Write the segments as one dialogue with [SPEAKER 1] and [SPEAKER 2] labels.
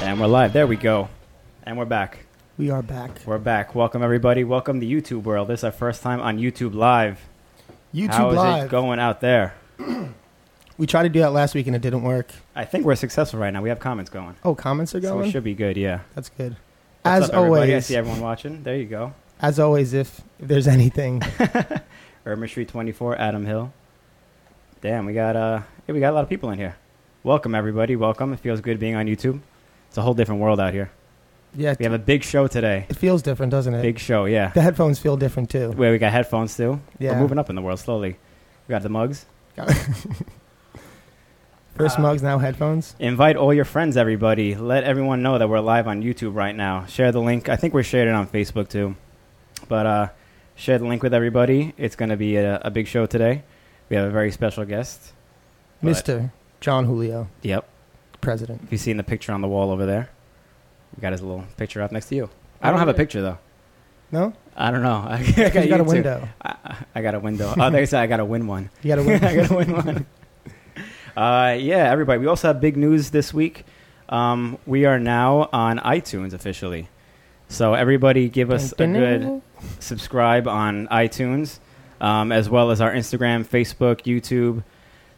[SPEAKER 1] And we're live. There we go. And we're back.
[SPEAKER 2] We are back.
[SPEAKER 1] We're back. Welcome everybody. Welcome to YouTube world. This is our first time on YouTube Live.
[SPEAKER 2] YouTube
[SPEAKER 1] How is
[SPEAKER 2] Live.
[SPEAKER 1] it going out there?
[SPEAKER 2] We tried to do that last week and it didn't work.
[SPEAKER 1] I think we're successful right now. We have comments going,
[SPEAKER 2] Oh, comments are
[SPEAKER 1] so
[SPEAKER 2] going.
[SPEAKER 1] it should be good. Yeah.
[SPEAKER 2] That's good.
[SPEAKER 1] What's
[SPEAKER 2] as
[SPEAKER 1] up, everybody? I
[SPEAKER 2] always,
[SPEAKER 1] see everyone watching. There you go.
[SPEAKER 2] as always, if, if there's anything,
[SPEAKER 1] Urban Street 24, Adam Hill. Damn, we got uh, hey, we got a lot of people in here. Welcome everybody. Welcome. It feels good being on YouTube. It's a whole different world out here.
[SPEAKER 2] yeah,
[SPEAKER 1] We have a big show today.
[SPEAKER 2] it feels different, doesn't it?
[SPEAKER 1] Big show, yeah.
[SPEAKER 2] The headphones feel different too.
[SPEAKER 1] Where we got headphones too.
[SPEAKER 2] Yeah.
[SPEAKER 1] We're moving up in the world slowly. We got the mugs.
[SPEAKER 2] First
[SPEAKER 1] Uh,
[SPEAKER 2] mugs, now headphones.
[SPEAKER 1] Invite all your friends, everybody. Let everyone know that we're live on YouTube right now. Share the link. I think we're shared it on Facebook too. But uh, share the link with everybody. It's going to be a, a big show today. We have a very special guest. but-
[SPEAKER 2] Mr. John Julio,
[SPEAKER 1] Yep.
[SPEAKER 2] president.
[SPEAKER 1] If you've seen the picture on the wall over there, we got his little picture up next to you. I don't have a picture though.
[SPEAKER 2] No,
[SPEAKER 1] I don't know. I,
[SPEAKER 2] you got, a
[SPEAKER 1] YouTube.
[SPEAKER 2] window.
[SPEAKER 1] I, I- I got a window. Oh, they said I got to win one.
[SPEAKER 2] You got a
[SPEAKER 1] I
[SPEAKER 2] window.
[SPEAKER 1] gotta win one. Uh, yeah, everybody. We also have big news this week. Um, we are now on iTunes officially. So everybody, give us a good subscribe on iTunes, um, as well as our Instagram, Facebook, YouTube,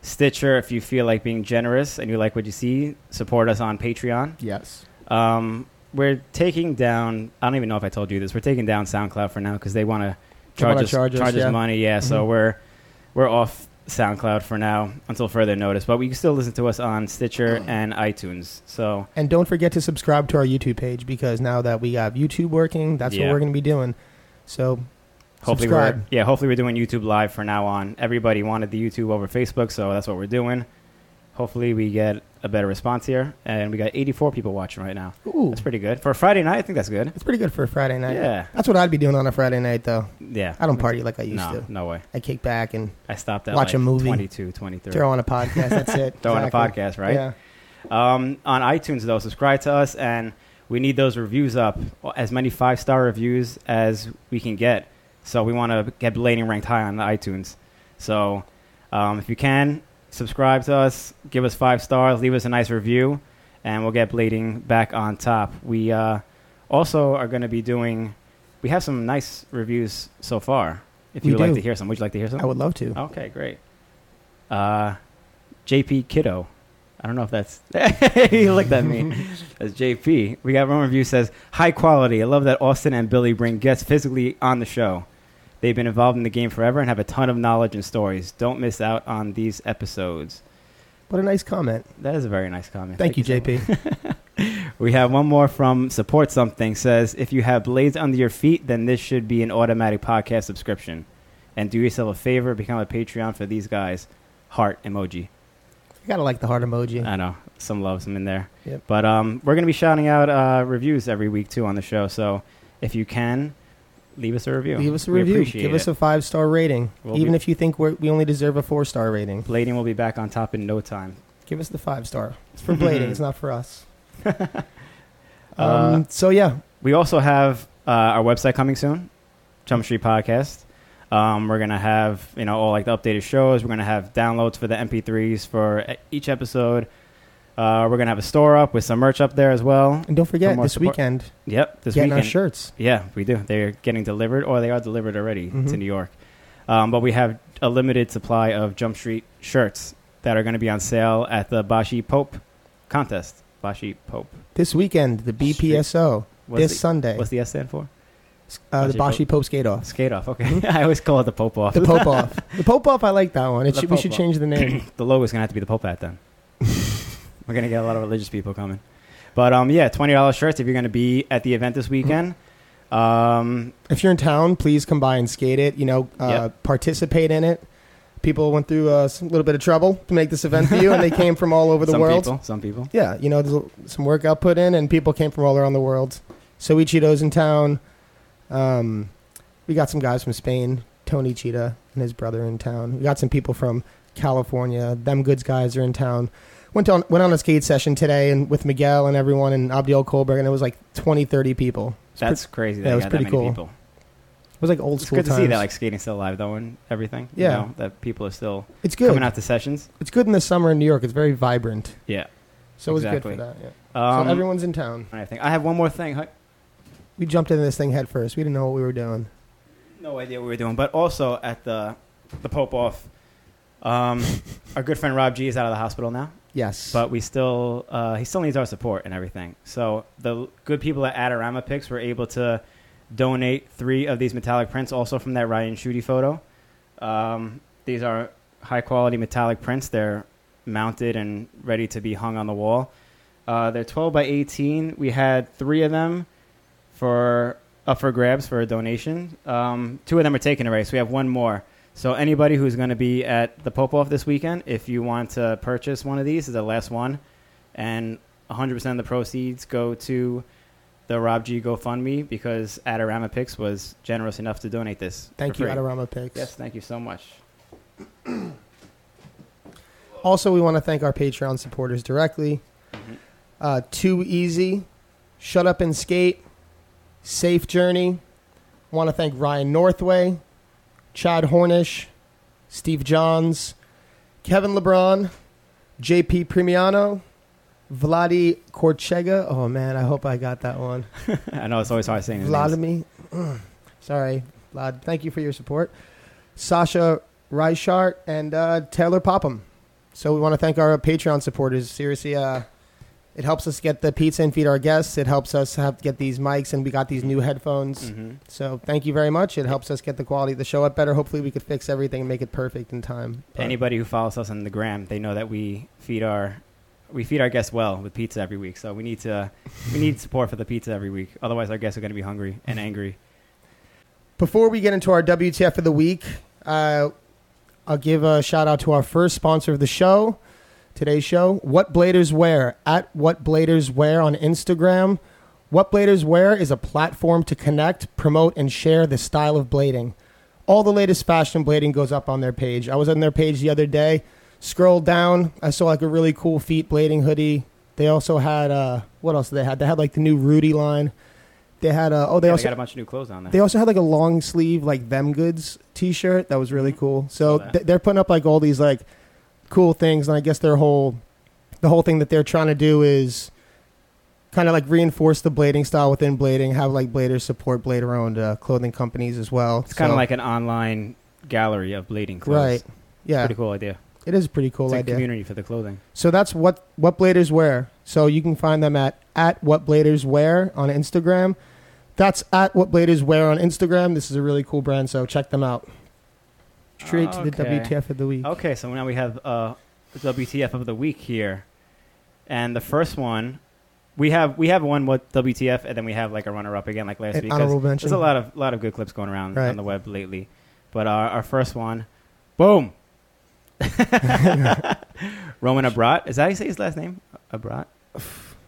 [SPEAKER 1] Stitcher. If you feel like being generous and you like what you see, support us on Patreon.
[SPEAKER 2] Yes.
[SPEAKER 1] Um, we're taking down. I don't even know if I told you this. We're taking down SoundCloud for now because they want to
[SPEAKER 2] They wanna
[SPEAKER 1] charge us
[SPEAKER 2] charge
[SPEAKER 1] charge
[SPEAKER 2] us,
[SPEAKER 1] us,
[SPEAKER 2] yeah.
[SPEAKER 1] money. Yeah, so
[SPEAKER 2] Mhm.
[SPEAKER 1] we're we're off SoundCloud for now until further notice. But you can still listen to us on Stitcher
[SPEAKER 2] Oh.
[SPEAKER 1] and iTunes. So
[SPEAKER 2] And don't forget to subscribe to our YouTube page because now that we have YouTube working, that's
[SPEAKER 1] Yeah.
[SPEAKER 2] what we're going to be doing. So
[SPEAKER 1] hopefully
[SPEAKER 2] Subscribe.
[SPEAKER 1] we're yeah hopefully we're doing YouTube live for now on. Everybody wanted the YouTube over Facebook, so that's what we're doing. Hopefully we get a better response here, and we got 84 people watching right now.
[SPEAKER 2] ooh,
[SPEAKER 1] That's pretty good for a Friday night. I think that's good.
[SPEAKER 2] it's pretty good for a Friday night.
[SPEAKER 1] Yeah,
[SPEAKER 2] That's what I'd be doing on a Friday night, though.
[SPEAKER 1] yeah.
[SPEAKER 2] I don't party like I used
[SPEAKER 1] No,
[SPEAKER 2] to.
[SPEAKER 1] no way.
[SPEAKER 2] I kick back and
[SPEAKER 1] I stopped at
[SPEAKER 2] Watch
[SPEAKER 1] like
[SPEAKER 2] a movie.
[SPEAKER 1] 22, 23.
[SPEAKER 2] throw on a podcast. That's it.
[SPEAKER 1] Throw
[SPEAKER 2] Exactly.
[SPEAKER 1] on a podcast, right?
[SPEAKER 2] Yeah.
[SPEAKER 1] Um, on iTunes, though, subscribe to us, and we need those reviews up, as many five star reviews as we can get. So we want to get Blading ranked high on the iTunes. So um, if you can, subscribe to us, give us five stars, leave us a nice review, and we'll get Blading back on top. We uh, also are going to be doing. We have some nice reviews so far. If
[SPEAKER 2] We
[SPEAKER 1] you would like
[SPEAKER 2] do.
[SPEAKER 1] to hear some, would you like to hear some?
[SPEAKER 2] I would love to.
[SPEAKER 1] Okay, great. Uh, JP Kiddo. I don't know if that's. he looked at me. That's JP. We got one review says high quality. I love that Austin and Billy bring guests physically on the show. They've been involved in the game forever and have a ton of knowledge and stories. Don't miss out on these episodes.
[SPEAKER 2] What a nice comment.
[SPEAKER 1] That is a very nice comment.
[SPEAKER 2] Thank, you,
[SPEAKER 1] so
[SPEAKER 2] JP.
[SPEAKER 1] we have one more from Support Something says if you have blades under your feet, then this should be an automatic podcast subscription. And do yourself a favor, become a Patreon for these guys. Heart emoji.
[SPEAKER 2] you gotta like the heart emoji.
[SPEAKER 1] I know some love, some in there.
[SPEAKER 2] Yep.
[SPEAKER 1] But um, we're gonna be shouting out uh, reviews every week too on the show. So if you can, leave us a review.
[SPEAKER 2] Leave us a
[SPEAKER 1] We
[SPEAKER 2] review.
[SPEAKER 1] appreciate
[SPEAKER 2] Give us
[SPEAKER 1] it.
[SPEAKER 2] a five star rating.
[SPEAKER 1] We'll
[SPEAKER 2] Even
[SPEAKER 1] be-
[SPEAKER 2] if you think we're, we only deserve a four star rating,
[SPEAKER 1] Blading will be back on top in no time.
[SPEAKER 2] give us the five star. It's for blading. it's not for us. um,
[SPEAKER 1] Uh,
[SPEAKER 2] so yeah,
[SPEAKER 1] We also have uh, our website coming soon, Jump Street Podcast. Um, we're gonna have you know all like the updated shows. We're gonna have downloads for the MP3s for e- each episode. Uh, we're gonna have a store up with some merch up there as well.
[SPEAKER 2] and don't forget
[SPEAKER 1] For more
[SPEAKER 2] this
[SPEAKER 1] support-
[SPEAKER 2] weekend
[SPEAKER 1] Yep, this
[SPEAKER 2] getting
[SPEAKER 1] weekend.
[SPEAKER 2] our shirts.
[SPEAKER 1] Yeah, we do. They're getting delivered, or they are delivered already to
[SPEAKER 2] Mhm.
[SPEAKER 1] New York. Um, but we have a limited supply of Jump Street shirts that are going to be on sale at the Bashi Pope contest. Bashi Pope.
[SPEAKER 2] This weekend, the BPSO.
[SPEAKER 1] What's
[SPEAKER 2] this
[SPEAKER 1] the,
[SPEAKER 2] Sunday,
[SPEAKER 1] What's the S stand for?
[SPEAKER 2] uh, the
[SPEAKER 1] Bashi Pope-
[SPEAKER 2] Bashi Pope skate off.
[SPEAKER 1] Skate off. Okay, I always call it the Pope off.
[SPEAKER 2] Mm-hmm. The
[SPEAKER 1] The,
[SPEAKER 2] Pope off. The Pope off. I like that one. It
[SPEAKER 1] The
[SPEAKER 2] should, we
[SPEAKER 1] Pope
[SPEAKER 2] should
[SPEAKER 1] off.
[SPEAKER 2] change the name.
[SPEAKER 1] logo's going to have to be the Pope hat then. We're going to get a lot of religious people coming. But um, yeah, twenty dollars shirts if you're going to be at the event this
[SPEAKER 2] Mm-hmm.
[SPEAKER 1] weekend. Um,
[SPEAKER 2] if you're in town, please come by and skate it. You know, uh, participate in it. People went through uh, some little bit of trouble to make this event for you, and they came from all over the
[SPEAKER 1] some
[SPEAKER 2] world.
[SPEAKER 1] people. Some people.
[SPEAKER 2] Yeah, you know, there's a- some work I put in, and people came from all around the world. So Ichido's in town. Um, we got some guys from Spain, Tony Cheetah and his brother in town. We got some people from California. Them goods guys are in town. Went on went on a skate session today and with Miguel and everyone and Abdiel Kohlberg, and it was like 20, 30 people. It was pre-
[SPEAKER 1] That's crazy. That
[SPEAKER 2] yeah, it
[SPEAKER 1] you
[SPEAKER 2] was
[SPEAKER 1] got
[SPEAKER 2] pretty
[SPEAKER 1] that many
[SPEAKER 2] cool.
[SPEAKER 1] People.
[SPEAKER 2] it was like old
[SPEAKER 1] It's
[SPEAKER 2] school.
[SPEAKER 1] good to see that
[SPEAKER 2] times.
[SPEAKER 1] like skating's still alive though and everything.
[SPEAKER 2] Yeah.
[SPEAKER 1] you know, that people are still
[SPEAKER 2] it's good.
[SPEAKER 1] coming out to sessions.
[SPEAKER 2] it's good in the summer in New York. It's very vibrant.
[SPEAKER 1] Yeah,
[SPEAKER 2] So
[SPEAKER 1] Exactly.
[SPEAKER 2] it's good for that. Yeah.
[SPEAKER 1] Um,
[SPEAKER 2] so everyone's in town.
[SPEAKER 1] I think I have one more thing. Hi-
[SPEAKER 2] We jumped into this thing head first. We didn't know what we were doing.
[SPEAKER 1] No idea what we were doing, but also at the the Pope off. Um, our good friend Rob G is out of the hospital now,
[SPEAKER 2] Yes.
[SPEAKER 1] but we still uh, he still needs our support and everything. So the good people at Adorama Picks were able to donate three of these metallic prints, also from that Ryan Schutte photo. Um, these are high quality metallic prints. They're mounted and ready to be hung on the wall. Uh, they're 12 by 18. We had three of them for up for grabs for a donation. Um, two of them are taken already, so we have one more. So anybody who's going to be at the Pope Off this weekend, if you want to purchase one of these, is the last one, and 100% of the proceeds go to the Rob G GoFundMe because Adorama Picks was generous enough to donate this.
[SPEAKER 2] Thank
[SPEAKER 1] for
[SPEAKER 2] you,
[SPEAKER 1] free.
[SPEAKER 2] Adorama Picks.
[SPEAKER 1] Yes, thank you so much.
[SPEAKER 2] Also, we want to thank our Patreon supporters directly.
[SPEAKER 1] Mm-hmm.
[SPEAKER 2] Uh, Too Easy, Shut Up and Skate, Safe Journey. Want to thank Ryan Northway, Chad Hornish, Steve Johns, Kevin LeBron, JP Primiano, Vladi Korchega. Oh man, I hope I got that one.
[SPEAKER 1] I know it's always hard saying his names.
[SPEAKER 2] Vladimir. Sorry, Vlad. Thank you for your support. Sasha Reichart and uh, Taylor Popham. So we want to thank our Patreon supporters. Seriously, uh, it helps us get the pizza and feed our guests. It helps us have get these mics, and we got these new headphones.
[SPEAKER 1] Mhm.
[SPEAKER 2] So thank you very much. It helps us get the quality of the show up better. Hopefully, we could fix everything and make it perfect in time. But
[SPEAKER 1] Anybody who follows us on the gram, they know that we feed our we feed our guests well with pizza every week. So we need to we need support for the pizza every week. Otherwise, our guests are going to be hungry and angry.
[SPEAKER 2] Before we get into our WTF of the week, uh, I'll give a shout out to our first sponsor of the show, today's show, What Bladers Wear, at What Bladers Wear on Instagram. What Bladers Wear is a platform to connect, promote, and share the style of blading. All the latest fashion blading goes up on their page. I was on their page the other day, scrolled down, I saw like a really cool feet blading hoodie. They also had, uh, what else did they had? They had like the new Rudy line. They had, uh, oh, they
[SPEAKER 1] They
[SPEAKER 2] also
[SPEAKER 1] got a bunch of new clothes on there.
[SPEAKER 2] they also had like a long sleeve like them goods T-shirt that was really cool.
[SPEAKER 1] Saw
[SPEAKER 2] So
[SPEAKER 1] Mm-hmm. that.
[SPEAKER 2] th- they're putting up like all these like cool things, and I guess their whole the whole thing that they're trying to do is kind of like reinforce the blading style within blading, have like bladers support blader owned uh, clothing companies as well.
[SPEAKER 1] it's kind of
[SPEAKER 2] So-
[SPEAKER 1] like an online gallery of blading clothes.
[SPEAKER 2] right, yeah,
[SPEAKER 1] Pretty cool idea.
[SPEAKER 2] it is a pretty cool
[SPEAKER 1] it's like
[SPEAKER 2] idea.
[SPEAKER 1] community for the clothing.
[SPEAKER 2] So that's what what bladers wear. So you can find them at at what bladers wear on Instagram. That's at what bladers wear on Instagram. This is a really cool brand, so check them out. Straight to the
[SPEAKER 1] Okay. Oh,
[SPEAKER 2] WTF of the week.
[SPEAKER 1] Okay, so now we have uh, WTF of the week here, and the first one we have we have one what WTF, and then we have like a runner up again like last
[SPEAKER 2] An
[SPEAKER 1] week. 'cause
[SPEAKER 2] honorable mention.
[SPEAKER 1] There's a lot of lot of good clips going around
[SPEAKER 2] Right.
[SPEAKER 1] on the web lately, but our, our first one, boom, Roman Abrat. Is that how you say his last name? Abrat.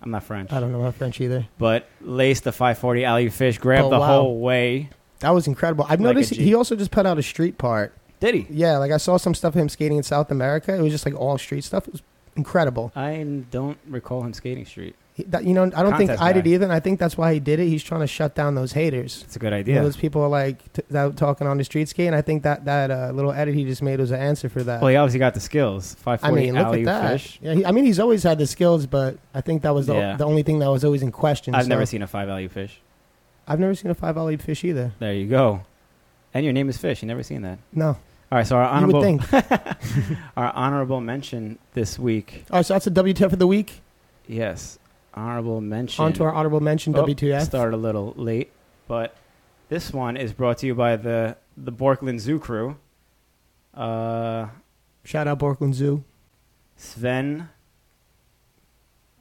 [SPEAKER 1] I'm not French,
[SPEAKER 2] I don't know about French either.
[SPEAKER 1] but laced the 540 alley fish, grabbed
[SPEAKER 2] Oh,
[SPEAKER 1] the
[SPEAKER 2] wow.
[SPEAKER 1] whole way.
[SPEAKER 2] That was incredible. I've
[SPEAKER 1] Like a
[SPEAKER 2] noticed
[SPEAKER 1] G.
[SPEAKER 2] he also just put out a street part.
[SPEAKER 1] Did he?
[SPEAKER 2] Yeah, like I saw some stuff of him skating in South America. It was just like all street stuff. It was incredible.
[SPEAKER 1] I don't recall him skating street.
[SPEAKER 2] He, that, you know, I don't think
[SPEAKER 1] Contest
[SPEAKER 2] I did
[SPEAKER 1] guy.
[SPEAKER 2] either, and I think that's why he did it. He's trying to shut down those haters.
[SPEAKER 1] It's a good
[SPEAKER 2] You know,
[SPEAKER 1] idea.
[SPEAKER 2] those people are like t- that talking on the street skate, and I think that that uh, little edit he just made was an answer for that.
[SPEAKER 1] Well, he obviously got the skills.
[SPEAKER 2] I
[SPEAKER 1] 540
[SPEAKER 2] mean, look
[SPEAKER 1] alley
[SPEAKER 2] at that.
[SPEAKER 1] fish.
[SPEAKER 2] Yeah, he, I mean, he's always had the skills, but I think that was the,
[SPEAKER 1] Yeah.
[SPEAKER 2] the only thing that was always in question.
[SPEAKER 1] I've
[SPEAKER 2] so-
[SPEAKER 1] never seen a five alley fish.
[SPEAKER 2] I've never seen a five alley fish either.
[SPEAKER 1] There you go. And your name is Fish. You never seen that.
[SPEAKER 2] No,
[SPEAKER 1] All right. So our
[SPEAKER 2] you would
[SPEAKER 1] honorable
[SPEAKER 2] think. All
[SPEAKER 1] our honorable mention this week.
[SPEAKER 2] right, so that's a WTF of the week.
[SPEAKER 1] Yes, honorable mention.
[SPEAKER 2] On to our honorable mention,
[SPEAKER 1] Oh,
[SPEAKER 2] WTF.
[SPEAKER 1] Started a little late, but this one is brought to you by the the Borkland Zoo Crew. Uh,
[SPEAKER 2] Shout out Borkland Zoo.
[SPEAKER 1] Sven.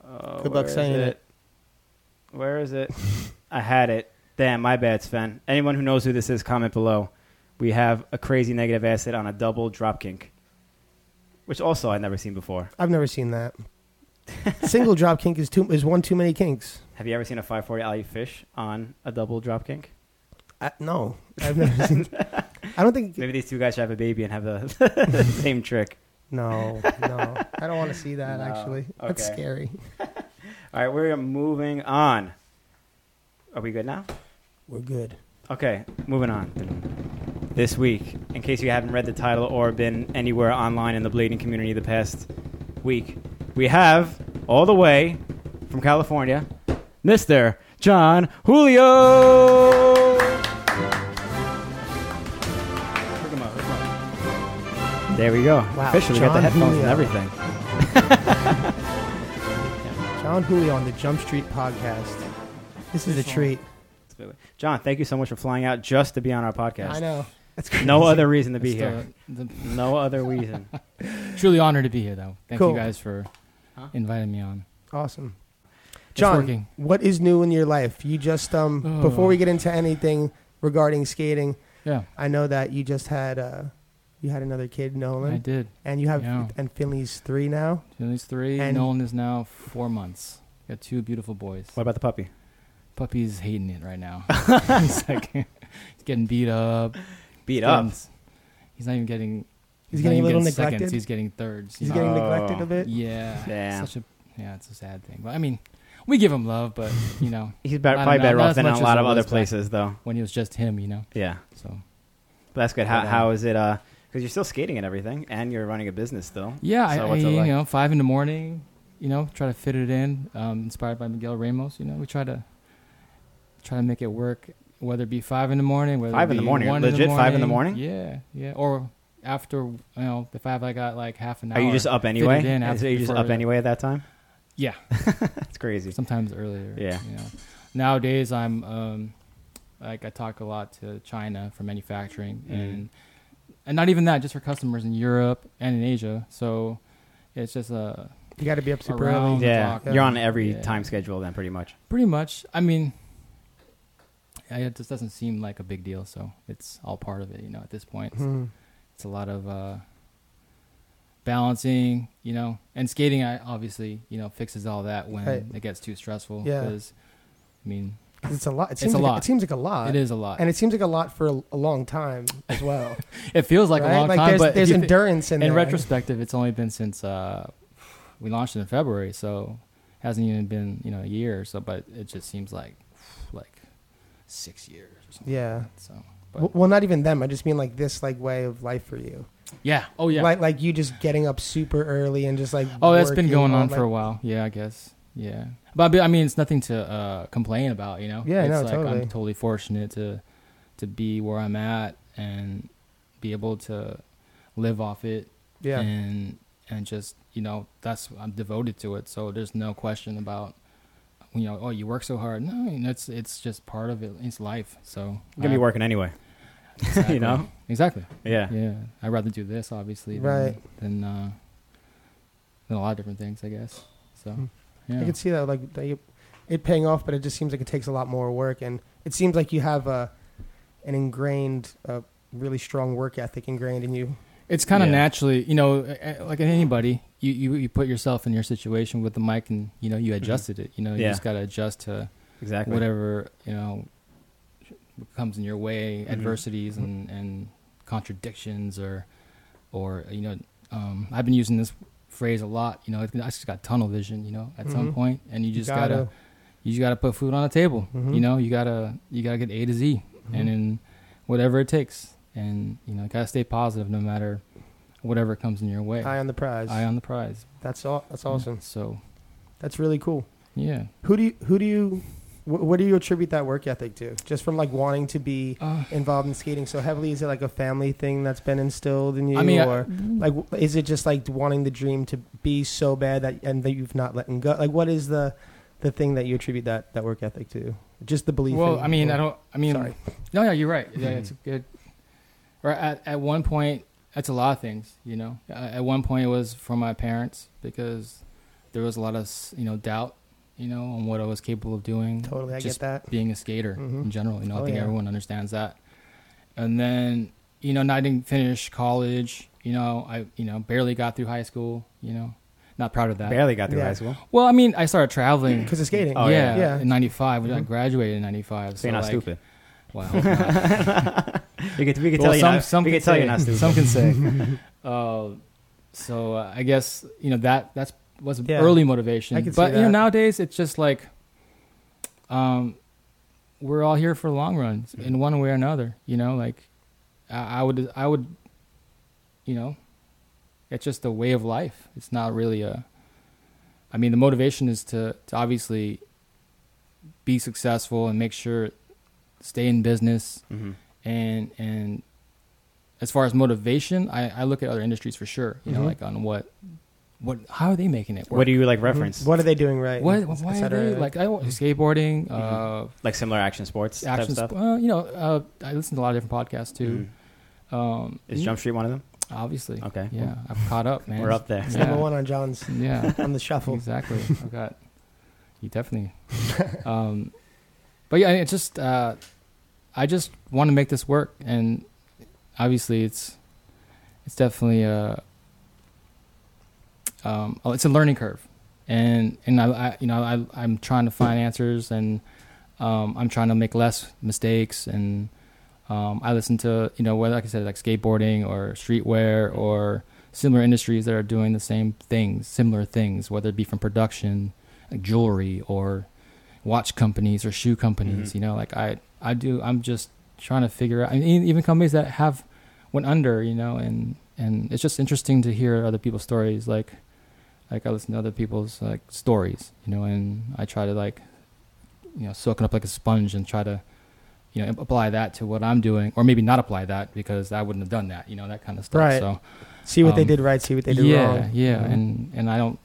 [SPEAKER 1] Uh,
[SPEAKER 2] Good luck
[SPEAKER 1] where is
[SPEAKER 2] saying it.
[SPEAKER 1] Where is it? I had it. Damn, my bad, Sven. Anyone who knows who this is, comment below. We have a crazy negative acid on a double drop kink, which also I've never seen before.
[SPEAKER 2] I've never seen that. Single drop kink is too is one too many kinks.
[SPEAKER 1] Have you ever seen a 540 alley fish on a double drop kink?
[SPEAKER 2] I, no, I've never seen. I don't think.
[SPEAKER 1] Maybe these two guys should have a baby and have the same trick.
[SPEAKER 2] No, no, I don't want to see that.
[SPEAKER 1] No,
[SPEAKER 2] Actually, that's
[SPEAKER 1] okay.
[SPEAKER 2] scary.
[SPEAKER 1] All right, we're moving on. Are we good now?
[SPEAKER 2] We're good.
[SPEAKER 1] Okay, moving on. This week, in case you haven't read the title or been anywhere online in the blading community the past week, we have all the way from California, Mr. John Julio. Hook him up, hook him up. There we go.
[SPEAKER 2] Wow,
[SPEAKER 1] Officially got the
[SPEAKER 2] John
[SPEAKER 1] headphones
[SPEAKER 2] Julio.
[SPEAKER 1] and everything.
[SPEAKER 2] John Julio on the Jump Street podcast. This is a
[SPEAKER 3] This one.
[SPEAKER 2] treat.
[SPEAKER 1] John, thank you so much for flying out just to be on our podcast.
[SPEAKER 2] I know. That's
[SPEAKER 1] No other reason to be
[SPEAKER 3] It's
[SPEAKER 1] here.
[SPEAKER 3] the- the-
[SPEAKER 1] No other reason.
[SPEAKER 3] truly honored to be here, though. Thank
[SPEAKER 2] Cool.
[SPEAKER 3] you guys for
[SPEAKER 1] Huh?
[SPEAKER 3] inviting me on.
[SPEAKER 2] Awesome.
[SPEAKER 3] It's
[SPEAKER 2] John,
[SPEAKER 3] working.
[SPEAKER 2] what is new in your life? You just um
[SPEAKER 3] Oh.
[SPEAKER 2] before we get into anything regarding skating,
[SPEAKER 3] Yeah,
[SPEAKER 2] I know that you just had uh you had another kid,
[SPEAKER 3] I
[SPEAKER 2] Nolan,
[SPEAKER 3] did.
[SPEAKER 2] and you have
[SPEAKER 3] yeah.
[SPEAKER 2] and Finley's three now.
[SPEAKER 3] Julie's three.
[SPEAKER 2] And-
[SPEAKER 3] Nolan is now four months. Got two beautiful boys.
[SPEAKER 1] What about the puppy?
[SPEAKER 3] Puppy's hating it right now. he's like, he's getting beat up.
[SPEAKER 1] Beat
[SPEAKER 3] Getting-
[SPEAKER 1] up.
[SPEAKER 3] He's not even getting.
[SPEAKER 2] He's
[SPEAKER 3] not
[SPEAKER 2] getting a
[SPEAKER 3] even
[SPEAKER 2] little
[SPEAKER 3] seconds,
[SPEAKER 2] neglected.
[SPEAKER 3] He's getting thirds. you
[SPEAKER 2] He's
[SPEAKER 3] know?
[SPEAKER 2] getting
[SPEAKER 1] Oh.
[SPEAKER 2] neglected a bit.
[SPEAKER 3] yeah.
[SPEAKER 1] Yeah.
[SPEAKER 3] Such a yeah. It's a sad thing, but I mean, we give him love, but you know,
[SPEAKER 1] He's better,
[SPEAKER 3] I don't
[SPEAKER 1] probably
[SPEAKER 3] know,
[SPEAKER 1] better
[SPEAKER 3] not
[SPEAKER 1] off
[SPEAKER 3] as
[SPEAKER 1] than in
[SPEAKER 3] much
[SPEAKER 1] a
[SPEAKER 3] as
[SPEAKER 1] lot
[SPEAKER 3] it
[SPEAKER 1] of other
[SPEAKER 3] was back-
[SPEAKER 1] places, though.
[SPEAKER 3] when it was just him, you know,
[SPEAKER 1] Yeah.
[SPEAKER 3] so.
[SPEAKER 1] But that's good. How,
[SPEAKER 3] But, uh,
[SPEAKER 1] how is it? Uh, because you're still skating and everything, and you're running a business still.
[SPEAKER 3] Yeah,
[SPEAKER 1] So
[SPEAKER 3] I, uh,
[SPEAKER 1] what's
[SPEAKER 3] I-
[SPEAKER 1] it like?
[SPEAKER 3] you know, five in the morning, you know, try to fit it in. Um, inspired by Miguel Ramos, you know, we try to try to make it work, whether it be five in the morning, whether it
[SPEAKER 1] Five in the
[SPEAKER 3] be
[SPEAKER 1] morning?
[SPEAKER 3] one
[SPEAKER 1] Legit five in the
[SPEAKER 3] Yeah, yeah, or after you know the five I got like half an hour.
[SPEAKER 1] Are you just up anyway?
[SPEAKER 3] in
[SPEAKER 1] Is-
[SPEAKER 3] after-
[SPEAKER 1] Are you just
[SPEAKER 3] before
[SPEAKER 1] up
[SPEAKER 3] the-
[SPEAKER 1] anyway at that time?
[SPEAKER 3] Yeah.
[SPEAKER 1] That's crazy.
[SPEAKER 3] sometimes earlier?
[SPEAKER 1] Yeah.
[SPEAKER 3] you know, nowadays I'm um, like I talk a lot to China for manufacturing
[SPEAKER 1] Mm.
[SPEAKER 3] and and not even that, just for customers in Europe and in Asia. So it's just a
[SPEAKER 2] You got to be up super
[SPEAKER 3] Around-
[SPEAKER 2] early.
[SPEAKER 1] Yeah,
[SPEAKER 3] talk.
[SPEAKER 1] you're on every
[SPEAKER 3] Yeah.
[SPEAKER 1] time schedule then, pretty much.
[SPEAKER 3] Pretty much. I mean, I- it just doesn't seem like a big deal, so it's all part of it, you know, at this point.
[SPEAKER 2] Hmm.
[SPEAKER 3] It's a lot of uh, balancing, you know, and skating, I obviously, you know, fixes all that when
[SPEAKER 2] Right.
[SPEAKER 3] it gets too stressful.
[SPEAKER 2] Yeah.
[SPEAKER 3] 'cause, I mean,
[SPEAKER 2] 'Cause It's a lot. It
[SPEAKER 3] It's
[SPEAKER 2] seems
[SPEAKER 3] a
[SPEAKER 2] like,
[SPEAKER 3] lot.
[SPEAKER 2] It seems like a lot.
[SPEAKER 3] it is a
[SPEAKER 2] Uh,
[SPEAKER 3] lot.
[SPEAKER 2] and it seems like a lot for a, a long time as well.
[SPEAKER 3] it feels like
[SPEAKER 2] right?
[SPEAKER 3] a long
[SPEAKER 2] like
[SPEAKER 3] time,
[SPEAKER 2] there's,
[SPEAKER 3] but
[SPEAKER 2] there's
[SPEAKER 3] if you-
[SPEAKER 2] endurance in,
[SPEAKER 3] in
[SPEAKER 2] there.
[SPEAKER 3] retrospective, it's only been since uh, we launched it in February, so hasn't even been, you know, a year or so, but it just seems like, like, six years or something.
[SPEAKER 2] Yeah.
[SPEAKER 3] So,
[SPEAKER 2] W- Well, not even them. I just mean like this, like way of life for you.
[SPEAKER 3] yeah. Oh, yeah.
[SPEAKER 2] Like like you just getting up super early and just like.
[SPEAKER 3] Oh, that's been
[SPEAKER 2] working
[SPEAKER 3] going on
[SPEAKER 2] like-
[SPEAKER 3] for a while. Yeah, I guess. Yeah, but I mean, it's nothing to uh, complain about, you know.
[SPEAKER 2] Yeah,
[SPEAKER 3] it's
[SPEAKER 2] no,
[SPEAKER 3] like
[SPEAKER 2] totally.
[SPEAKER 3] I'm totally fortunate to to be where I'm at and be able to live off it.
[SPEAKER 2] Yeah.
[SPEAKER 3] and and just you know that's I'm devoted to it. So there's no question about you know oh you work so hard. No, that's it's just part of it. It's life. So
[SPEAKER 1] You're gonna be
[SPEAKER 3] I-
[SPEAKER 1] working anyway.
[SPEAKER 3] exactly.
[SPEAKER 1] know?
[SPEAKER 3] exactly.
[SPEAKER 1] Yeah.
[SPEAKER 3] Yeah, I'd rather do this obviously than
[SPEAKER 2] Right.
[SPEAKER 3] than, uh, than a lot of different things, I guess. So
[SPEAKER 2] Hmm.
[SPEAKER 3] yeah,
[SPEAKER 2] I can see that like they, it paying off, but it just seems like it takes a lot more work, and it seems like you have a an ingrained, uh, really strong work ethic ingrained in you.
[SPEAKER 3] it's kind of
[SPEAKER 1] Yeah.
[SPEAKER 3] naturally, you know, uh, uh, like in anybody, you, you you put yourself in your situation with the mic, and you know you adjusted it. You know, you
[SPEAKER 1] Yeah.
[SPEAKER 3] just got to adjust to
[SPEAKER 1] Exactly.
[SPEAKER 3] whatever you know comes in your way,
[SPEAKER 1] Mhm.
[SPEAKER 3] adversities and and contradictions, or or you know, um, I've been using this phrase a lot. You know, I just got tunnel vision. You know, at some
[SPEAKER 2] Mhm.
[SPEAKER 3] point, and you just gotta you just got to put food on the table.
[SPEAKER 2] Mhm.
[SPEAKER 3] You know, you gotta you gotta get A to Z,
[SPEAKER 2] Mhm.
[SPEAKER 3] and then whatever it takes, and you know, gotta stay positive no matter whatever comes in your way.
[SPEAKER 2] eye on the prize.
[SPEAKER 3] Eye on Mm-hmm. the prize.
[SPEAKER 2] that's all. That's awesome.
[SPEAKER 3] So
[SPEAKER 2] That's really cool.
[SPEAKER 3] yeah,
[SPEAKER 2] Who do you, who do you wh- what do you attribute that work ethic to? Just from like wanting to be
[SPEAKER 3] uh,
[SPEAKER 2] involved in skating so heavily is it like a family thing that's been instilled in you
[SPEAKER 3] I mean, I-
[SPEAKER 2] or like w- is it just like wanting the dream to be so bad that and that you've not letting go? Like what is the the thing that you attribute that that work ethic to? Just the belief.
[SPEAKER 3] well,
[SPEAKER 2] in-
[SPEAKER 3] I mean,
[SPEAKER 2] or-
[SPEAKER 3] I don't. I mean,
[SPEAKER 2] Sorry. Mm-hmm.
[SPEAKER 3] no, yeah, you're right. Yeah, it's a good. Or at at one point, that's a lot of things. You know, Uh, at one point it was from my parents because there was a lot of s- you know doubt, you know, on what I was capable of doing.
[SPEAKER 2] Totally, I
[SPEAKER 3] just
[SPEAKER 2] get that.
[SPEAKER 3] being a skater
[SPEAKER 2] Mhm.
[SPEAKER 3] in general. You know,
[SPEAKER 2] Oh,
[SPEAKER 3] I think
[SPEAKER 2] yeah.
[SPEAKER 3] everyone understands that. And then, you know, I didn't finish college. You know, I you know barely got through high school. You know, not proud of that.
[SPEAKER 1] Barely got through
[SPEAKER 2] Yeah.
[SPEAKER 1] high school.
[SPEAKER 3] Well, I mean, I started traveling.
[SPEAKER 2] Because of skating.
[SPEAKER 1] Oh,
[SPEAKER 3] yeah,
[SPEAKER 1] yeah.
[SPEAKER 2] Yeah.
[SPEAKER 3] in '95. I
[SPEAKER 2] Mhm.
[SPEAKER 3] graduated in '95.
[SPEAKER 1] So you're not stupid.
[SPEAKER 3] Wow. Well,
[SPEAKER 1] You could, we could
[SPEAKER 3] Well,
[SPEAKER 1] tell,
[SPEAKER 3] some-
[SPEAKER 1] you,
[SPEAKER 3] some
[SPEAKER 1] some we
[SPEAKER 3] could
[SPEAKER 1] could tell
[SPEAKER 3] say-
[SPEAKER 1] you're not stupid.
[SPEAKER 3] some can say. uh, so uh, I guess you know that that's was
[SPEAKER 2] Yeah.
[SPEAKER 3] early motivation.
[SPEAKER 2] I can see
[SPEAKER 3] but you know
[SPEAKER 2] that.
[SPEAKER 3] nowadays it's just like, um, we're all here for the long run
[SPEAKER 1] Mm-hmm.
[SPEAKER 3] in one way or another. You know, like I, I would I would, you know, it's just a way of life. It's not really a I mean, the motivation is to, to obviously be successful and make sure stay in business
[SPEAKER 1] hmm
[SPEAKER 3] and and as far as motivation, I, I look at other industries for sure. You know,
[SPEAKER 2] Mhm.
[SPEAKER 3] like on what what how are they making it work?
[SPEAKER 1] Mm-hmm. What do you like reference?
[SPEAKER 2] What are they doing right?
[SPEAKER 3] what
[SPEAKER 2] and et
[SPEAKER 3] why are
[SPEAKER 2] cetera.
[SPEAKER 3] they like I skateboarding, uh,
[SPEAKER 1] Like similar action sports Mm-hmm.
[SPEAKER 3] action.
[SPEAKER 1] type
[SPEAKER 3] Sp-
[SPEAKER 1] stuff?
[SPEAKER 3] well, you know, uh, I listen to a lot of different podcasts too.
[SPEAKER 1] Mhm.
[SPEAKER 3] Um,
[SPEAKER 1] Is Jump Street one of them?
[SPEAKER 3] obviously
[SPEAKER 1] Okay.
[SPEAKER 3] Yeah, I've caught up, man.
[SPEAKER 1] We're up there.
[SPEAKER 2] It's
[SPEAKER 3] Yeah.
[SPEAKER 2] number one on John's
[SPEAKER 3] Yeah.
[SPEAKER 2] on the shuffle.
[SPEAKER 3] Exactly. I've got you definitely. um, but yeah, it's just uh, I just want to make this work, and obviously it's it's definitely a um, oh, it's a learning curve, and and I, I you know I I'm trying to find answers, and um, I'm trying to make less mistakes, and um, I listen to you know whether like I said like skateboarding or streetwear or similar industries that are doing the same things, similar things, whether it be from production, like jewelry, or watch companies or shoe companies.
[SPEAKER 1] Mhm.
[SPEAKER 3] You know, like I, I do. I'm just trying to figure out. I mean, even companies that have went under. You know, and and it's just interesting to hear other people's stories. Like, like I listen to other people's like stories. You know, and I try to like, you know, soak it up like a sponge and try to. You know, apply that to what I'm doing, or maybe not apply that because I wouldn't have done that. You know, that kind of stuff.
[SPEAKER 2] Right.
[SPEAKER 3] So,
[SPEAKER 2] See what they
[SPEAKER 3] Um,
[SPEAKER 2] did right. See what they did
[SPEAKER 3] yeah,
[SPEAKER 2] wrong.
[SPEAKER 3] Yeah,
[SPEAKER 2] Mhm.
[SPEAKER 3] and and I don't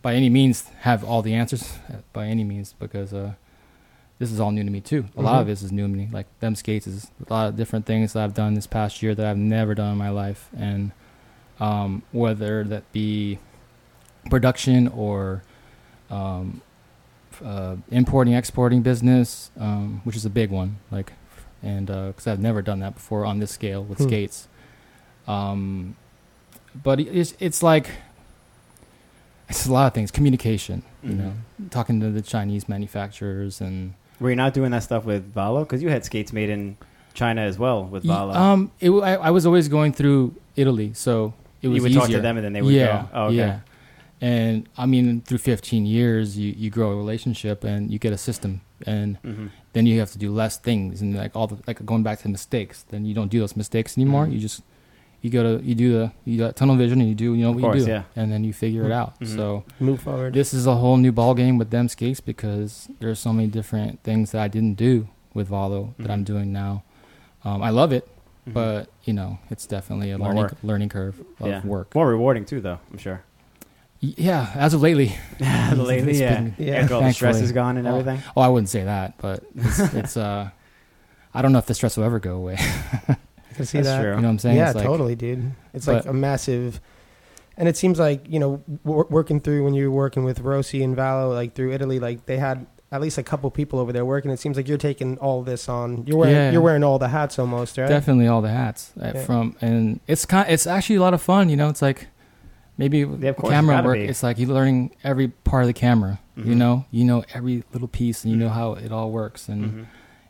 [SPEAKER 3] by any means have all the answers uh, by any means because uh, this is all new to me too. A lot of
[SPEAKER 2] Mhm.
[SPEAKER 3] this is new to me. Like them skates is a lot of different things that I've done this past year that I've never done in my life, and um, whether that be production or um, f- uh, importing exporting business, um, which is a big one. Like, and because I've never done that before on this scale with
[SPEAKER 2] Hmm.
[SPEAKER 3] skates. Um, but it- it's it's like it's a lot of things. Communication, you
[SPEAKER 1] Mhm.
[SPEAKER 3] know, talking to the Chinese manufacturers and
[SPEAKER 1] Were you not doing that stuff with Valo? Because you had skates made in China as well with Valo.
[SPEAKER 3] Um, it, wa- I, I was always going through Italy, so it was
[SPEAKER 1] you would
[SPEAKER 3] easier.
[SPEAKER 1] talk to them and then they would
[SPEAKER 3] yeah,
[SPEAKER 1] go. Oh, okay.
[SPEAKER 3] yeah. And I mean, through 15 years, you, you grow a relationship and you get a system, and
[SPEAKER 1] hmm
[SPEAKER 3] then you have to do less things and like all the like going back to mistakes. Then you don't do those mistakes anymore.
[SPEAKER 1] Mhm.
[SPEAKER 3] You just you go to you do the you got tunnel vision and you do you know what
[SPEAKER 1] course,
[SPEAKER 3] you do,
[SPEAKER 1] yeah.
[SPEAKER 3] and then you figure it out.
[SPEAKER 1] Mhm.
[SPEAKER 3] So
[SPEAKER 2] Move forward.
[SPEAKER 3] this is a whole new ball game with them skates because there's so many different things that I didn't do with Valo that
[SPEAKER 1] Mhm.
[SPEAKER 3] I'm doing now. Um, I love it,
[SPEAKER 1] Mhm.
[SPEAKER 3] but you know it's definitely a
[SPEAKER 1] More
[SPEAKER 3] learning
[SPEAKER 1] work.
[SPEAKER 3] learning curve of
[SPEAKER 1] Yeah.
[SPEAKER 3] work.
[SPEAKER 1] more rewarding too, though. I'm sure.
[SPEAKER 3] Y- Yeah, as of lately.
[SPEAKER 1] Lately,
[SPEAKER 3] It's
[SPEAKER 1] yeah.
[SPEAKER 3] been-
[SPEAKER 2] Yeah.
[SPEAKER 1] After all the stress
[SPEAKER 3] Thankfully.
[SPEAKER 1] is gone and
[SPEAKER 3] Oh.
[SPEAKER 1] everything.
[SPEAKER 3] Oh, I wouldn't say that, but it's, it's uh, I don't know if the stress will ever go away.
[SPEAKER 2] I can see
[SPEAKER 1] That's
[SPEAKER 2] that.
[SPEAKER 1] true.
[SPEAKER 3] you know what I'm saying?
[SPEAKER 2] Yeah,
[SPEAKER 3] It's like-
[SPEAKER 2] totally, dude. It's like
[SPEAKER 3] But-
[SPEAKER 2] a massive, and it seems like you know w- working through when you're working with Rossi and Valo, like through Italy, like they had at least a couple people over there working. It seems like you're taking all this on. You're wearing
[SPEAKER 3] Yeah.
[SPEAKER 2] you're wearing all the hats almost, right?
[SPEAKER 3] Definitely all the hats uh,
[SPEAKER 2] Yeah.
[SPEAKER 3] from, and it's kind. It's actually a lot of fun. You know, it's like maybe with
[SPEAKER 1] Yeah, of course,
[SPEAKER 3] camera
[SPEAKER 1] gotta
[SPEAKER 3] work.
[SPEAKER 1] be.
[SPEAKER 3] It's like you're learning every part of the camera. You
[SPEAKER 1] Mhm.
[SPEAKER 3] know, you know every little piece, and you know
[SPEAKER 1] Mhm.
[SPEAKER 3] how it all works. And
[SPEAKER 1] Mhm.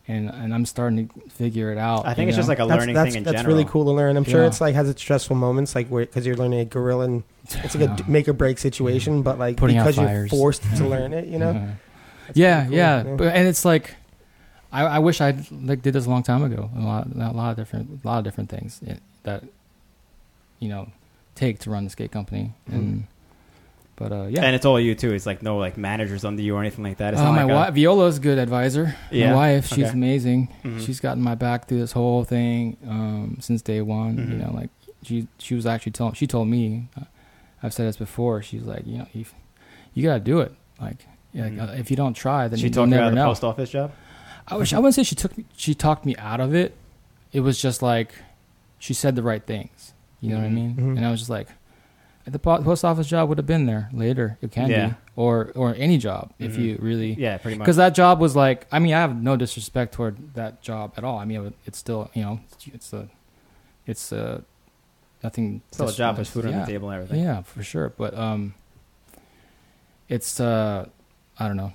[SPEAKER 3] and and I'm starting to figure it out.
[SPEAKER 1] I
[SPEAKER 3] you
[SPEAKER 1] think it's just
[SPEAKER 3] know?
[SPEAKER 1] like a learning
[SPEAKER 2] that's,
[SPEAKER 1] thing in
[SPEAKER 2] that's
[SPEAKER 1] general.
[SPEAKER 2] really cool to learn. I'm sure
[SPEAKER 3] Yeah.
[SPEAKER 2] it's like has its stressful moments, like because you're learning a gorilla and it's like a
[SPEAKER 3] Yeah.
[SPEAKER 2] d- make or break situation, but like
[SPEAKER 3] Putting out
[SPEAKER 2] because you're
[SPEAKER 3] fires.
[SPEAKER 2] forced to
[SPEAKER 3] Yeah.
[SPEAKER 2] learn it, you know.
[SPEAKER 3] Yeah.
[SPEAKER 2] That's
[SPEAKER 3] Yeah,
[SPEAKER 2] pretty cool,
[SPEAKER 3] yeah, But, and it's like, I, I wish I like did this a long time ago. A lot, a lot of different, a lot of different things it, that, you know, take to run the skate company. And but uh, yeah,
[SPEAKER 1] And it's all you too. It's like no like managers under you or anything like that. It's
[SPEAKER 3] Uh,
[SPEAKER 1] not
[SPEAKER 3] my
[SPEAKER 1] like
[SPEAKER 3] wife, Viola's a good advisor.
[SPEAKER 1] Yeah,
[SPEAKER 3] My wife, she's
[SPEAKER 1] okay.
[SPEAKER 3] amazing.
[SPEAKER 1] A, Mhm.
[SPEAKER 3] She's gotten my back through this whole thing um, since day one. You
[SPEAKER 1] Mhm.
[SPEAKER 3] know, like she she was actually telling. She told me, uh, I've said this before. She's like, you know, you, you gotta do it. Like, yeah, like,
[SPEAKER 1] Mhm.
[SPEAKER 3] uh, if you don't try, then
[SPEAKER 1] she
[SPEAKER 3] you,
[SPEAKER 1] talked you
[SPEAKER 3] will
[SPEAKER 1] out
[SPEAKER 3] never
[SPEAKER 1] of the
[SPEAKER 3] know.
[SPEAKER 1] post office job.
[SPEAKER 3] I wish I wouldn't say she took me- she talked me out of it. It was just like she said the right things. You know what I
[SPEAKER 1] Mhm.
[SPEAKER 3] mean?
[SPEAKER 2] Mhm.
[SPEAKER 3] And I was just like, the po- post office job would have been there later. It can
[SPEAKER 1] Yeah.
[SPEAKER 3] be, or or any job if
[SPEAKER 1] Mhm.
[SPEAKER 3] you really
[SPEAKER 1] Yeah, pretty much.
[SPEAKER 3] because that job was like i mean i have no disrespect toward that job at all i mean it's still you know it's a it's a nothing
[SPEAKER 1] Still a job with food
[SPEAKER 3] yeah,
[SPEAKER 1] on the table and everything.
[SPEAKER 3] yeah for sure but um it's uh i don't know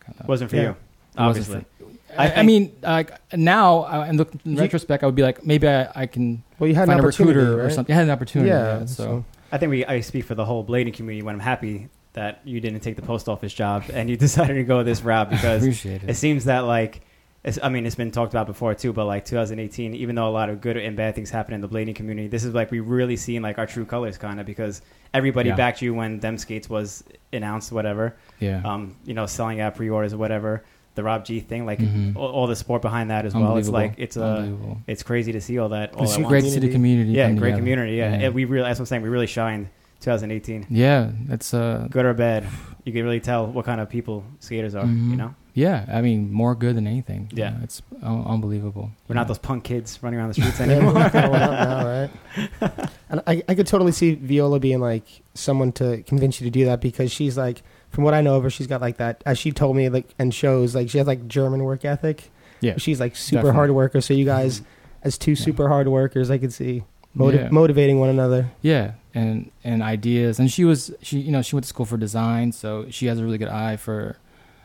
[SPEAKER 3] kind of
[SPEAKER 1] Wasn't for
[SPEAKER 2] Yeah.
[SPEAKER 1] you,
[SPEAKER 2] It
[SPEAKER 1] obviously. I
[SPEAKER 3] I, I
[SPEAKER 1] think-
[SPEAKER 3] mean like now I, in, look, in
[SPEAKER 2] You-
[SPEAKER 3] retrospect i would be like maybe i, I can
[SPEAKER 2] Well, you had
[SPEAKER 3] find
[SPEAKER 2] an
[SPEAKER 3] a
[SPEAKER 2] opportunity
[SPEAKER 3] recruiter or
[SPEAKER 2] right?
[SPEAKER 3] something i had an opportunity
[SPEAKER 2] Yeah,
[SPEAKER 3] yeah, so,
[SPEAKER 2] so-
[SPEAKER 1] I think we I speak for the whole blading community when I'm happy that you didn't take the post office job and you decided to go this route because
[SPEAKER 3] appreciate
[SPEAKER 1] it
[SPEAKER 3] it
[SPEAKER 1] seems that like it's, I mean, it's been talked about before too, but like 2018, even though a lot of good and bad things happen in the blading community, this is like we really seen like our true colors kind of because everybody
[SPEAKER 3] Yeah.
[SPEAKER 1] backed you when them skates was announced, whatever.
[SPEAKER 3] Yeah.
[SPEAKER 1] Um, you know, selling out pre-orders or whatever. The Rob G thing, like
[SPEAKER 3] Mhm.
[SPEAKER 1] all, all the support behind that as well. It's
[SPEAKER 3] Unbelievable.
[SPEAKER 1] like it's uh,
[SPEAKER 3] Unbelievable.
[SPEAKER 1] it's crazy to see all that. All
[SPEAKER 2] It's
[SPEAKER 1] at
[SPEAKER 2] some
[SPEAKER 1] once.
[SPEAKER 3] great to see the
[SPEAKER 2] community.
[SPEAKER 3] community.
[SPEAKER 1] yeah,
[SPEAKER 3] come
[SPEAKER 1] great
[SPEAKER 3] together.
[SPEAKER 1] community. Yeah,
[SPEAKER 3] Yeah.
[SPEAKER 1] And we really that's what I'm saying. We really shined 2018,
[SPEAKER 3] Yeah, that's uh,
[SPEAKER 1] good or bad. You can really tell what kind of people skaters are.
[SPEAKER 3] Mhm.
[SPEAKER 1] You know,
[SPEAKER 3] yeah. I mean, more good than anything.
[SPEAKER 1] Yeah.
[SPEAKER 3] You know, it's un- unbelievable.
[SPEAKER 1] we're not those punk kids running around the streets
[SPEAKER 2] Yeah,
[SPEAKER 1] anymore.
[SPEAKER 2] we're not going out now, right? And I, I could totally see Viola being like someone to convince you to do that because she's like, from what I know of her, she's got like that. As she told me, like, and shows like she has like German work ethic.
[SPEAKER 3] Yeah,
[SPEAKER 2] she's like super
[SPEAKER 3] definitely.
[SPEAKER 2] hard worker. So you guys, as two super hard workers, I could see motiv-
[SPEAKER 3] Yeah.
[SPEAKER 2] motivating one another.
[SPEAKER 3] yeah and and ideas and she was she you know she went to school for design so she has a really good eye for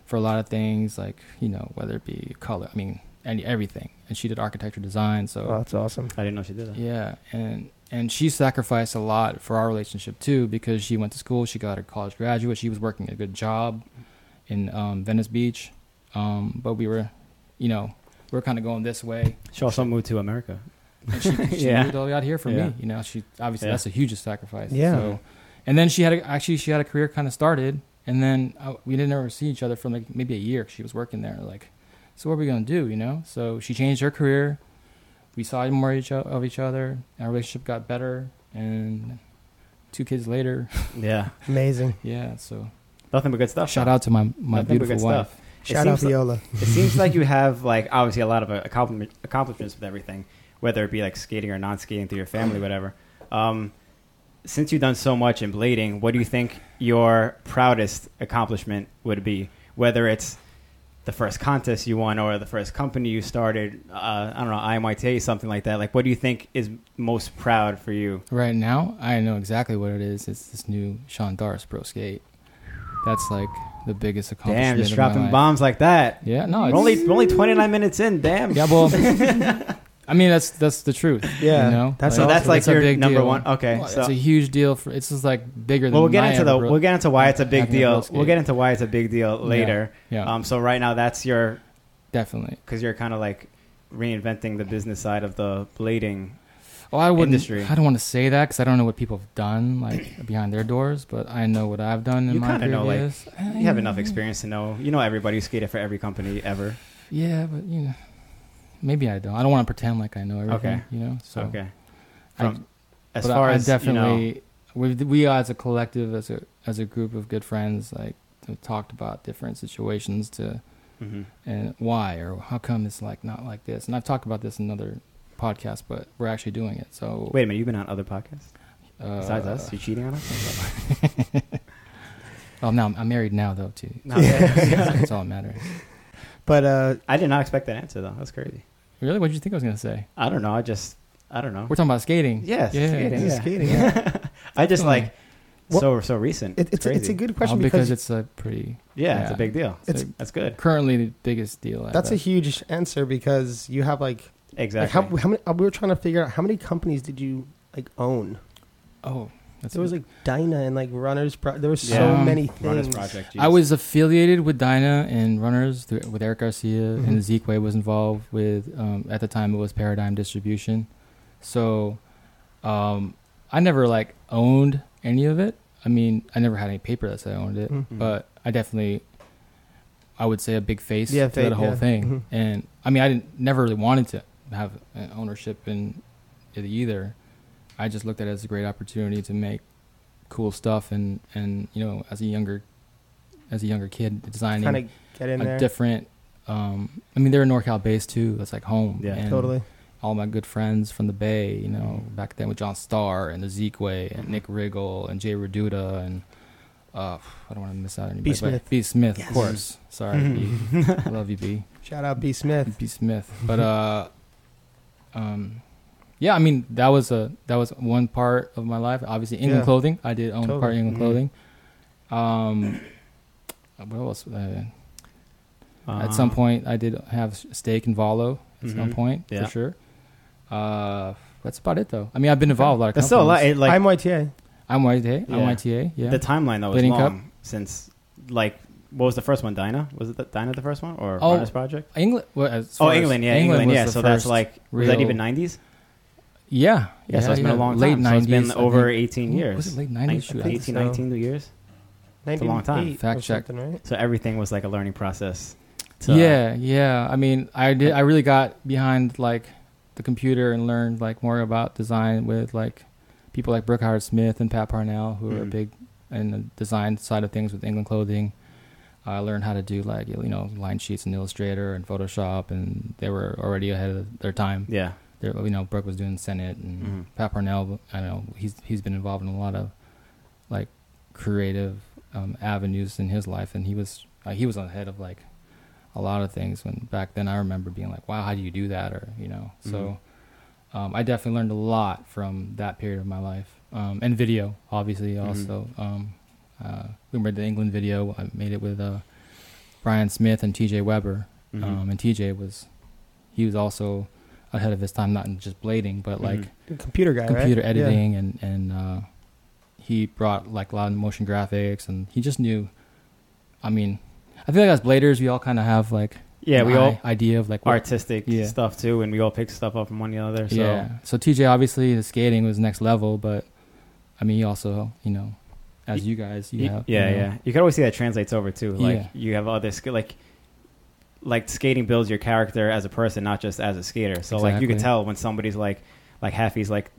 [SPEAKER 3] for a lot of things like you know whether it be color i mean any everything and she did architecture design so
[SPEAKER 2] Oh, that's awesome.
[SPEAKER 1] I didn't know she did that.
[SPEAKER 3] yeah and and she sacrificed a lot for our relationship too because she went to school she got her college graduate she was working a good job in um, venice beach um, but we were you know we were kind of going this way
[SPEAKER 1] She also moved to America.
[SPEAKER 3] and she, she
[SPEAKER 1] Yeah.
[SPEAKER 3] moved all the way out here for
[SPEAKER 1] Yeah.
[SPEAKER 3] me. You know, she obviously
[SPEAKER 1] Yeah.
[SPEAKER 3] that's a huge sacrifice.
[SPEAKER 2] Yeah.
[SPEAKER 3] So, and then she had a, actually she had a career kind of started, and then uh we didn't ever see each other for like maybe a year. She was working there. Like, so what are we gonna do? You know? So she changed her career. We saw more each o- of each other. Our relationship got better, and two kids later,
[SPEAKER 1] Yeah,
[SPEAKER 2] Amazing.
[SPEAKER 3] yeah. So
[SPEAKER 1] nothing but good stuff.
[SPEAKER 3] shout out to my my
[SPEAKER 1] Nothing but
[SPEAKER 3] beautiful
[SPEAKER 1] good
[SPEAKER 3] wife.
[SPEAKER 1] stuff. It
[SPEAKER 2] Shout out
[SPEAKER 1] seems-
[SPEAKER 2] Viola.
[SPEAKER 1] It seems like you have like obviously a lot of uh, accomplishment, accomplishments with everything, whether it be like skating or non-skating through your family, whatever. Um, since you've done so much in blading, what do you think your proudest accomplishment would be? Whether it's the first contest you won or the first company you started, uh, I don't know, IMYTA, something like that. Like, what do you think is most proud for you?
[SPEAKER 3] Right now, I know exactly what it is. It's this new Sean Doris Pro Skate. That's like the biggest
[SPEAKER 1] Damn,
[SPEAKER 3] accomplishment.
[SPEAKER 1] just
[SPEAKER 3] of my
[SPEAKER 1] dropping
[SPEAKER 3] life.
[SPEAKER 1] bombs like that.
[SPEAKER 3] Yeah, no,
[SPEAKER 1] We're
[SPEAKER 3] it's,
[SPEAKER 1] only, we're only 29 minutes in, damn.
[SPEAKER 3] yeah, well, I mean that's that's the truth.
[SPEAKER 2] Yeah.
[SPEAKER 3] you know,
[SPEAKER 2] That's
[SPEAKER 1] So
[SPEAKER 2] Like,
[SPEAKER 1] that's like
[SPEAKER 3] a
[SPEAKER 1] your
[SPEAKER 3] big
[SPEAKER 1] number
[SPEAKER 3] deal.
[SPEAKER 1] one. Okay,
[SPEAKER 3] Well,
[SPEAKER 1] so
[SPEAKER 3] it's a huge deal. For it's just like bigger than.
[SPEAKER 1] Well, we'll get
[SPEAKER 3] my
[SPEAKER 1] into the
[SPEAKER 3] ever-
[SPEAKER 1] we'll get into why it's a
[SPEAKER 3] I
[SPEAKER 1] big
[SPEAKER 3] can roller
[SPEAKER 1] deal.
[SPEAKER 3] skate.
[SPEAKER 1] We'll get into why it's a big deal
[SPEAKER 3] Yeah.
[SPEAKER 1] later.
[SPEAKER 3] yeah,
[SPEAKER 1] Um, so right now, that's your
[SPEAKER 3] definitely.
[SPEAKER 1] because you're kind of like reinventing the business side of the blading.
[SPEAKER 3] Well, I wouldn't.
[SPEAKER 1] industry.
[SPEAKER 3] I don't want to say that because I don't know what people have done like behind their doors, but I know what I've done in
[SPEAKER 1] You
[SPEAKER 3] my
[SPEAKER 1] kinda know, like,
[SPEAKER 3] previous.
[SPEAKER 1] You have enough experience to know. You know everybody who skated for every company ever.
[SPEAKER 3] Yeah, but you know, maybe I don't. I don't want to pretend like I know everything.
[SPEAKER 1] Okay.
[SPEAKER 3] You know, so
[SPEAKER 1] okay.
[SPEAKER 3] I-
[SPEAKER 1] From as
[SPEAKER 3] but I-
[SPEAKER 1] far
[SPEAKER 3] I
[SPEAKER 1] as
[SPEAKER 3] definitely,
[SPEAKER 1] you know,
[SPEAKER 3] we we as a collective, as a as a group of good friends, like talked about different situations to
[SPEAKER 1] mhm.
[SPEAKER 3] and why or how come it's like not like this and i've talked about this in another podcast but we're actually doing it so
[SPEAKER 1] Wait a minute, you've been on other podcasts
[SPEAKER 3] uh,
[SPEAKER 1] besides us. You're cheating on us.
[SPEAKER 3] well oh, now I'm- i'm married now though too
[SPEAKER 1] No, yeah.
[SPEAKER 3] that's all that matters
[SPEAKER 2] But uh,
[SPEAKER 1] I did not expect that answer though. That's crazy.
[SPEAKER 3] really what did you think i was going to say
[SPEAKER 1] I don't know. I just I don't know.
[SPEAKER 3] we're talking about skating
[SPEAKER 1] yes,
[SPEAKER 3] yeah
[SPEAKER 1] skating.
[SPEAKER 2] yeah.
[SPEAKER 1] Yeah.
[SPEAKER 2] Skating,
[SPEAKER 1] I just like
[SPEAKER 2] What-
[SPEAKER 1] so so recent.
[SPEAKER 2] it, it's,
[SPEAKER 1] crazy.
[SPEAKER 2] it's a good
[SPEAKER 3] Well,
[SPEAKER 2] question
[SPEAKER 3] Oh, because,
[SPEAKER 2] because,
[SPEAKER 3] it's a pretty
[SPEAKER 1] yeah, it's a
[SPEAKER 3] yeah.
[SPEAKER 1] big deal.
[SPEAKER 3] it's,
[SPEAKER 2] It's-
[SPEAKER 1] That's good.
[SPEAKER 3] currently the biggest deal I
[SPEAKER 2] that's a
[SPEAKER 3] bet.
[SPEAKER 2] huge answer because you have like Like
[SPEAKER 1] Exactly.
[SPEAKER 2] how, how many? uh, We were trying to figure out how many companies did you like own?
[SPEAKER 3] oh that's
[SPEAKER 2] there was like Dyna and like Runners. Pro- there were so
[SPEAKER 1] Yeah.
[SPEAKER 2] many
[SPEAKER 1] Runners
[SPEAKER 2] things.
[SPEAKER 1] Project.
[SPEAKER 3] I was affiliated with Dinah and Runners th- with Eric Garcia,
[SPEAKER 2] Mhm.
[SPEAKER 3] and Zeke Way was involved with. Um, at the time, it was Paradigm Distribution. So, um, I never like owned any of it. I mean, I never had any paper that said I owned it,
[SPEAKER 2] Mhm.
[SPEAKER 3] but I definitely, I would say a big face
[SPEAKER 2] Yeah,
[SPEAKER 3] to that
[SPEAKER 2] fa-
[SPEAKER 3] whole
[SPEAKER 2] yeah.
[SPEAKER 3] thing.
[SPEAKER 2] Mhm.
[SPEAKER 3] And I mean, I didn't never really wanted to have an ownership in it either. I just looked at it as a great opportunity to make cool stuff and and you know as a younger as a younger kid designing
[SPEAKER 2] Kind of get in
[SPEAKER 3] a
[SPEAKER 2] there.
[SPEAKER 3] different um I mean they're in NorCal based too that's like home
[SPEAKER 1] Yeah.
[SPEAKER 3] and
[SPEAKER 2] totally.
[SPEAKER 3] all my good friends from the Bay you know
[SPEAKER 2] Mm.
[SPEAKER 3] back then with John Starr and Ezekwe
[SPEAKER 2] Mm-hmm.
[SPEAKER 3] and Nick Riggle and Jay Reduta and uh I don't want to miss out anybody
[SPEAKER 2] B.
[SPEAKER 3] but
[SPEAKER 2] Smith.
[SPEAKER 3] B Smith
[SPEAKER 2] Yes. Mm-hmm.
[SPEAKER 3] of course sorry B. love you B
[SPEAKER 2] Shout out B Smith.
[SPEAKER 3] B Smith. But uh, um, yeah, I mean that was a that was one part of my life. Obviously, England
[SPEAKER 2] Yeah.
[SPEAKER 3] clothing. I did own a part
[SPEAKER 2] Totally. Mm-hmm.
[SPEAKER 3] of England
[SPEAKER 1] Mhm.
[SPEAKER 3] clothing. Um, what else? Uh,
[SPEAKER 1] Uh-huh.
[SPEAKER 3] at some point, I did have s- stake in Volo. At some
[SPEAKER 1] Mhm.
[SPEAKER 3] point,
[SPEAKER 1] Yeah.
[SPEAKER 3] for sure. Uh, that's about it, though. I mean, I've been involved with a lot of.
[SPEAKER 1] That's still a lot.
[SPEAKER 3] companies.
[SPEAKER 1] It, like
[SPEAKER 2] I'm YTA.
[SPEAKER 3] I'm YTA. I'm
[SPEAKER 1] Yeah.
[SPEAKER 3] YTA. Yeah.
[SPEAKER 1] the timeline though is
[SPEAKER 3] Bleeding
[SPEAKER 1] long since like what was the first one? Dinah? Was it the, Dinah the first one or
[SPEAKER 3] Oh,
[SPEAKER 1] Runners Project?
[SPEAKER 3] England. Well, as
[SPEAKER 1] Oh,
[SPEAKER 3] far as-
[SPEAKER 1] England, yeah, England,
[SPEAKER 3] was
[SPEAKER 1] yeah.
[SPEAKER 3] the
[SPEAKER 1] So that's
[SPEAKER 3] first-
[SPEAKER 1] like was that
[SPEAKER 3] real-
[SPEAKER 1] even nineties?
[SPEAKER 3] yeah,
[SPEAKER 1] Yeah, so it's been a long
[SPEAKER 3] late
[SPEAKER 1] time. so it's
[SPEAKER 3] 90s,
[SPEAKER 1] been
[SPEAKER 3] I
[SPEAKER 1] over
[SPEAKER 3] think.
[SPEAKER 1] eighteen
[SPEAKER 3] Ooh,
[SPEAKER 1] years.
[SPEAKER 3] Was it late
[SPEAKER 1] Nin-
[SPEAKER 3] nineties?
[SPEAKER 2] I
[SPEAKER 1] I
[SPEAKER 2] think
[SPEAKER 1] think 18,
[SPEAKER 2] so.
[SPEAKER 1] 19 years. a long time.
[SPEAKER 2] 98 or
[SPEAKER 3] Fact check.
[SPEAKER 2] something, Right?
[SPEAKER 1] So everything was like a learning process. to-
[SPEAKER 3] Yeah, yeah. I mean, I did. I really got behind like the computer and learned like more about design with like people like Brookhard Smith and Pat Parnell, who are
[SPEAKER 1] Mhm.
[SPEAKER 3] big in the design side of things with England Clothing. I learned how to do like you know line sheets in Illustrator and Photoshop, and they were already ahead of their time.
[SPEAKER 1] Yeah.
[SPEAKER 3] They're, you know, Brooke was doing Senate, and
[SPEAKER 1] Mhm.
[SPEAKER 3] Pat Parnell. I know he's he's been involved in a lot of like creative um, avenues in his life, and he was uh, he was on the head of like a lot of things. When back then, I remember being like, "Wow, how do you do that?" Or you know, so um, I definitely learned a lot from that period of my life, um, and video obviously
[SPEAKER 1] Mhm.
[SPEAKER 3] also. Um, uh, we made the England video. I made it with uh, Brian Smith and T.J. Weber,
[SPEAKER 1] Mhm.
[SPEAKER 3] um, and TJ was he was also ahead of his time, not in just blading, but like
[SPEAKER 1] Mhm.
[SPEAKER 2] The computer guy, right?
[SPEAKER 3] computer
[SPEAKER 2] Yeah.
[SPEAKER 3] editing and and uh, he brought like a lot of motion graphics, and he just knew. I mean, I feel like as bladers, we all kind of have like
[SPEAKER 1] Yeah,
[SPEAKER 3] an
[SPEAKER 1] we
[SPEAKER 3] i-
[SPEAKER 1] all
[SPEAKER 3] idea of like what-
[SPEAKER 1] artistic
[SPEAKER 3] Yeah.
[SPEAKER 1] stuff too, and we all pick stuff up from one another. So
[SPEAKER 3] Yeah. So TJ obviously his skating was next level, but I mean he also you know as you guys you
[SPEAKER 1] Y-
[SPEAKER 3] have
[SPEAKER 1] yeah,
[SPEAKER 3] you know,
[SPEAKER 1] yeah. You can always see that translates over too. Like
[SPEAKER 3] Yeah.
[SPEAKER 1] you have other skill, like like skating builds your character as a person, not just as a skater. So like you can
[SPEAKER 3] Exactly.
[SPEAKER 1] tell when somebody's like like Haffy's like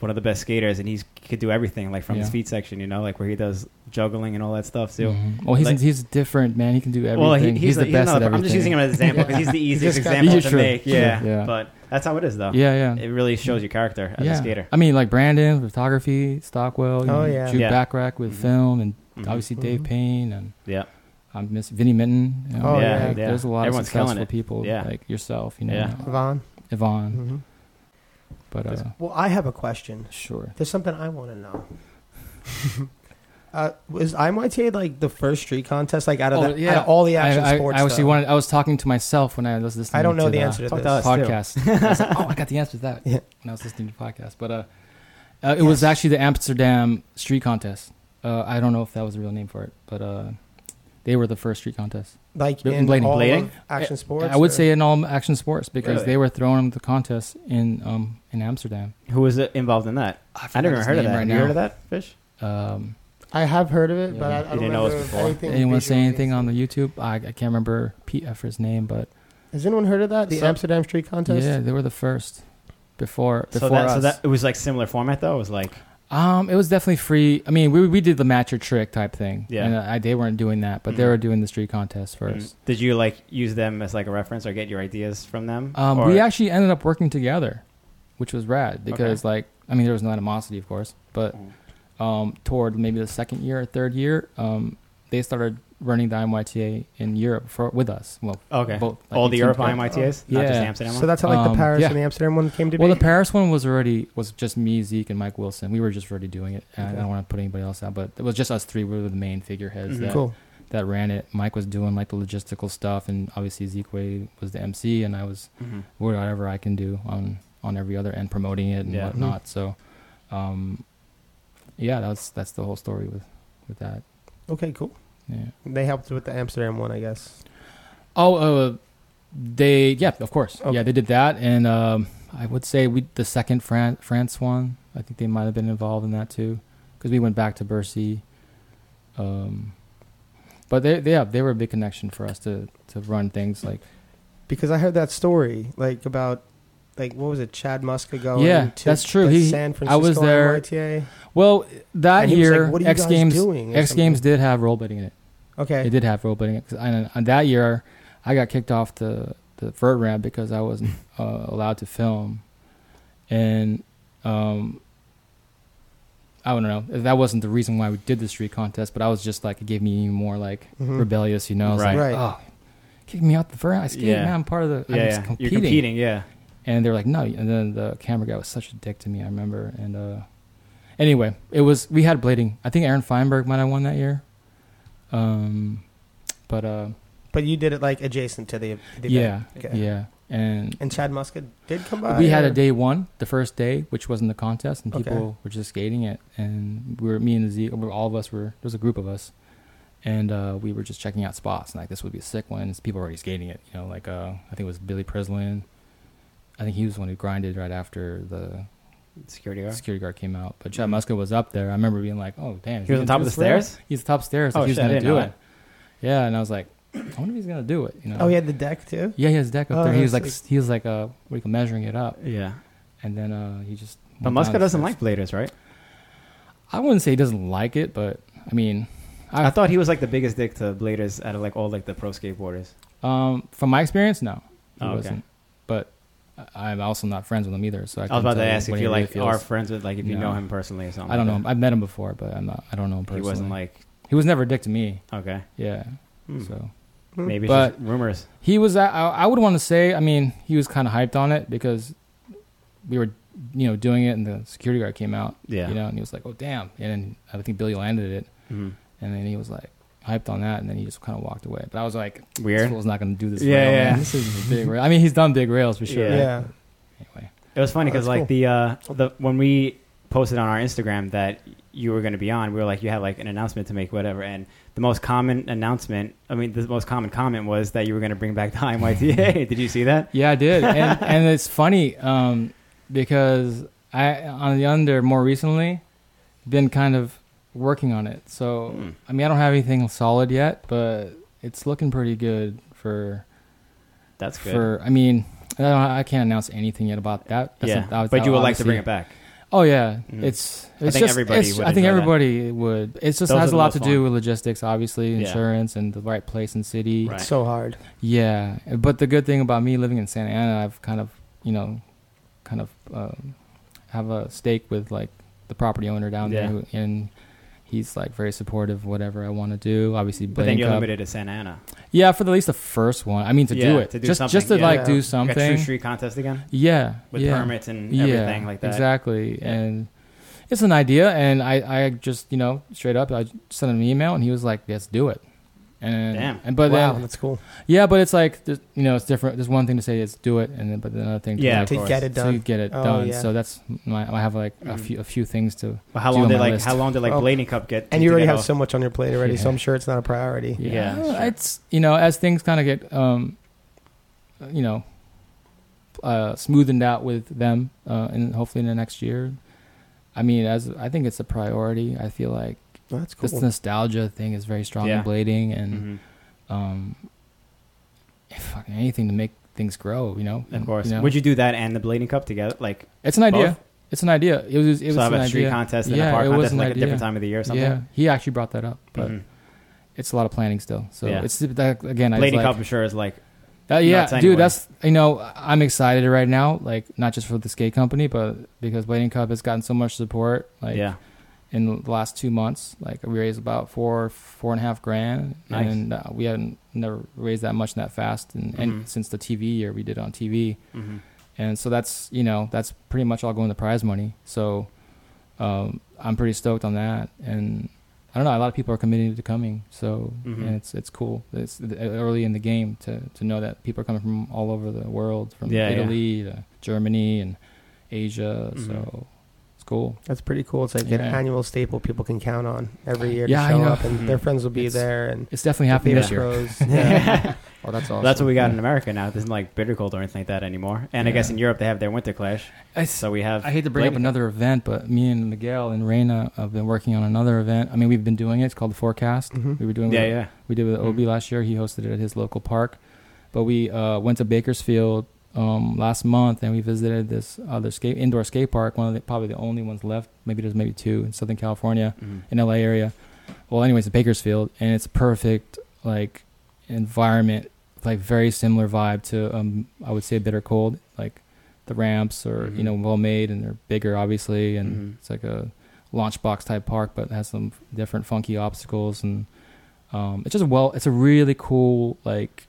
[SPEAKER 1] one of the best skaters, and he's he could do everything like from his
[SPEAKER 3] Yeah.
[SPEAKER 1] feet section, you know, like where he does juggling and all that stuff too.
[SPEAKER 3] Mhm. Well, he's
[SPEAKER 1] Like-
[SPEAKER 3] he's different, man. He can do everything. he's, the
[SPEAKER 1] like-
[SPEAKER 3] best
[SPEAKER 1] another-
[SPEAKER 3] at everything.
[SPEAKER 1] I'm just using him as an example because he's the easiest example
[SPEAKER 3] He's
[SPEAKER 1] to
[SPEAKER 3] true.
[SPEAKER 1] make. Yeah.
[SPEAKER 3] Yeah.
[SPEAKER 1] but that's how it is though.
[SPEAKER 3] yeah, yeah.
[SPEAKER 1] It really shows your character as a skater.
[SPEAKER 3] I mean, like Brandon, photography, Stockwell. You
[SPEAKER 2] Oh,
[SPEAKER 3] know,
[SPEAKER 2] yeah.
[SPEAKER 3] Jude
[SPEAKER 1] Yeah.
[SPEAKER 3] Backrack with
[SPEAKER 1] Mhm.
[SPEAKER 3] film, and
[SPEAKER 1] Mhm.
[SPEAKER 3] obviously
[SPEAKER 2] Mhm.
[SPEAKER 3] Dave Payne, and
[SPEAKER 1] Yeah.
[SPEAKER 3] I miss Vinnie Minton. You know,
[SPEAKER 2] Oh,
[SPEAKER 3] like,
[SPEAKER 2] yeah,
[SPEAKER 1] yeah.
[SPEAKER 3] There's a lot
[SPEAKER 1] Everyone's
[SPEAKER 3] of
[SPEAKER 1] killing
[SPEAKER 3] successful
[SPEAKER 1] it.
[SPEAKER 3] people,
[SPEAKER 1] Yeah.
[SPEAKER 3] like yourself. You know,
[SPEAKER 1] Yeah.
[SPEAKER 2] Vaughn.
[SPEAKER 3] Yvonne.
[SPEAKER 2] Mhm.
[SPEAKER 3] But uh,
[SPEAKER 2] Well, I have a question.
[SPEAKER 3] sure,
[SPEAKER 2] There's something I want to know. uh, was IMYTA like the first street contest? Like out of,
[SPEAKER 3] Oh,
[SPEAKER 2] the,
[SPEAKER 3] yeah.
[SPEAKER 2] out of all the action
[SPEAKER 3] I, I,
[SPEAKER 2] sports?
[SPEAKER 3] I actually
[SPEAKER 2] though?
[SPEAKER 3] wanted. I was talking to myself when I was listening.
[SPEAKER 2] I don't know
[SPEAKER 3] to
[SPEAKER 2] the answer to
[SPEAKER 1] Talk to
[SPEAKER 2] this.
[SPEAKER 1] us. too.
[SPEAKER 3] podcast. I was like, oh, I got the answer to that
[SPEAKER 2] Yeah.
[SPEAKER 3] when I was listening to the podcast. But uh, uh, it was
[SPEAKER 2] Yes.
[SPEAKER 3] actually the Amsterdam Street Contest. Uh, I don't know if that was the real name for it, but uh, they were the first street contest.
[SPEAKER 2] Like
[SPEAKER 3] Bl-
[SPEAKER 2] in
[SPEAKER 3] blading.
[SPEAKER 2] all
[SPEAKER 1] Blading?
[SPEAKER 2] of action sports.
[SPEAKER 3] I would
[SPEAKER 2] or-
[SPEAKER 3] say in all action sports because
[SPEAKER 1] Really?
[SPEAKER 3] they were throwing the contest in um in Amsterdam.
[SPEAKER 1] Who was uh, involved in that? I never heard of that.
[SPEAKER 3] Right
[SPEAKER 1] Have you heard of
[SPEAKER 3] now.
[SPEAKER 1] that fish?
[SPEAKER 3] Um,
[SPEAKER 2] I have heard of it, but I, I
[SPEAKER 3] You
[SPEAKER 2] don't
[SPEAKER 1] didn't know it was
[SPEAKER 2] remember
[SPEAKER 1] before?
[SPEAKER 2] anything
[SPEAKER 3] anyone say
[SPEAKER 2] visually.
[SPEAKER 3] anything on the YouTube? I, I can't remember Pete Effer's name, but
[SPEAKER 2] Has anyone heard of that? The
[SPEAKER 1] So-
[SPEAKER 2] Amsterdam Street Contest.
[SPEAKER 3] yeah, they were the first before before
[SPEAKER 1] so that,
[SPEAKER 3] us.
[SPEAKER 1] so that it was like similar format though. It was like
[SPEAKER 3] um, it was definitely free. I mean, we we did the match or trick type thing.
[SPEAKER 1] Yeah. Mm-hmm.
[SPEAKER 3] and I, they weren't doing that, but they
[SPEAKER 1] Mhm.
[SPEAKER 3] were doing the street contest first.
[SPEAKER 1] Mm. did you like use them as like a reference or get your ideas from them?
[SPEAKER 3] Um,
[SPEAKER 1] Or-
[SPEAKER 3] we actually ended up working together, which was rad because, like, I mean, there was no animosity, of course, but um, toward maybe the second year or third year, um, they started running the IMYTA in Europe for with us. Well,
[SPEAKER 1] Oh, okay.
[SPEAKER 3] both, like,
[SPEAKER 1] All the
[SPEAKER 3] 18
[SPEAKER 1] Europe
[SPEAKER 3] clubs.
[SPEAKER 1] IMITAs,
[SPEAKER 3] Yeah.
[SPEAKER 1] not just Amsterdam.
[SPEAKER 2] So that's how like
[SPEAKER 3] Um,
[SPEAKER 2] the Paris
[SPEAKER 3] yeah.
[SPEAKER 2] and the Amsterdam one came to
[SPEAKER 3] Well,
[SPEAKER 2] be.
[SPEAKER 3] the Paris one was already was just me, Zeke, and Mike Wilson. We were just already doing it. and I
[SPEAKER 2] Okay.
[SPEAKER 3] don't want to put anybody else out, but it was just us three. We were the main figureheads
[SPEAKER 1] Mhm.
[SPEAKER 3] that
[SPEAKER 2] cool.
[SPEAKER 3] that ran it. Mike was doing like the logistical stuff, and obviously Zeke Wade was the MC, and I was
[SPEAKER 1] Mhm.
[SPEAKER 3] whatever I can do on on every other end, promoting it and
[SPEAKER 1] Yeah.
[SPEAKER 3] whatnot. So, um, yeah, that's that's the whole story with with that.
[SPEAKER 2] Okay, cool.
[SPEAKER 3] Yeah.
[SPEAKER 2] They helped with the Amsterdam one, I guess.
[SPEAKER 3] Oh, uh, they yeah, of course,
[SPEAKER 2] Okay.
[SPEAKER 3] yeah, they did that, and um, I would say we the second Fran- France one. I think they might have been involved in that too, because we went back to Bercy. Um, but they, they yeah, they were a big connection for us to to run things like
[SPEAKER 2] Because I heard that story, like about, like what was it, Chad Muska going?
[SPEAKER 3] Yeah,
[SPEAKER 2] to
[SPEAKER 3] that's true.
[SPEAKER 2] the
[SPEAKER 3] He-
[SPEAKER 2] San Francisco
[SPEAKER 3] I was there
[SPEAKER 2] YTA.
[SPEAKER 3] well that
[SPEAKER 2] And he was
[SPEAKER 3] year
[SPEAKER 2] like, "What are you
[SPEAKER 3] X
[SPEAKER 2] guys
[SPEAKER 3] Games
[SPEAKER 2] doing?" or
[SPEAKER 3] X
[SPEAKER 2] something.
[SPEAKER 3] Games did have role betting in it.
[SPEAKER 2] Okay.
[SPEAKER 3] It did have role betting. 'Cause I- And, that year, I got kicked off the the vert ramp because I wasn't uh, allowed to film, and um, I don't know. That wasn't the reason why we did the street contest, but I was just like it gave me even more like
[SPEAKER 2] Mhm.
[SPEAKER 3] rebellious, you know? I was
[SPEAKER 1] Right.
[SPEAKER 2] Right.
[SPEAKER 3] Like, Oh, kick me out the vert. I skate.
[SPEAKER 1] Yeah.
[SPEAKER 3] Now I'm part of the.
[SPEAKER 1] Yeah,
[SPEAKER 3] I'm
[SPEAKER 1] yeah.
[SPEAKER 3] just
[SPEAKER 1] you're
[SPEAKER 3] competing.
[SPEAKER 1] competing. Yeah,
[SPEAKER 3] And they were like, no. And then the camera guy was such a dick to me. I remember. And uh, anyway, it was we had blading. I think Aaron Feinberg might have won that year. Um, but uh,
[SPEAKER 2] But you did it like adjacent to the, the event.
[SPEAKER 3] yeah,
[SPEAKER 2] Okay.
[SPEAKER 3] yeah. And
[SPEAKER 2] And Chad Muska did come by.
[SPEAKER 3] we had a
[SPEAKER 2] or-
[SPEAKER 3] day one, the first day, which wasn't the contest, and
[SPEAKER 2] Okay.
[SPEAKER 3] people were just skating it. And we were me and Z, we were- all of us were. There was a group of us, and uh, we were just checking out spots. And like this would be a sick one. People were already skating it. You know, like uh, I think it was Billy Preslin. I think he was the one who grinded right after the
[SPEAKER 1] Security guard.
[SPEAKER 3] security guard came out. But Chad Muska was up there. I remember being like, "Oh damn!" is
[SPEAKER 1] He was on
[SPEAKER 3] gonna
[SPEAKER 1] top
[SPEAKER 3] do
[SPEAKER 1] of the
[SPEAKER 3] this for us?
[SPEAKER 1] stairs?
[SPEAKER 3] He's top stairs.
[SPEAKER 1] Oh,
[SPEAKER 3] Like, he's
[SPEAKER 1] shit, I
[SPEAKER 3] gonna
[SPEAKER 1] didn't
[SPEAKER 3] do
[SPEAKER 1] know
[SPEAKER 3] it. Yeah, and I was like, "I wonder if he's gonna do it." You know?
[SPEAKER 2] Oh, he had the deck too.
[SPEAKER 3] Yeah, he has deck up
[SPEAKER 2] Oh,
[SPEAKER 3] there. He was
[SPEAKER 2] that's
[SPEAKER 3] like, he was like, uh, what do you call measuring it up,
[SPEAKER 1] Yeah.
[SPEAKER 3] and then uh, he just.
[SPEAKER 1] But
[SPEAKER 3] went down
[SPEAKER 1] Muska
[SPEAKER 3] the
[SPEAKER 1] doesn't
[SPEAKER 3] stairs.
[SPEAKER 1] like bladers, right?
[SPEAKER 3] I wouldn't say he doesn't like it, but I mean,
[SPEAKER 1] I
[SPEAKER 3] I-
[SPEAKER 1] thought he was like the biggest dick to bladers out of like all like the pro skateboarders.
[SPEAKER 3] um, from my experience, no, he
[SPEAKER 1] Oh, okay.
[SPEAKER 3] wasn't. But I- I'm also not friends with him either, so
[SPEAKER 1] I
[SPEAKER 3] I,
[SPEAKER 1] was
[SPEAKER 3] couldn't
[SPEAKER 1] about to
[SPEAKER 3] tell
[SPEAKER 1] ask
[SPEAKER 3] what
[SPEAKER 1] if
[SPEAKER 3] he
[SPEAKER 1] you
[SPEAKER 3] really
[SPEAKER 1] like
[SPEAKER 3] feels.
[SPEAKER 1] are friends with like if you know
[SPEAKER 3] No.
[SPEAKER 1] him personally or something.
[SPEAKER 3] I don't know.
[SPEAKER 1] like
[SPEAKER 3] him. I've met him before, but I'm not. I don't know him
[SPEAKER 1] that. He
[SPEAKER 3] personally.
[SPEAKER 1] wasn't like
[SPEAKER 3] He was never a dick to me.
[SPEAKER 1] okay.
[SPEAKER 3] Yeah.
[SPEAKER 1] Hmm.
[SPEAKER 3] So
[SPEAKER 2] Hmm.
[SPEAKER 1] Maybe it's
[SPEAKER 3] But-
[SPEAKER 1] just rumors.
[SPEAKER 3] he was. I, I would want to say. I mean, he was kind of hyped on it because we were, you know, doing it, and the security guard came out.
[SPEAKER 1] Yeah.
[SPEAKER 3] You know, and he was like, "Oh damn!" And then I think Billy landed it,
[SPEAKER 1] Mhm.
[SPEAKER 3] and then he was like hyped on that, and then he just kind of walked away. But I was like, "This
[SPEAKER 1] Weird.
[SPEAKER 3] fool's not going to do this."
[SPEAKER 1] Yeah,
[SPEAKER 3] rail,
[SPEAKER 1] yeah.
[SPEAKER 3] Man. This is a big rail. I mean, he's done big rails for sure.
[SPEAKER 1] Yeah.
[SPEAKER 2] Yeah.
[SPEAKER 3] Anyway,
[SPEAKER 1] It was funny
[SPEAKER 2] Oh,
[SPEAKER 1] because
[SPEAKER 2] that's
[SPEAKER 1] like
[SPEAKER 2] cool.
[SPEAKER 1] the uh, the when we posted on our Instagram that you were going to be on, we were like you had like an announcement to make, whatever. And the most common announcement, I mean, the most common comment was that you were going to bring back the
[SPEAKER 2] Mm-hmm.
[SPEAKER 1] IMYTA. Did you see that?
[SPEAKER 3] yeah, I did, and and it's funny um, because I on the under more recently been kind of working on it. So
[SPEAKER 1] Hmm.
[SPEAKER 3] I mean, I don't have anything solid yet, but it's looking pretty good for
[SPEAKER 1] That's good.
[SPEAKER 3] for. I mean, I, don't, I can't announce anything yet about that. That's
[SPEAKER 1] yeah,
[SPEAKER 3] not- that was-
[SPEAKER 1] but you would like to
[SPEAKER 3] obviously-
[SPEAKER 1] bring it back.
[SPEAKER 3] Oh yeah,
[SPEAKER 1] Mhm.
[SPEAKER 3] it's it's
[SPEAKER 1] I think
[SPEAKER 3] just
[SPEAKER 1] everybody
[SPEAKER 3] it's-
[SPEAKER 1] would
[SPEAKER 3] I think
[SPEAKER 1] enjoy that.
[SPEAKER 3] everybody would. It just
[SPEAKER 1] Those are
[SPEAKER 3] has
[SPEAKER 1] the
[SPEAKER 3] a lot to
[SPEAKER 1] most
[SPEAKER 3] do
[SPEAKER 1] fun.
[SPEAKER 3] with logistics, obviously,
[SPEAKER 1] Yeah.
[SPEAKER 3] insurance, and the right place and city.
[SPEAKER 1] Right.
[SPEAKER 2] So hard.
[SPEAKER 3] Yeah, but the good thing about me living in Santa Ana, I've kind of you know, kind of um, have a stake with like the property owner down
[SPEAKER 1] Yeah.
[SPEAKER 3] there, who, and he's like very supportive of whatever I want to do. Obviously,
[SPEAKER 1] But then
[SPEAKER 3] Blank
[SPEAKER 1] you're
[SPEAKER 3] Up-
[SPEAKER 1] limited to Santa Ana.
[SPEAKER 3] Yeah, for at least the first one. I mean, to
[SPEAKER 1] Yeah,
[SPEAKER 3] do it,
[SPEAKER 1] to do
[SPEAKER 3] just
[SPEAKER 1] something,
[SPEAKER 3] just to
[SPEAKER 1] yeah.
[SPEAKER 3] like
[SPEAKER 2] Yeah.
[SPEAKER 1] Like
[SPEAKER 3] do
[SPEAKER 1] a true
[SPEAKER 3] something.
[SPEAKER 1] street contest again
[SPEAKER 3] yeah,
[SPEAKER 1] with
[SPEAKER 3] yeah.
[SPEAKER 1] permits and everything like that.
[SPEAKER 3] Exactly.
[SPEAKER 1] Yeah.
[SPEAKER 3] And it's an idea. And I, I just, you know, straight up, I sent him an email and he was like, let's do it. And,
[SPEAKER 1] Damn.
[SPEAKER 3] and but uh,
[SPEAKER 2] wow,
[SPEAKER 3] then,
[SPEAKER 2] that's cool.
[SPEAKER 3] yeah, but it's like, there's- you know, it's different. There's one thing to say it's do it. And then, but another thing to,
[SPEAKER 1] Yeah,
[SPEAKER 3] like,
[SPEAKER 1] of
[SPEAKER 2] To
[SPEAKER 1] course.
[SPEAKER 2] get it
[SPEAKER 3] to
[SPEAKER 2] done.
[SPEAKER 3] get it
[SPEAKER 2] Oh,
[SPEAKER 3] done.
[SPEAKER 2] yeah.
[SPEAKER 3] So that's my, I have like a
[SPEAKER 1] Mhm.
[SPEAKER 3] few, a few things to,
[SPEAKER 1] But how
[SPEAKER 3] It's on
[SPEAKER 1] long did
[SPEAKER 3] my
[SPEAKER 1] like
[SPEAKER 3] list.
[SPEAKER 1] how long did like
[SPEAKER 2] Oh.
[SPEAKER 1] Blading Cup get?
[SPEAKER 2] And
[SPEAKER 1] to
[SPEAKER 2] you already
[SPEAKER 1] get
[SPEAKER 2] have
[SPEAKER 1] off?
[SPEAKER 2] so much on your plate already, so
[SPEAKER 3] Yeah.
[SPEAKER 2] I'm sure it's not a priority.
[SPEAKER 1] Yeah, sure.
[SPEAKER 3] Oh, It's, you know, as things kind of get, um, you know, uh, smoothened out with them, uh, and hopefully in the next year. I mean, as I think it's a priority. I feel like
[SPEAKER 2] Oh, that's
[SPEAKER 3] this
[SPEAKER 2] cool.
[SPEAKER 3] nostalgia thing is very strong
[SPEAKER 1] Yeah.
[SPEAKER 3] in blading and
[SPEAKER 1] Mhm.
[SPEAKER 3] um fucking anything to make things grow you know
[SPEAKER 1] Of course.
[SPEAKER 3] You know?
[SPEAKER 1] Would you do that and the Blading Cup together? Like
[SPEAKER 3] it's an idea
[SPEAKER 1] both?
[SPEAKER 3] it's an idea it was it was
[SPEAKER 1] so have
[SPEAKER 3] an
[SPEAKER 1] a street
[SPEAKER 3] idea
[SPEAKER 1] contest and
[SPEAKER 3] Yeah,
[SPEAKER 1] a park
[SPEAKER 3] it was
[SPEAKER 1] contest
[SPEAKER 3] an
[SPEAKER 1] like a
[SPEAKER 3] idea.
[SPEAKER 1] different time of the year or something.
[SPEAKER 3] yeah he actually brought that up but
[SPEAKER 1] Mhm.
[SPEAKER 3] it's a lot of planning still so
[SPEAKER 1] Yeah.
[SPEAKER 3] it's that, again I just
[SPEAKER 1] Blading
[SPEAKER 3] like,
[SPEAKER 1] Cup, I'm sure, is like
[SPEAKER 3] that- Uh, yeah
[SPEAKER 1] nuts
[SPEAKER 3] dude
[SPEAKER 1] anyway.
[SPEAKER 3] that's you know I'm excited right now like not just for the skate company but because Blading Cup has gotten so much support like
[SPEAKER 1] yeah.
[SPEAKER 3] in the last two months. Like we raised about four, four and a half grand,
[SPEAKER 1] Nice.
[SPEAKER 3] and uh, we hadn't never raised that much and that fast. And,
[SPEAKER 1] Mhm.
[SPEAKER 3] and since the TV year, we did it on TV,
[SPEAKER 1] Mhm.
[SPEAKER 3] and so that's you know that's pretty much all going to prize money. So um, I'm pretty stoked on that, and I don't know. A lot of people are committed to coming, so
[SPEAKER 1] Mhm.
[SPEAKER 3] and it's it's cool. It's th- early in the game to to know that people are coming from all over the world, from
[SPEAKER 1] Yeah, yeah.
[SPEAKER 3] Italy to Germany and Asia.
[SPEAKER 1] Mhm.
[SPEAKER 3] So it's cool.
[SPEAKER 2] That's pretty cool. It's like an
[SPEAKER 3] Yeah.
[SPEAKER 2] annual staple people can count on every year to
[SPEAKER 3] Yeah, I
[SPEAKER 2] show
[SPEAKER 3] know.
[SPEAKER 2] up, and
[SPEAKER 1] Mhm.
[SPEAKER 2] their friends will be
[SPEAKER 3] It's-
[SPEAKER 2] there. And
[SPEAKER 3] It's definitely happening
[SPEAKER 2] theater
[SPEAKER 3] this year.
[SPEAKER 2] pros.
[SPEAKER 3] Oh, that's awesome.
[SPEAKER 1] That's what we got
[SPEAKER 3] Yeah.
[SPEAKER 1] in America now. It isn't like bitter cold or anything like that anymore. And I guess
[SPEAKER 3] Yeah.
[SPEAKER 1] in Europe they have their winter clash.
[SPEAKER 3] I, s-
[SPEAKER 1] So we have
[SPEAKER 3] I hate to bring up
[SPEAKER 1] Blading Cup.
[SPEAKER 3] another event, but me and Miguel and Reina have been working on another event. I mean, we've been doing it. It's called the Forecast.
[SPEAKER 2] Mhm.
[SPEAKER 3] We were doing
[SPEAKER 1] Yeah,
[SPEAKER 3] it-
[SPEAKER 1] yeah.
[SPEAKER 3] we did it with Obi last year. He hosted it at his local park, but we uh, went to Bakersfield um, last month and we visited this other skate indoor skate park. One of the, probably the only ones left. Maybe there's maybe two in Southern California
[SPEAKER 1] Mhm.
[SPEAKER 3] in LA area. Well, anyways, in Bakersfield, and it's perfect like environment, like very similar vibe to um, I would say bitter cold. Like the ramps are
[SPEAKER 1] Mhm.
[SPEAKER 3] you know well made and they're bigger, obviously, and
[SPEAKER 1] Mhm.
[SPEAKER 3] it's like a launch box type park, but it has some different funky obstacles and um, it's just well, it's a really cool like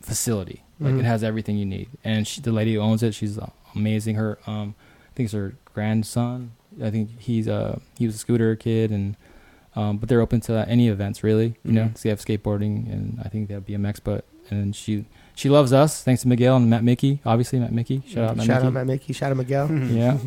[SPEAKER 3] facility. Like
[SPEAKER 2] Mhm.
[SPEAKER 3] it has everything you need, and she, the lady who owns it, she's amazing. Her um, I think it's her grandson. I think he's uh he was a scooter kid, and um, but they're open to any events really. You know,
[SPEAKER 1] Mhm.
[SPEAKER 3] 'cause they have skateboarding, and I think they have BMX. But and she she loves us thanks to Miguel and Matt Mickey. Obviously, Matt Mickey. Shout out, Matt
[SPEAKER 2] Shout out
[SPEAKER 3] Mickey.
[SPEAKER 1] Mm-hmm.
[SPEAKER 2] Matt Mickey. Shout out Miguel.
[SPEAKER 3] Yeah.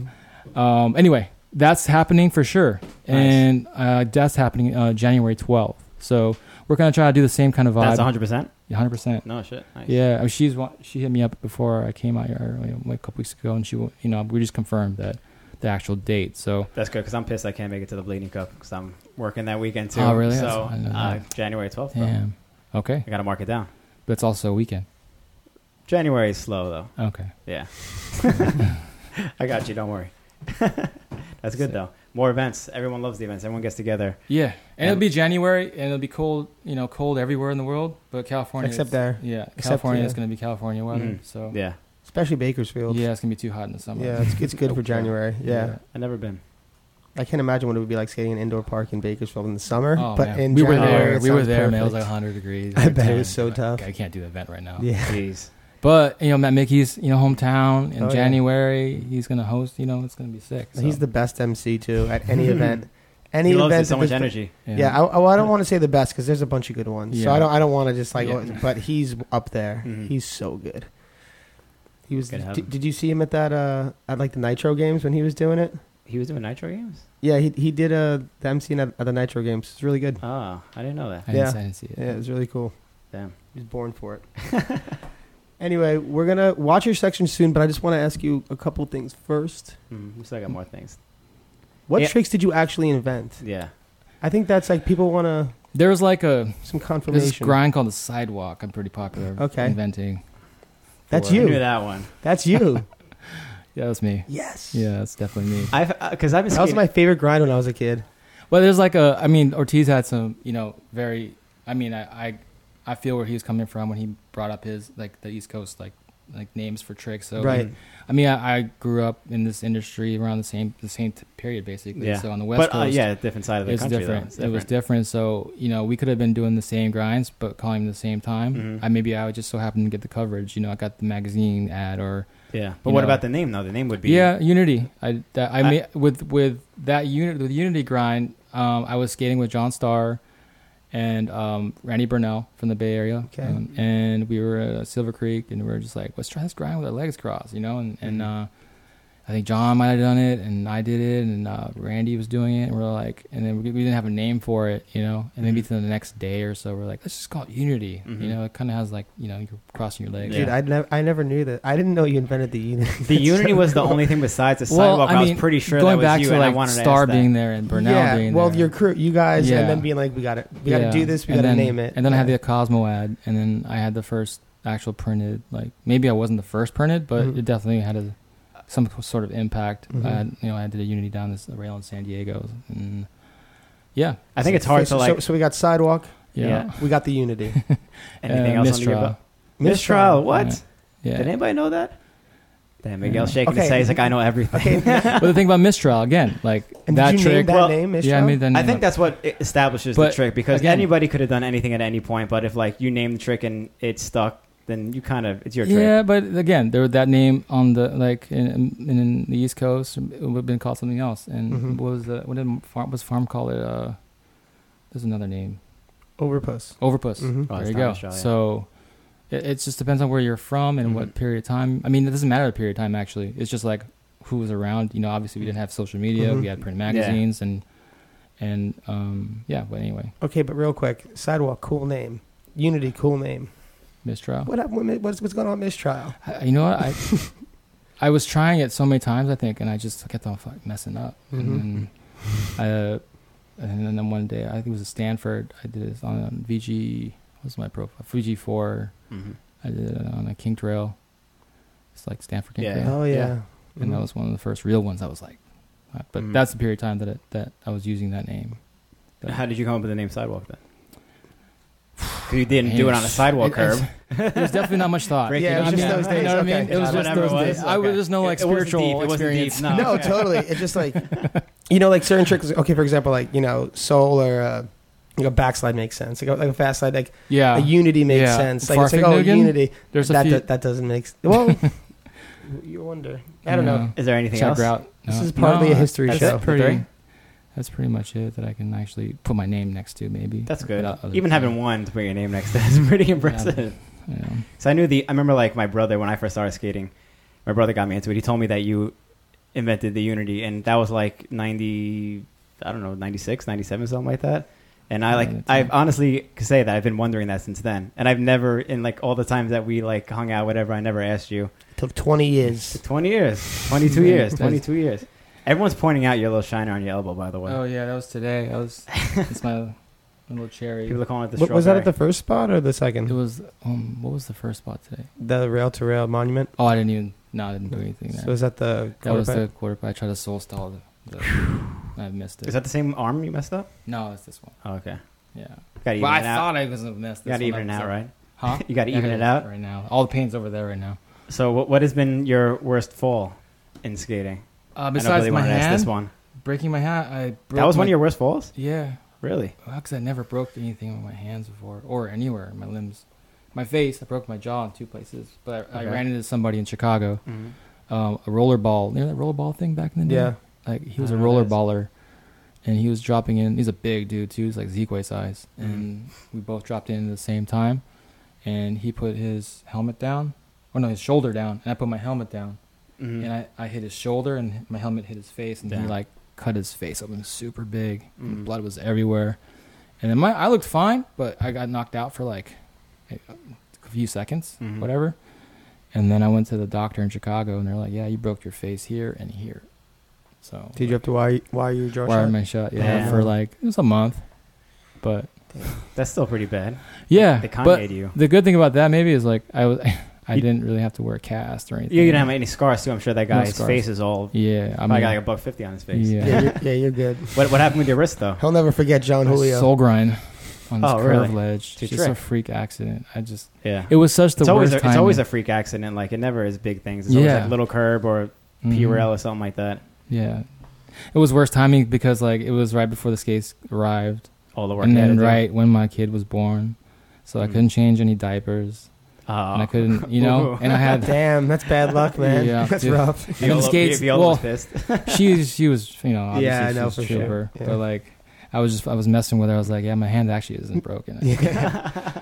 [SPEAKER 3] um. Anyway, that's happening for sure, and uh, that's happening uh, January twelfth. So we're gonna try to do the same kind of vibe.
[SPEAKER 1] That's 100%?
[SPEAKER 3] hundred percent.
[SPEAKER 1] No shit. Nice.
[SPEAKER 3] Yeah, I mean, she's wa- she hit me up before I came out here earlier, like a couple weeks ago, and she wa- you know we just confirmed that the actual date. So
[SPEAKER 1] That's good because I'm pissed I can't make it to the Bleeding Cup because I'm working that weekend too.
[SPEAKER 3] Oh, really?
[SPEAKER 1] So
[SPEAKER 3] That's- I know
[SPEAKER 1] uh,
[SPEAKER 3] that.
[SPEAKER 1] January 12th. Bro.
[SPEAKER 3] damn, okay,
[SPEAKER 1] I got to mark it down.
[SPEAKER 3] but it's also a weekend.
[SPEAKER 1] January is slow though.
[SPEAKER 3] Okay,
[SPEAKER 1] Yeah. I got you. Don't worry. That's good
[SPEAKER 3] Sick.
[SPEAKER 1] though. More events. Everyone loves the events. Everyone gets together.
[SPEAKER 3] yeah, and it'll
[SPEAKER 1] And-
[SPEAKER 3] be January, and it'll be cold, you know, cold everywhere in the world, but California
[SPEAKER 2] except
[SPEAKER 3] is-
[SPEAKER 2] there,
[SPEAKER 3] Yeah,
[SPEAKER 2] Except,
[SPEAKER 3] California
[SPEAKER 2] yeah.
[SPEAKER 3] is going to be California weather.
[SPEAKER 1] Mhm.
[SPEAKER 3] So yeah.
[SPEAKER 1] Yeah.
[SPEAKER 2] especially Bakersfield.
[SPEAKER 3] it's going to be too hot in the summer.
[SPEAKER 2] Yeah, it's, it's good for January. Yeah.
[SPEAKER 1] I've never been.
[SPEAKER 2] I can't imagine what it would be like skating in an indoor park in Bakersfield in the summer.
[SPEAKER 3] Oh,
[SPEAKER 2] but
[SPEAKER 3] man.
[SPEAKER 2] in
[SPEAKER 3] we were
[SPEAKER 2] January,
[SPEAKER 3] there.
[SPEAKER 2] it
[SPEAKER 3] We were
[SPEAKER 2] sounds
[SPEAKER 3] there, man. It was like
[SPEAKER 2] perfect.
[SPEAKER 3] 100 degrees.
[SPEAKER 2] I
[SPEAKER 3] Like,
[SPEAKER 2] bet it was
[SPEAKER 3] damn,
[SPEAKER 2] so
[SPEAKER 3] like,
[SPEAKER 2] tough.
[SPEAKER 3] I can't do the event right now.
[SPEAKER 2] Yeah,
[SPEAKER 1] Jeez.
[SPEAKER 3] But you know, Matt Mickey's you know hometown in
[SPEAKER 2] Oh, yeah.
[SPEAKER 3] January. He's going to host. You know, it's going to be sick. so,
[SPEAKER 2] he's the best MC too at any event. Any
[SPEAKER 1] he loves
[SPEAKER 2] event
[SPEAKER 1] it so
[SPEAKER 2] at
[SPEAKER 1] much
[SPEAKER 2] this-
[SPEAKER 1] energy.
[SPEAKER 2] Yeah, I, oh, I- well, I don't want to say the best because there's a bunch of good ones. So
[SPEAKER 3] Yeah.
[SPEAKER 2] I don't, I don't want to just like,
[SPEAKER 3] Yeah.
[SPEAKER 2] but he's up there.
[SPEAKER 1] Mhm.
[SPEAKER 2] He's so good. He was.
[SPEAKER 1] Gotta have
[SPEAKER 2] Did,
[SPEAKER 1] him.
[SPEAKER 2] did you see him at that? Uh, at like the Nitro games when he was doing it?
[SPEAKER 1] He was doing Nitro games.
[SPEAKER 2] Yeah, he he did uh, the MC at, at the Nitro games. It's really good.
[SPEAKER 1] Oh, I didn't know that.
[SPEAKER 3] I didn't,
[SPEAKER 2] yeah.
[SPEAKER 3] see- I didn't see it.
[SPEAKER 2] Yeah, it was really cool.
[SPEAKER 1] Damn.
[SPEAKER 2] He was born for it. anyway, we're gonna watch your section soon, but I just want to ask you a couple things first.
[SPEAKER 1] Mm, we still got more things.
[SPEAKER 2] What
[SPEAKER 1] Yeah.
[SPEAKER 2] tricks did you actually invent?
[SPEAKER 1] Yeah.
[SPEAKER 2] I think that's like people want to
[SPEAKER 3] There was like a
[SPEAKER 2] some
[SPEAKER 3] there's this
[SPEAKER 2] confirmation.
[SPEAKER 3] grind called the sidewalk. I'm pretty popular.
[SPEAKER 2] Okay.
[SPEAKER 3] inventing.
[SPEAKER 2] That's
[SPEAKER 3] for-
[SPEAKER 1] I
[SPEAKER 2] you.
[SPEAKER 1] knew that one.
[SPEAKER 2] that's you.
[SPEAKER 3] Yeah, that's me.
[SPEAKER 2] yes.
[SPEAKER 3] Yeah, that's definitely me.
[SPEAKER 1] I've because I've been
[SPEAKER 2] That was
[SPEAKER 1] skating.
[SPEAKER 2] my favorite grind when I was a kid.
[SPEAKER 3] Well, there's like a. I mean, Ortiz had some. You know, very. I mean, I, I, I feel where he was coming from when he brought up his like the East Coast like like names for tricks. So
[SPEAKER 2] Right.
[SPEAKER 3] I mean, I, I grew up in this industry around the same the same t- period basically.
[SPEAKER 1] Yeah.
[SPEAKER 3] So on the west
[SPEAKER 1] but
[SPEAKER 3] coast,
[SPEAKER 1] uh, yeah, different side of the
[SPEAKER 3] it's
[SPEAKER 1] country.
[SPEAKER 3] different.
[SPEAKER 1] Though. It's
[SPEAKER 3] It was different. So you know, we could have been doing the same grinds, but calling them the same time.
[SPEAKER 1] Mhm.
[SPEAKER 3] I maybe I would just so happen to get the coverage. You know, I got the magazine ad or
[SPEAKER 1] Yeah. But
[SPEAKER 3] You
[SPEAKER 1] what
[SPEAKER 3] know.
[SPEAKER 1] about the name though? The name would be
[SPEAKER 3] yeah, Unity. I that I,
[SPEAKER 1] I-
[SPEAKER 3] made with with that unit with Unity grind. Um, I was skating with John Starr and um, Randy Burnell from the Bay Area,
[SPEAKER 2] Okay.
[SPEAKER 3] um, and we were at Silver Creek, and we were just like, let's try this grind with our legs crossed, you know. And, and
[SPEAKER 1] Mm-hmm.
[SPEAKER 3] uh, I think John might have done it, and I did it, and uh, Randy was doing it, and we are like, and then we, we didn't have a name for it, you know.
[SPEAKER 1] Mm-hmm.
[SPEAKER 3] And maybe to the next day or so, we're like, let's just call it Unity,
[SPEAKER 1] Mhm.
[SPEAKER 3] you know. It kind of has like, you know, you're crossing your legs.
[SPEAKER 1] Yeah.
[SPEAKER 2] Dude, I never, I never knew that. I didn't know you invented the unit.
[SPEAKER 1] The Unity was the only thing besides the sidewalk. I, was pretty sure
[SPEAKER 3] going
[SPEAKER 1] that was
[SPEAKER 3] back
[SPEAKER 1] you,
[SPEAKER 3] to
[SPEAKER 1] and
[SPEAKER 3] like
[SPEAKER 1] I wanted to
[SPEAKER 3] Star
[SPEAKER 1] ask that.
[SPEAKER 3] being there and Burnell
[SPEAKER 2] yeah.
[SPEAKER 3] being
[SPEAKER 2] well,
[SPEAKER 3] there.
[SPEAKER 2] your crew, you guys,
[SPEAKER 3] Yeah.
[SPEAKER 2] and then being like, we got to, we got to
[SPEAKER 3] Yeah.
[SPEAKER 2] do this. We
[SPEAKER 3] And
[SPEAKER 2] got to
[SPEAKER 3] then-
[SPEAKER 2] name it.
[SPEAKER 3] And then I had
[SPEAKER 2] Yeah.
[SPEAKER 3] the Cosmo ad, and then I had the first actual printed. Like maybe I wasn't the first printed, but
[SPEAKER 2] Mhm.
[SPEAKER 3] it definitely had a, some sort of impact.
[SPEAKER 2] Mhm.
[SPEAKER 3] I had, you know, I did a Unity down this rail in San Diego, and yeah,
[SPEAKER 1] I think it's hard
[SPEAKER 2] so,
[SPEAKER 1] to like
[SPEAKER 2] So, so we got sidewalk.
[SPEAKER 3] yeah.
[SPEAKER 1] Yeah.
[SPEAKER 2] We got the unity.
[SPEAKER 1] anything
[SPEAKER 3] Uh,
[SPEAKER 1] else
[SPEAKER 3] mistrial.
[SPEAKER 1] on the Mistrial. What?
[SPEAKER 3] Yeah.
[SPEAKER 1] Did anybody know that? Damn, Miguel's
[SPEAKER 3] Yeah.
[SPEAKER 1] shaking his
[SPEAKER 2] Okay.
[SPEAKER 1] head. He's like, I know everything.
[SPEAKER 3] but the thing about mistrial again, like
[SPEAKER 2] And
[SPEAKER 3] that
[SPEAKER 2] did you
[SPEAKER 3] trick.
[SPEAKER 2] name that
[SPEAKER 1] well,
[SPEAKER 2] name? Mishra?
[SPEAKER 3] yeah, I made that.
[SPEAKER 1] I
[SPEAKER 3] name
[SPEAKER 1] think
[SPEAKER 3] up.
[SPEAKER 1] that's what it establishes the
[SPEAKER 3] But,
[SPEAKER 1] trick because
[SPEAKER 3] again-
[SPEAKER 1] anybody could have done anything at any point, but if like you name the trick and it stuck, then you kind of it's your trick.
[SPEAKER 3] Yeah, but again, there was that name on the like in, in, in the East Coast it would have been called something else. And
[SPEAKER 1] Mm-hmm.
[SPEAKER 2] Mhm.
[SPEAKER 3] what was the what did farm was farm call it? Uh, there's another name,
[SPEAKER 2] Overpuss.
[SPEAKER 3] overpuss.
[SPEAKER 2] Mhm.
[SPEAKER 1] Oh,
[SPEAKER 3] There
[SPEAKER 1] it's not
[SPEAKER 3] you go.
[SPEAKER 1] Australia.
[SPEAKER 3] So it, it just depends on where you're from and
[SPEAKER 1] Mhm.
[SPEAKER 3] what period of time. I mean, it doesn't matter the period of time actually. It's just like who was around. You know, obviously we didn't have social media.
[SPEAKER 1] Mm-hmm.
[SPEAKER 2] Mhm.
[SPEAKER 3] We had print
[SPEAKER 1] Yeah.
[SPEAKER 3] magazines and and um yeah. But anyway,
[SPEAKER 2] Mm-hmm. Okay, but real quick, sidewalk, cool name. Unity, cool name.
[SPEAKER 3] mistrial.
[SPEAKER 2] What happened? with mi- What's what's going on with mistrial?
[SPEAKER 3] I, you know what I I was trying it so many times I think and I just kept on fuck messing up
[SPEAKER 2] Mm-hmm.
[SPEAKER 3] and then uh, and then one day I think it was at Stanford I did this on VG what's my profile VG four
[SPEAKER 1] Mhm.
[SPEAKER 3] I did it on a King Trail it's like Stanford King
[SPEAKER 1] Yeah.
[SPEAKER 3] Trail
[SPEAKER 2] Oh yeah.
[SPEAKER 3] and that
[SPEAKER 2] Mhm.
[SPEAKER 3] was one of the first real ones I was like uh, but
[SPEAKER 1] Mhm.
[SPEAKER 3] that's the period of time that it, that I was using that name But-
[SPEAKER 1] How did you come up with the name sidewalk then? 'Cause you didn't
[SPEAKER 3] Man,
[SPEAKER 1] do it on a sidewalk
[SPEAKER 3] it-
[SPEAKER 1] curb.
[SPEAKER 3] it was definitely not much thought
[SPEAKER 1] Breaking
[SPEAKER 2] Yeah, it was
[SPEAKER 3] I
[SPEAKER 2] just
[SPEAKER 3] mean,
[SPEAKER 2] those days.
[SPEAKER 3] you know what I mean
[SPEAKER 2] Okay.
[SPEAKER 3] it was just
[SPEAKER 1] Whatever
[SPEAKER 3] those
[SPEAKER 1] it was,
[SPEAKER 3] days I was
[SPEAKER 1] okay.
[SPEAKER 3] there's no like
[SPEAKER 1] It wasn't deep,
[SPEAKER 3] spiritual
[SPEAKER 1] it wasn't deep,
[SPEAKER 3] experience
[SPEAKER 1] no.
[SPEAKER 2] no,
[SPEAKER 1] okay.
[SPEAKER 2] totally. It's just like you know, like certain tricks. Okay, for example, like you know, soul or uh, like a backslide makes sense. Like a, like a fast slide, like
[SPEAKER 3] yeah
[SPEAKER 2] a unity makes
[SPEAKER 3] Yeah.
[SPEAKER 2] sense. Like it's like oh,
[SPEAKER 3] Farfignugan?
[SPEAKER 2] unity.
[SPEAKER 3] There's a
[SPEAKER 2] that
[SPEAKER 3] few.
[SPEAKER 2] do- that doesn't make. s- Well, you wonder. I don't know.
[SPEAKER 3] Yeah.
[SPEAKER 1] Is there anything
[SPEAKER 3] Check
[SPEAKER 1] else?
[SPEAKER 3] route.
[SPEAKER 2] This
[SPEAKER 3] No.
[SPEAKER 2] is partly a
[SPEAKER 3] No,
[SPEAKER 2] history
[SPEAKER 3] that's
[SPEAKER 2] show.
[SPEAKER 3] Pretty, that's pretty much it that I can actually put my name next to. Maybe
[SPEAKER 1] That's good.
[SPEAKER 3] Without other
[SPEAKER 1] Even having
[SPEAKER 3] people.
[SPEAKER 1] one to put your name next to is pretty impressive.
[SPEAKER 3] You know.
[SPEAKER 1] So I knew the. I remember like my brother when I first started skating. My brother got me into it. He told me that you invented the Unity, and that was like ninety, I don't know, 96, 97, something like that. And I
[SPEAKER 3] Yeah,
[SPEAKER 1] like,
[SPEAKER 3] that's
[SPEAKER 1] I
[SPEAKER 3] right.
[SPEAKER 1] honestly could say that I've been wondering that since then, and I've never, in like all the times that we like hung out, whatever, I never asked you.
[SPEAKER 2] took 20 years.
[SPEAKER 1] 20 years. 22 years.
[SPEAKER 3] That's-
[SPEAKER 1] 22 years. Everyone's pointing out your little shiner on your elbow, by the way.
[SPEAKER 3] Oh yeah, that was today. I was. it's my little cherry.
[SPEAKER 1] People are calling it the
[SPEAKER 2] What, was that at the
[SPEAKER 1] strawberry.
[SPEAKER 2] first spot or the
[SPEAKER 3] It
[SPEAKER 2] second?
[SPEAKER 3] was um. What was the first spot today?
[SPEAKER 2] The rail to rail monument.
[SPEAKER 3] Oh, I didn't even. No, I didn't do anything.
[SPEAKER 2] So
[SPEAKER 3] There.
[SPEAKER 2] was that the
[SPEAKER 3] that was
[SPEAKER 2] quarterback?
[SPEAKER 3] the quarterback. I tried to soul stall. The, the, I missed it.
[SPEAKER 1] Is that the same arm you messed up?
[SPEAKER 3] no, it's this one.
[SPEAKER 1] Oh, okay.
[SPEAKER 3] Yeah.
[SPEAKER 1] Got to even
[SPEAKER 3] Well, I
[SPEAKER 1] it out.
[SPEAKER 3] thought I was gonna mess.
[SPEAKER 1] You
[SPEAKER 3] This
[SPEAKER 1] got to
[SPEAKER 3] one
[SPEAKER 1] even it
[SPEAKER 3] up,
[SPEAKER 1] out,
[SPEAKER 3] so-
[SPEAKER 1] right?
[SPEAKER 3] Huh?
[SPEAKER 1] You gotta
[SPEAKER 3] Yeah, I
[SPEAKER 1] even it
[SPEAKER 3] gotta
[SPEAKER 1] out?
[SPEAKER 3] right now. All the pain's over there right now.
[SPEAKER 1] So what, what has been your worst fall in skating?
[SPEAKER 3] Uh,
[SPEAKER 1] I don't
[SPEAKER 3] besides
[SPEAKER 1] really
[SPEAKER 3] my
[SPEAKER 1] want to ask
[SPEAKER 3] hand,
[SPEAKER 1] this one.
[SPEAKER 3] breaking my hand, I broke
[SPEAKER 1] That was
[SPEAKER 3] my,
[SPEAKER 1] one of your worst falls?
[SPEAKER 3] yeah.
[SPEAKER 1] Really?
[SPEAKER 3] Because I never broke anything with my hands before or anywhere. My limbs, my face. I broke my jaw in two places. But I, I
[SPEAKER 1] Okay.
[SPEAKER 3] ran into somebody in Chicago. Um, a rollerball. You know that rollerball thing back in the day.
[SPEAKER 2] Yeah.
[SPEAKER 3] Like he was
[SPEAKER 1] I
[SPEAKER 3] a
[SPEAKER 1] don't know what that
[SPEAKER 3] rollerballer, and he was dropping in. He's a big dude too. He's like Zekwe size,
[SPEAKER 1] Mm-hmm.
[SPEAKER 3] and we both dropped in at the same time. And he put his helmet down, or no, his shoulder down, and I put my helmet down.
[SPEAKER 1] Mhm.
[SPEAKER 3] and I, I hit his shoulder and my helmet hit his face and he
[SPEAKER 1] Damn.
[SPEAKER 3] like cut his face open super big
[SPEAKER 1] Mm.
[SPEAKER 3] blood was everywhere and then my i looked fine but i got knocked out for like a a few seconds
[SPEAKER 1] Mhm.
[SPEAKER 3] whatever and then i went to the doctor in chicago and they're like yeah you broke your face here and here so
[SPEAKER 2] Did you have to wire, wire your jaw
[SPEAKER 3] wire
[SPEAKER 2] shut?
[SPEAKER 3] my shut yeah
[SPEAKER 1] Damn.
[SPEAKER 3] for like it was a month but
[SPEAKER 1] That's still pretty bad.
[SPEAKER 3] yeah
[SPEAKER 1] They
[SPEAKER 3] but
[SPEAKER 1] Kanye'd you.
[SPEAKER 3] the good thing about that maybe is like i was i
[SPEAKER 1] You-
[SPEAKER 3] didn't really have to wear a cast or anything
[SPEAKER 1] You didn't have any scars, too. I'm sure that
[SPEAKER 3] No
[SPEAKER 1] guy's
[SPEAKER 3] scars.
[SPEAKER 1] face is all.
[SPEAKER 3] yeah i
[SPEAKER 1] I
[SPEAKER 3] mean,
[SPEAKER 1] got like a buck 50 on his face.
[SPEAKER 3] yeah.
[SPEAKER 2] Yeah, you're, yeah, you're good.
[SPEAKER 1] What, what happened with your wrist, though?
[SPEAKER 2] He'll never forget John Julio.
[SPEAKER 3] soul grind on this
[SPEAKER 1] Oh,
[SPEAKER 3] curve
[SPEAKER 1] really?
[SPEAKER 3] ledge.
[SPEAKER 1] To
[SPEAKER 3] Just
[SPEAKER 1] trick.
[SPEAKER 3] a freak accident. I just
[SPEAKER 1] Yeah.
[SPEAKER 3] it was such the
[SPEAKER 1] it's always
[SPEAKER 3] worst
[SPEAKER 1] a,
[SPEAKER 3] time.
[SPEAKER 1] it's always a freak accident. Like, it never is big things. It's always
[SPEAKER 3] Yeah.
[SPEAKER 1] like little curb or
[SPEAKER 3] Mhm.
[SPEAKER 1] PRL or something like that.
[SPEAKER 3] Yeah, it was worst timing because like it was right before the skates arrived,
[SPEAKER 1] All the work.
[SPEAKER 3] and
[SPEAKER 1] they had
[SPEAKER 3] then
[SPEAKER 1] to do.
[SPEAKER 3] right when my kid was born, so I
[SPEAKER 1] Mm.
[SPEAKER 3] couldn't change any diapers,
[SPEAKER 1] Oh.
[SPEAKER 3] and I couldn't, you know,
[SPEAKER 1] Ooh.
[SPEAKER 3] and I had.
[SPEAKER 2] Damn, that's bad luck, man.
[SPEAKER 3] Yeah,
[SPEAKER 2] that's
[SPEAKER 3] dude.
[SPEAKER 2] rough.
[SPEAKER 1] Viola,
[SPEAKER 3] And skates-
[SPEAKER 1] Viola was
[SPEAKER 3] well-
[SPEAKER 1] pissed.
[SPEAKER 3] she she was you know obviously
[SPEAKER 2] Yeah, I
[SPEAKER 3] she
[SPEAKER 2] know
[SPEAKER 3] was a
[SPEAKER 2] for sure.
[SPEAKER 3] trooper,
[SPEAKER 2] Yeah.
[SPEAKER 3] but like I was just I was messing with her. I was like, yeah, my hand actually isn't broken. I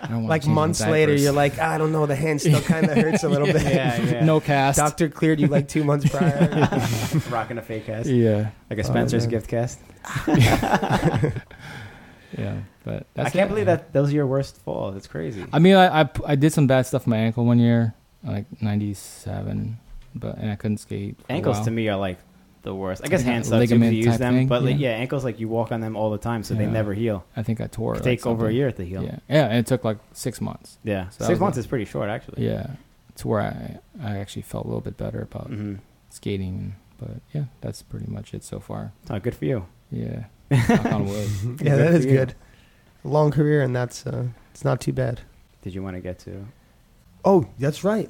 [SPEAKER 3] don't wanna
[SPEAKER 2] Like
[SPEAKER 3] change my
[SPEAKER 2] months later,
[SPEAKER 3] diapers.
[SPEAKER 2] you're like, "Ah, I don't know, the hand still kind of hurts a little bit.
[SPEAKER 1] yeah, yeah.
[SPEAKER 3] no cast.
[SPEAKER 2] Doctor cleared you like two months prior.
[SPEAKER 1] Rocking a fake cast.
[SPEAKER 3] Yeah,
[SPEAKER 1] Like a Spencer's
[SPEAKER 2] man.
[SPEAKER 1] gift cast.
[SPEAKER 3] yeah, but
[SPEAKER 1] I
[SPEAKER 3] that's
[SPEAKER 1] can't
[SPEAKER 3] it.
[SPEAKER 1] believe that those are your worst falls. It's crazy.
[SPEAKER 3] I mean, I, I I did some bad stuff with my ankle one year, like '97, but and I couldn't skate. for a
[SPEAKER 1] ankles
[SPEAKER 3] while.
[SPEAKER 1] to me are like the worst. I guess
[SPEAKER 3] Yeah,
[SPEAKER 1] hand stuff too, 'cause
[SPEAKER 3] ligament
[SPEAKER 1] you use
[SPEAKER 3] type
[SPEAKER 1] them.
[SPEAKER 3] thing,
[SPEAKER 1] but like,
[SPEAKER 3] yeah.
[SPEAKER 1] yeah, ankles like you walk on them all the time, so they
[SPEAKER 3] Yeah.
[SPEAKER 1] never heal.
[SPEAKER 3] I think I tore.
[SPEAKER 1] It
[SPEAKER 3] like,
[SPEAKER 1] take over a
[SPEAKER 3] something.
[SPEAKER 1] year to heal. Yeah,
[SPEAKER 3] Yeah, yeah, and it took like six months. So that
[SPEAKER 1] six
[SPEAKER 3] was
[SPEAKER 1] months
[SPEAKER 3] like-
[SPEAKER 1] is pretty short actually.
[SPEAKER 3] Yeah, to where I I actually felt a little bit better about
[SPEAKER 1] hmm
[SPEAKER 3] skating. But yeah, that's pretty much it so far.
[SPEAKER 1] Oh, good for you.
[SPEAKER 3] Yeah, knock on wood.
[SPEAKER 2] yeah,
[SPEAKER 1] Good
[SPEAKER 2] that
[SPEAKER 1] for
[SPEAKER 2] is
[SPEAKER 1] you.
[SPEAKER 2] good. Long career, and that's uh, it's not too bad.
[SPEAKER 1] Did you want to get to?
[SPEAKER 2] Oh, that's right.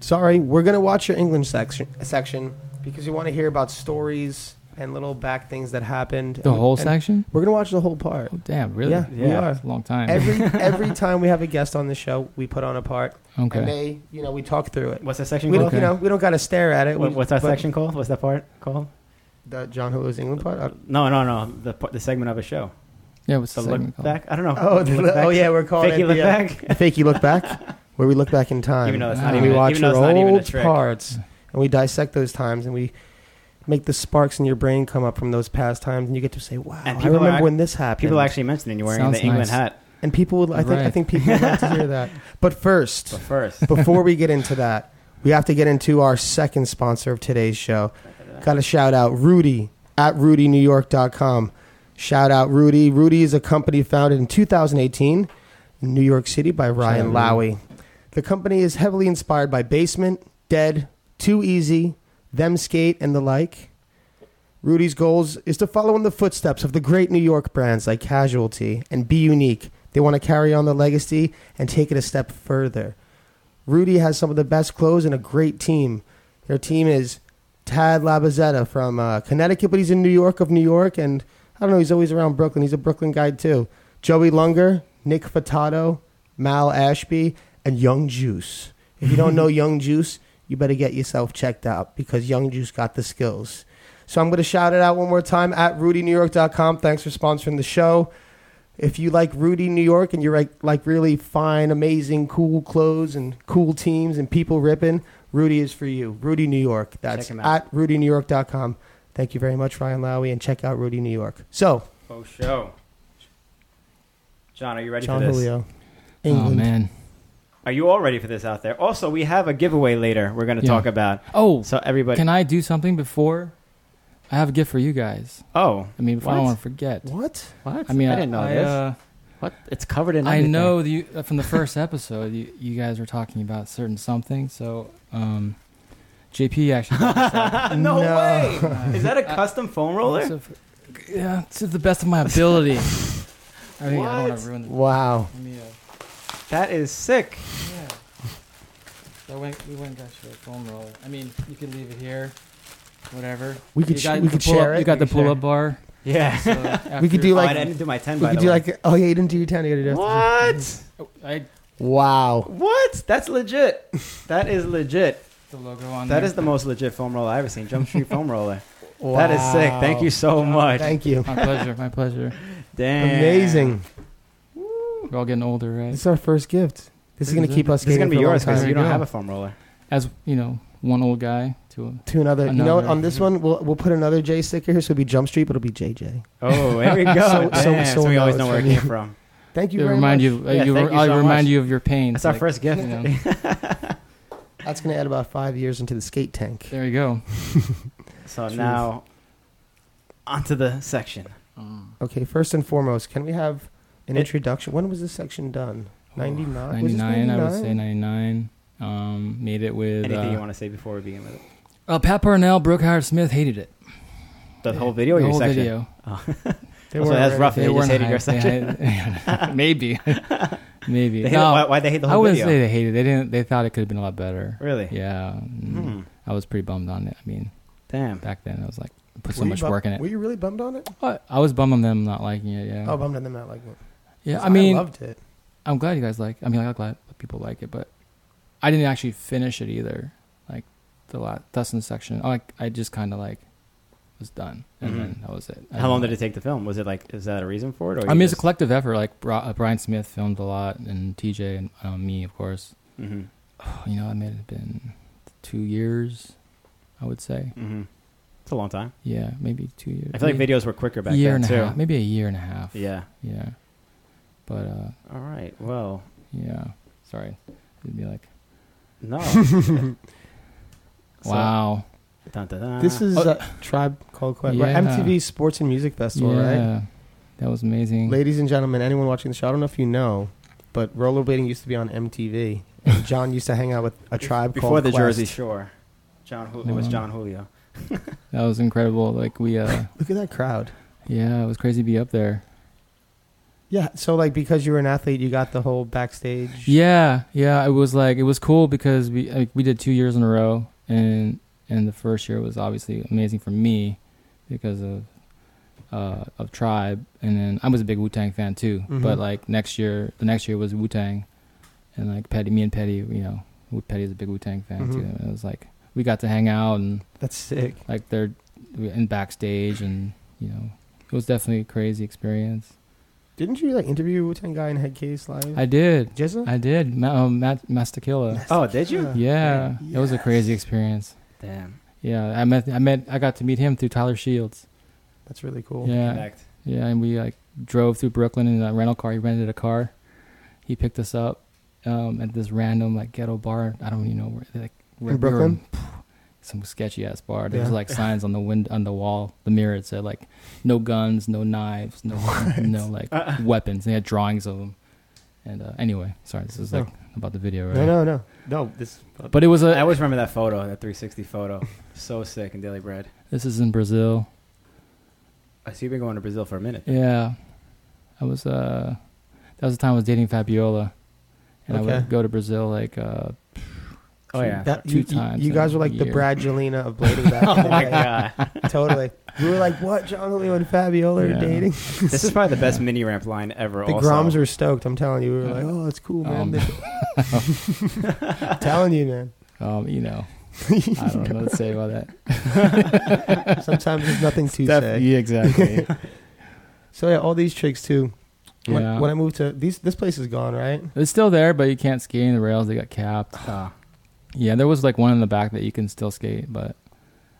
[SPEAKER 2] Sorry, we're gonna watch your English section section because we want to hear about stories and little back things that happened.
[SPEAKER 3] The
[SPEAKER 2] And-
[SPEAKER 3] whole
[SPEAKER 2] and
[SPEAKER 3] section?
[SPEAKER 2] We're gonna watch the whole part.
[SPEAKER 3] Oh, damn, really?
[SPEAKER 2] Yeah, we
[SPEAKER 1] Yeah.
[SPEAKER 2] are.
[SPEAKER 3] That's a long time.
[SPEAKER 2] Every every time we have a guest on the show, we put on a part,
[SPEAKER 3] okay.
[SPEAKER 2] and they, you know, we talk through it.
[SPEAKER 1] What's that section
[SPEAKER 2] We
[SPEAKER 1] called?
[SPEAKER 2] don't, you know, we don't gotta stare at it.
[SPEAKER 1] What-
[SPEAKER 2] We-
[SPEAKER 1] What's that
[SPEAKER 2] but
[SPEAKER 1] section called? What's that part called?
[SPEAKER 2] The John Hulu's England part. Uh,
[SPEAKER 1] No, no, no. The part- the segment of a show.
[SPEAKER 3] yeah, what's
[SPEAKER 1] The
[SPEAKER 3] the segment
[SPEAKER 1] look
[SPEAKER 3] called?
[SPEAKER 1] back. I don't know.
[SPEAKER 2] Oh, the,
[SPEAKER 1] Look back.
[SPEAKER 2] oh yeah, we're calling
[SPEAKER 1] Fakey
[SPEAKER 2] it
[SPEAKER 1] look
[SPEAKER 2] the, uh,
[SPEAKER 1] back.
[SPEAKER 2] the fakey look back, where we look back in time.
[SPEAKER 1] Even though it's
[SPEAKER 3] not
[SPEAKER 2] and
[SPEAKER 3] even-
[SPEAKER 2] we watch
[SPEAKER 1] even though it's
[SPEAKER 2] our
[SPEAKER 1] not even a
[SPEAKER 2] old
[SPEAKER 1] trick.
[SPEAKER 2] parts, and we dissect those times, and we make the sparks in your brain come up from those past times, and you get to say, "Wow, I
[SPEAKER 1] And people are
[SPEAKER 2] remember
[SPEAKER 1] act-
[SPEAKER 2] when this happened."
[SPEAKER 1] People actually mentioning you wearing
[SPEAKER 3] Sounds
[SPEAKER 1] the England
[SPEAKER 3] nice.
[SPEAKER 1] hat.
[SPEAKER 2] and people would, I think, I
[SPEAKER 3] Right.
[SPEAKER 2] think people would like to hear that. But first,
[SPEAKER 1] But first,
[SPEAKER 2] before we get into that, we have to get into our second sponsor of today's show. Got a shout out Rudy at rudynewyork.com. Shout out Rudy. Rudy is a company founded in 2018 in New York City by Ryan
[SPEAKER 3] out, Rudy.
[SPEAKER 2] Lowy. The company is heavily inspired by Basement, Dead, Too Easy, Them Skate, and the like. Rudy's goals is to follow in the footsteps of the great New York brands like Casualty and Be Unique. They want to carry on the legacy and take it a step further. Rudy has some of the best clothes and a great team. Their team is Tad Labazetta from uh, Connecticut, but he's in New York of New York, and I don't know, he's always around Brooklyn. He's a Brooklyn guy too. Joey Lunger, Nick Furtado, Mal Ashby, and Young Juice. If you don't know Young Juice, you better get yourself checked out because Young Juice got the skills. So I'm going to shout it out one more time at rudynewyork.com. Thanks for sponsoring the show. if you like Rudy, New York, and you're like like really fine, amazing, cool clothes and cool teams and people ripping, Rudy is for you. Rudy, New York. That's
[SPEAKER 1] him out.
[SPEAKER 2] at rudynewyork.com. Thank you very much, Ryan Lowry, and check out Rudy, New York. So,
[SPEAKER 1] Oh, show. John, are you ready
[SPEAKER 2] John
[SPEAKER 1] for this?
[SPEAKER 2] Julio,
[SPEAKER 3] Oh
[SPEAKER 2] England.
[SPEAKER 3] man.
[SPEAKER 1] Are you all ready for this out there? Also, we have a giveaway later we're going to
[SPEAKER 3] Yeah.
[SPEAKER 1] talk about.
[SPEAKER 3] Oh,
[SPEAKER 1] So, everybody.
[SPEAKER 3] can I do something before? I have a gift for you guys.
[SPEAKER 1] oh.
[SPEAKER 3] I mean, if I
[SPEAKER 4] What?
[SPEAKER 3] don't want to forget.
[SPEAKER 2] what?
[SPEAKER 4] What?
[SPEAKER 3] I mean,
[SPEAKER 4] I didn't know
[SPEAKER 3] I,
[SPEAKER 4] this.
[SPEAKER 3] Uh,
[SPEAKER 4] what? It's covered in.
[SPEAKER 3] I
[SPEAKER 4] everything.
[SPEAKER 3] know that you, uh, from the first episode, you, you guys were talking about certain something. So, um, JP actually. brought this up.
[SPEAKER 1] no,
[SPEAKER 2] No.
[SPEAKER 1] way. Is that a
[SPEAKER 3] I-
[SPEAKER 1] custom foam roller?
[SPEAKER 3] So if- yeah, to the best of my ability. I mean, I don't want
[SPEAKER 1] What?
[SPEAKER 3] to ruin the.
[SPEAKER 2] Wow.
[SPEAKER 3] Let me, uh,
[SPEAKER 1] That is sick.
[SPEAKER 3] yeah. So I went, we went and got you a foam roller. I mean, you can leave it here, whatever.
[SPEAKER 2] We could
[SPEAKER 3] You
[SPEAKER 2] sh-
[SPEAKER 3] got
[SPEAKER 2] we
[SPEAKER 3] the
[SPEAKER 2] could
[SPEAKER 3] pull-up-
[SPEAKER 2] share it.
[SPEAKER 3] You got
[SPEAKER 2] We
[SPEAKER 3] the
[SPEAKER 2] could share
[SPEAKER 3] pull-up bar.
[SPEAKER 1] Yeah.
[SPEAKER 3] So
[SPEAKER 2] We could
[SPEAKER 3] after-
[SPEAKER 2] do
[SPEAKER 1] Oh, I
[SPEAKER 2] like
[SPEAKER 1] didn't do my 10
[SPEAKER 2] we
[SPEAKER 1] by
[SPEAKER 2] could
[SPEAKER 1] the
[SPEAKER 2] do
[SPEAKER 1] way.
[SPEAKER 2] like oh yeah, you didn't do your ten. You gotta do it after.
[SPEAKER 1] What?
[SPEAKER 3] Oh, I
[SPEAKER 2] Wow.
[SPEAKER 1] What? That's legit. That is legit.
[SPEAKER 3] the logo on
[SPEAKER 1] That
[SPEAKER 3] there.
[SPEAKER 1] is the most legit foam roller I've ever seen. Jump Street foam roller. That is sick.
[SPEAKER 2] Wow.
[SPEAKER 1] Thank you so much.
[SPEAKER 2] Thank you.
[SPEAKER 3] my pleasure. My pleasure.
[SPEAKER 1] Damn.
[SPEAKER 2] Amazing.
[SPEAKER 3] We're all getting older, right?
[SPEAKER 2] This is our first gift. This is
[SPEAKER 3] This
[SPEAKER 2] gonna
[SPEAKER 3] is
[SPEAKER 2] keep
[SPEAKER 3] it.
[SPEAKER 2] us
[SPEAKER 1] This is gonna
[SPEAKER 2] skating
[SPEAKER 1] be
[SPEAKER 2] for a long
[SPEAKER 1] yours because
[SPEAKER 2] time.
[SPEAKER 1] you don't
[SPEAKER 3] Yeah.
[SPEAKER 1] have a foam roller.
[SPEAKER 3] As you know, one old guy to a
[SPEAKER 2] to another. You know what?
[SPEAKER 3] Another.
[SPEAKER 2] On this one, we'll we'll put another J sticker here, so it'll be Jump Street, but it'll be JJ.
[SPEAKER 1] Oh, there we go.
[SPEAKER 2] So- so-
[SPEAKER 1] Damn,
[SPEAKER 2] so
[SPEAKER 1] so we
[SPEAKER 2] now
[SPEAKER 1] always
[SPEAKER 2] it's
[SPEAKER 1] know where it
[SPEAKER 2] from you.
[SPEAKER 1] came from.
[SPEAKER 2] Thank you.
[SPEAKER 3] It'll
[SPEAKER 2] very
[SPEAKER 3] remind
[SPEAKER 2] much.
[SPEAKER 3] you. Uh,
[SPEAKER 1] Yeah,
[SPEAKER 3] you,
[SPEAKER 1] thank you
[SPEAKER 3] I'll
[SPEAKER 1] so
[SPEAKER 3] remind
[SPEAKER 1] much.
[SPEAKER 3] you of your pain.
[SPEAKER 1] That's our first gift.
[SPEAKER 3] You know,
[SPEAKER 2] That's gonna add about five years into the skate tank.
[SPEAKER 3] there you go.
[SPEAKER 1] So
[SPEAKER 3] Truth.
[SPEAKER 1] now, onto the section. Mm.
[SPEAKER 2] Okay. First and foremost, can we have an
[SPEAKER 1] It-
[SPEAKER 2] introduction? When was this section done? Ninety nine.
[SPEAKER 3] Ninety nine, I would say ninety nine. Um, made it with
[SPEAKER 1] Anything you
[SPEAKER 3] uh,
[SPEAKER 1] want to say before we begin with it?
[SPEAKER 3] uh, Pat Parnell, Brooke Howard Smith hated it.
[SPEAKER 1] The whole video, or
[SPEAKER 3] the
[SPEAKER 1] your
[SPEAKER 3] whole
[SPEAKER 1] section.
[SPEAKER 3] video.
[SPEAKER 2] They
[SPEAKER 1] Also,
[SPEAKER 2] weren't
[SPEAKER 1] that's
[SPEAKER 2] ready.
[SPEAKER 1] rough. They Oh, just
[SPEAKER 3] weren't
[SPEAKER 1] hated
[SPEAKER 3] hyped.
[SPEAKER 1] your
[SPEAKER 3] They hated- maybe, maybe.
[SPEAKER 1] They hate-
[SPEAKER 3] no,
[SPEAKER 1] why, why'd they hate the
[SPEAKER 3] I
[SPEAKER 1] whole
[SPEAKER 3] wouldn't
[SPEAKER 1] video?
[SPEAKER 3] say they hated. it. They didn't. They thought it could have been a lot better.
[SPEAKER 1] Really?
[SPEAKER 3] Yeah,
[SPEAKER 1] Hmm.
[SPEAKER 3] mm, I was pretty bummed on it. I mean,
[SPEAKER 1] Damn.
[SPEAKER 3] back then I was like, put so
[SPEAKER 2] Were you
[SPEAKER 3] much
[SPEAKER 2] bum-
[SPEAKER 3] work in it.
[SPEAKER 2] Were you really bummed on it?
[SPEAKER 3] I I was bummed on them not liking it. Yeah.
[SPEAKER 2] Oh, bummed on them not liking it.
[SPEAKER 3] yeah.
[SPEAKER 2] 'Cause
[SPEAKER 3] I mean,
[SPEAKER 2] loved it.
[SPEAKER 3] I'm glad you guys like. I mean, I'm glad people like it, but I didn't actually finish it either. Like the last Dustin section, I like I just kind of like was done, and
[SPEAKER 1] Mhm.
[SPEAKER 3] then that was it. I
[SPEAKER 1] How long
[SPEAKER 3] didn't-
[SPEAKER 1] did it take to film? Was it like, is that a reason for it? Or
[SPEAKER 3] I
[SPEAKER 1] you
[SPEAKER 3] mean, it's a
[SPEAKER 1] just-
[SPEAKER 3] collective effort. Like Bri- uh, Brian Smith filmed a lot, and TJ and um, me, of course.
[SPEAKER 1] Mhm,
[SPEAKER 3] You know, I made it been two years, I would say.
[SPEAKER 1] mhm. It's a long time.
[SPEAKER 3] Yeah, maybe two years.
[SPEAKER 1] I feel like
[SPEAKER 3] maybe
[SPEAKER 1] videos were quicker back
[SPEAKER 3] a year
[SPEAKER 1] then
[SPEAKER 3] and a
[SPEAKER 1] too.
[SPEAKER 3] half, maybe a year and a half.
[SPEAKER 1] Yeah.
[SPEAKER 3] yeah. But uh,
[SPEAKER 1] All right. Well,
[SPEAKER 3] yeah, sorry. It'd be like,
[SPEAKER 1] no. So-
[SPEAKER 3] wow.
[SPEAKER 1] Dun, dun, dun.
[SPEAKER 2] This is
[SPEAKER 3] Oh.
[SPEAKER 2] uh, Tribe Called Quest,
[SPEAKER 3] Yeah.
[SPEAKER 2] right? MTV Sports and Music Festival, right?
[SPEAKER 3] yeah, that was amazing.
[SPEAKER 2] Ladies and gentlemen, anyone watching the show, I don't know if you know, but rollerblading used to be on MTV. And John used to hang out with a tribe
[SPEAKER 1] before
[SPEAKER 2] called
[SPEAKER 1] the
[SPEAKER 2] Quest.
[SPEAKER 1] Jersey Shore. John Jul- it was
[SPEAKER 3] Mhm.
[SPEAKER 1] John Julio.
[SPEAKER 3] That was incredible. Like we, uh,
[SPEAKER 2] Look at that crowd.
[SPEAKER 3] yeah, it was crazy to be up there.
[SPEAKER 2] Yeah, so like because you were an athlete, you got the whole backstage.
[SPEAKER 3] Yeah, yeah. It was like it was cool because we like, we did two years in a row, and and the first year was obviously amazing for me because of uh, of Tribe, and then I was a big Wu Tang fan too.
[SPEAKER 2] Mhm.
[SPEAKER 3] But like next year, the next year was Wu Tang, and like Petty, me and Petty, you know, Wu- Petty is a big Wu Tang fan
[SPEAKER 2] Mhm.
[SPEAKER 3] too. And it was like we got to hang out and
[SPEAKER 2] That's sick.
[SPEAKER 3] like they're in backstage, and you know, it was definitely a crazy experience.
[SPEAKER 2] Didn't you like interview Wu Tang guy in Headcase Live?
[SPEAKER 3] I did.
[SPEAKER 2] Jizza?
[SPEAKER 3] I did. Ma- um, Matt Mastakilla.
[SPEAKER 1] Oh, did you?
[SPEAKER 3] Yeah, it was a crazy
[SPEAKER 2] Yes.
[SPEAKER 3] experience.
[SPEAKER 1] Damn.
[SPEAKER 3] Yeah, I met, I met, I got to meet him through Tyler Shields.
[SPEAKER 2] That's really cool.
[SPEAKER 3] Yeah,
[SPEAKER 1] Connect.
[SPEAKER 3] yeah, and we like drove through Brooklyn in a rental car. He rented a car. He picked us up um, at this random like ghetto bar. I don't even know where. Like, we were-
[SPEAKER 2] Brooklyn?
[SPEAKER 3] phew, some sketchy ass bar. There was
[SPEAKER 2] Yeah.
[SPEAKER 3] like signs on the wind on the wall, the mirror. It said like, no guns, no knives, no no like
[SPEAKER 1] Uh-uh.
[SPEAKER 3] weapons. They had drawings of them. And uh, anyway, sorry, this is like
[SPEAKER 2] No.
[SPEAKER 3] about the video, right?
[SPEAKER 2] No, no, no. No, this
[SPEAKER 3] But it was a
[SPEAKER 1] I always remember that photo, that 360 photo. so sick in Daily Bread.
[SPEAKER 3] This is in Brazil.
[SPEAKER 1] I see you've been going to Brazil for a minute.
[SPEAKER 3] Yeah. I was uh that was the time I was dating Fabiola. And I
[SPEAKER 2] Okay.
[SPEAKER 3] would go to Brazil like uh
[SPEAKER 1] Oh yeah.
[SPEAKER 2] that,
[SPEAKER 3] Two
[SPEAKER 2] you, you-
[SPEAKER 3] times
[SPEAKER 2] You
[SPEAKER 3] in
[SPEAKER 2] guys were
[SPEAKER 3] a
[SPEAKER 2] like the
[SPEAKER 3] year.
[SPEAKER 2] Brad Jelena of blading back.
[SPEAKER 1] oh
[SPEAKER 2] in the
[SPEAKER 1] my
[SPEAKER 2] day.
[SPEAKER 1] god.
[SPEAKER 2] Totally. We were like, what? John Julio and Fabiola are
[SPEAKER 3] Yeah.
[SPEAKER 2] dating?
[SPEAKER 1] This is probably the best mini ramp line ever.
[SPEAKER 2] The
[SPEAKER 1] also.
[SPEAKER 2] Groms were stoked. I'm telling you. We were
[SPEAKER 3] Yeah.
[SPEAKER 2] like, oh, that's cool, man.
[SPEAKER 3] um,
[SPEAKER 2] I'm telling you, man.
[SPEAKER 3] um, you know. I don't know what to say about that.
[SPEAKER 2] Sometimes there's nothing to
[SPEAKER 3] Def-
[SPEAKER 2] say.
[SPEAKER 3] yeah, exactly.
[SPEAKER 2] So yeah, all these tricks too. When,
[SPEAKER 3] Yeah.
[SPEAKER 2] when I moved to these, this place is gone, right?
[SPEAKER 3] It's still there, but you can't skate in the rails. They got capped.
[SPEAKER 1] Ah,
[SPEAKER 3] Yeah, there was like one in the back that you can still skate, but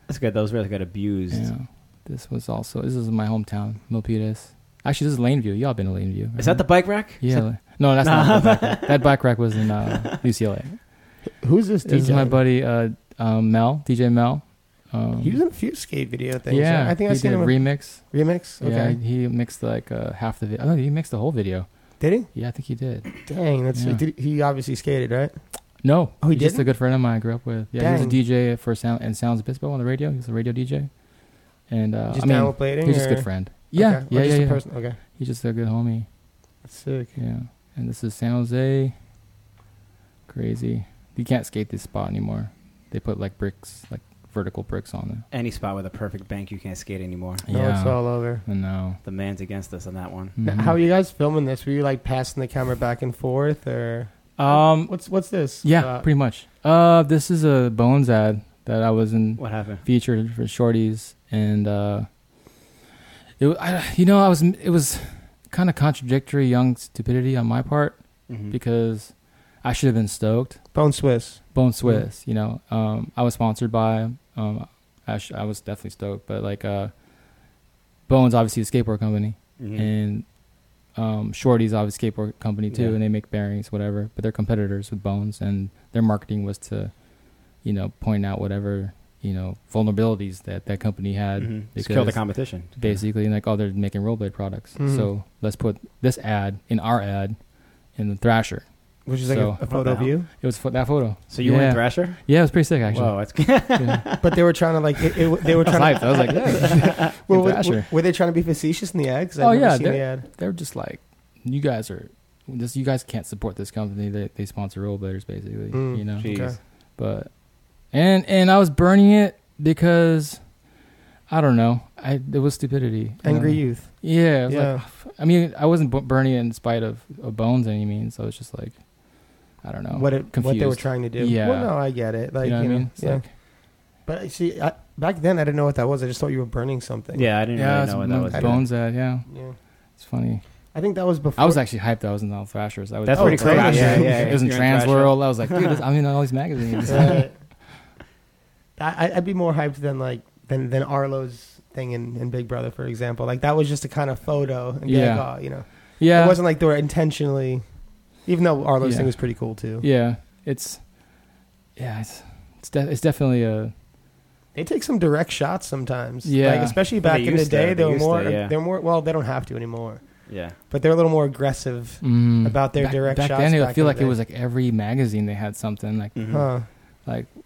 [SPEAKER 1] that's good. Those rails got abused.
[SPEAKER 3] yeah, this was also this is my hometown, Milpitas. Actually, this is Laneview. Y'all been to Laneview?
[SPEAKER 1] Is that the
[SPEAKER 3] right?
[SPEAKER 1] bike rack? Is
[SPEAKER 3] Yeah.
[SPEAKER 1] that-
[SPEAKER 3] no, that's not the back rack. that back rack was in uh, UCLA.
[SPEAKER 2] Who's this?
[SPEAKER 3] This is
[SPEAKER 2] DJ?
[SPEAKER 3] my buddy uh, um, Mel, DJ Mel. Um,
[SPEAKER 2] He was in a few skate video things.
[SPEAKER 3] yeah,
[SPEAKER 2] right? I think I
[SPEAKER 3] he
[SPEAKER 2] seen
[SPEAKER 3] did
[SPEAKER 2] him in-
[SPEAKER 3] remix.
[SPEAKER 2] remix. Okay,
[SPEAKER 3] Yeah, he mixed like uh, half the video. Oh, he mixed the whole video.
[SPEAKER 2] did he?
[SPEAKER 3] Yeah, I think he did.
[SPEAKER 2] Dang, that's
[SPEAKER 3] Yeah.
[SPEAKER 2] did, he obviously skated, right?
[SPEAKER 3] No,
[SPEAKER 2] Oh, he
[SPEAKER 3] he's just
[SPEAKER 2] didn't?
[SPEAKER 3] a good friend of mine I grew up with. Yeah,
[SPEAKER 2] Dang.
[SPEAKER 3] he was a DJ for Sound and Sounds of Bispo on the radio. He was a radio DJ, and uh,
[SPEAKER 2] Just
[SPEAKER 3] I mean,
[SPEAKER 2] download plating.
[SPEAKER 3] he's just a
[SPEAKER 2] or-
[SPEAKER 3] good friend. Yeah,
[SPEAKER 2] okay.
[SPEAKER 3] yeah,
[SPEAKER 2] or
[SPEAKER 3] yeah,
[SPEAKER 2] just a
[SPEAKER 3] yeah.
[SPEAKER 2] person- Okay,
[SPEAKER 3] He's just a good homie.
[SPEAKER 2] that's sick.
[SPEAKER 3] Yeah, and this is San Jose. Crazy. You can't skate this spot anymore. They put like bricks, like vertical bricks on
[SPEAKER 1] Any spot with a perfect bank, you can't skate anymore.
[SPEAKER 3] it.
[SPEAKER 2] No, it's all over.
[SPEAKER 3] I know.
[SPEAKER 1] The man's against us on that one.
[SPEAKER 2] Now,
[SPEAKER 3] Mhm.
[SPEAKER 2] How are you guys filming this? Were you like passing the camera back and forth, or
[SPEAKER 3] Um.
[SPEAKER 2] what's what's this?
[SPEAKER 3] Yeah,
[SPEAKER 2] Uh,
[SPEAKER 3] pretty much. Uh, this is a Bones ad that I was in
[SPEAKER 1] What happened?
[SPEAKER 3] featured for Shorties, and uh, it. wa- I, you know, I was. It was kind of contradictory, young stupidity on my part
[SPEAKER 1] Mhm.
[SPEAKER 3] because I should have been stoked.
[SPEAKER 2] Bone Swiss.
[SPEAKER 3] Bone Swiss, you know, um, I was sponsored by, um, I, sh- I was definitely stoked, but like, uh, Bones obviously a skateboard company
[SPEAKER 1] Mhm.
[SPEAKER 3] and, um, Shorty's obviously a skateboard company too,
[SPEAKER 1] Yeah.
[SPEAKER 3] and they make bearings, whatever, but they're competitors with Bones and their marketing was to, you know, point out whatever, you know, vulnerabilities that that company had
[SPEAKER 1] Mhm. Just kill the competition.
[SPEAKER 3] basically and like, oh, they're making rollerblade products.
[SPEAKER 1] Mm-hmm.
[SPEAKER 2] Mhm.
[SPEAKER 3] So let's put this ad in our ad in the Thrasher.
[SPEAKER 2] Which is like
[SPEAKER 3] So-
[SPEAKER 2] a, a photo
[SPEAKER 1] What the
[SPEAKER 2] view,
[SPEAKER 3] It was fo- that photo.
[SPEAKER 1] So you were in
[SPEAKER 3] Yeah.
[SPEAKER 1] Thrasher?
[SPEAKER 3] Yeah, it was pretty sick actually.
[SPEAKER 1] Whoa, that's
[SPEAKER 3] Yeah.
[SPEAKER 2] but they were trying to like it, it, they were
[SPEAKER 3] I was
[SPEAKER 2] trying.
[SPEAKER 3] hyped. I was like, yeah.
[SPEAKER 2] to, well, were,
[SPEAKER 3] Thrasher.
[SPEAKER 2] were they trying to be facetious in the ad? 'Cause I've
[SPEAKER 3] Oh,
[SPEAKER 2] never
[SPEAKER 3] yeah,
[SPEAKER 2] seen
[SPEAKER 3] they're-
[SPEAKER 2] the ad.
[SPEAKER 3] they're just like, you guys are, this, you guys can't support this company. They they sponsor rollerbladers basically,
[SPEAKER 2] Mm,
[SPEAKER 3] you know.
[SPEAKER 1] Jeez.
[SPEAKER 2] Okay.
[SPEAKER 3] But and and I was burning it because I don't know. I it was stupidity. you
[SPEAKER 2] Angry
[SPEAKER 3] know?
[SPEAKER 2] youth.
[SPEAKER 3] Yeah. I was
[SPEAKER 2] Yeah.
[SPEAKER 3] Like, I mean, I wasn't bu- burning it in spite of, of bones any means. I was just like, I don't know.
[SPEAKER 2] what it, what they were
[SPEAKER 3] oh, confused.
[SPEAKER 2] trying to do.
[SPEAKER 3] Yeah.
[SPEAKER 2] Well, no, I get it. Like
[SPEAKER 3] you know what I mean? It's
[SPEAKER 2] yeah.
[SPEAKER 3] like,
[SPEAKER 2] but I see, I, back then I didn't know what that was. I just thought you were burning something.
[SPEAKER 1] yeah, I didn't
[SPEAKER 3] yeah,
[SPEAKER 1] really know what
[SPEAKER 3] it's
[SPEAKER 1] that was.
[SPEAKER 2] I don't-
[SPEAKER 3] bones at yeah.
[SPEAKER 2] Yeah.
[SPEAKER 3] It's funny.
[SPEAKER 2] I think that was before.
[SPEAKER 3] I was actually hyped that I was in all thrashers. I was
[SPEAKER 1] That's
[SPEAKER 2] Oh, pretty crazy.
[SPEAKER 3] Thrasher.
[SPEAKER 2] Yeah, yeah,
[SPEAKER 3] it was in
[SPEAKER 1] you're in
[SPEAKER 3] Trans
[SPEAKER 1] Thrasher.
[SPEAKER 3] World. I was like, dude, this, I'm in all these magazines.
[SPEAKER 2] Right. I, I'd be more hyped than like than than Arlo's thing in, in Big Brother, for example. Like that was just a kind of photo and gag,
[SPEAKER 3] Yeah.
[SPEAKER 2] aw, you know.
[SPEAKER 3] yeah,
[SPEAKER 2] It wasn't like they were intentionally. Even though Arlo's
[SPEAKER 3] Yeah.
[SPEAKER 2] thing was pretty cool too.
[SPEAKER 3] yeah. It's yeah, it's it's, de- it's definitely a
[SPEAKER 2] They take some direct shots sometimes.
[SPEAKER 3] Yeah.
[SPEAKER 2] Like, especially
[SPEAKER 1] Well,
[SPEAKER 2] back
[SPEAKER 1] they
[SPEAKER 2] in the
[SPEAKER 1] used to.
[SPEAKER 2] day,
[SPEAKER 1] They
[SPEAKER 2] they, were
[SPEAKER 1] used to,
[SPEAKER 2] more.
[SPEAKER 1] yeah.
[SPEAKER 2] They're more. Well, they don't have to anymore.
[SPEAKER 1] Yeah.
[SPEAKER 2] But they're a little more aggressive.
[SPEAKER 3] mm,
[SPEAKER 2] About their
[SPEAKER 3] back,
[SPEAKER 2] direct
[SPEAKER 3] back
[SPEAKER 2] shots
[SPEAKER 3] Then
[SPEAKER 2] back
[SPEAKER 3] I feel
[SPEAKER 2] in
[SPEAKER 3] like
[SPEAKER 2] the
[SPEAKER 3] it
[SPEAKER 2] day.
[SPEAKER 3] was like every magazine they had something like
[SPEAKER 1] Mhm.
[SPEAKER 2] Huh.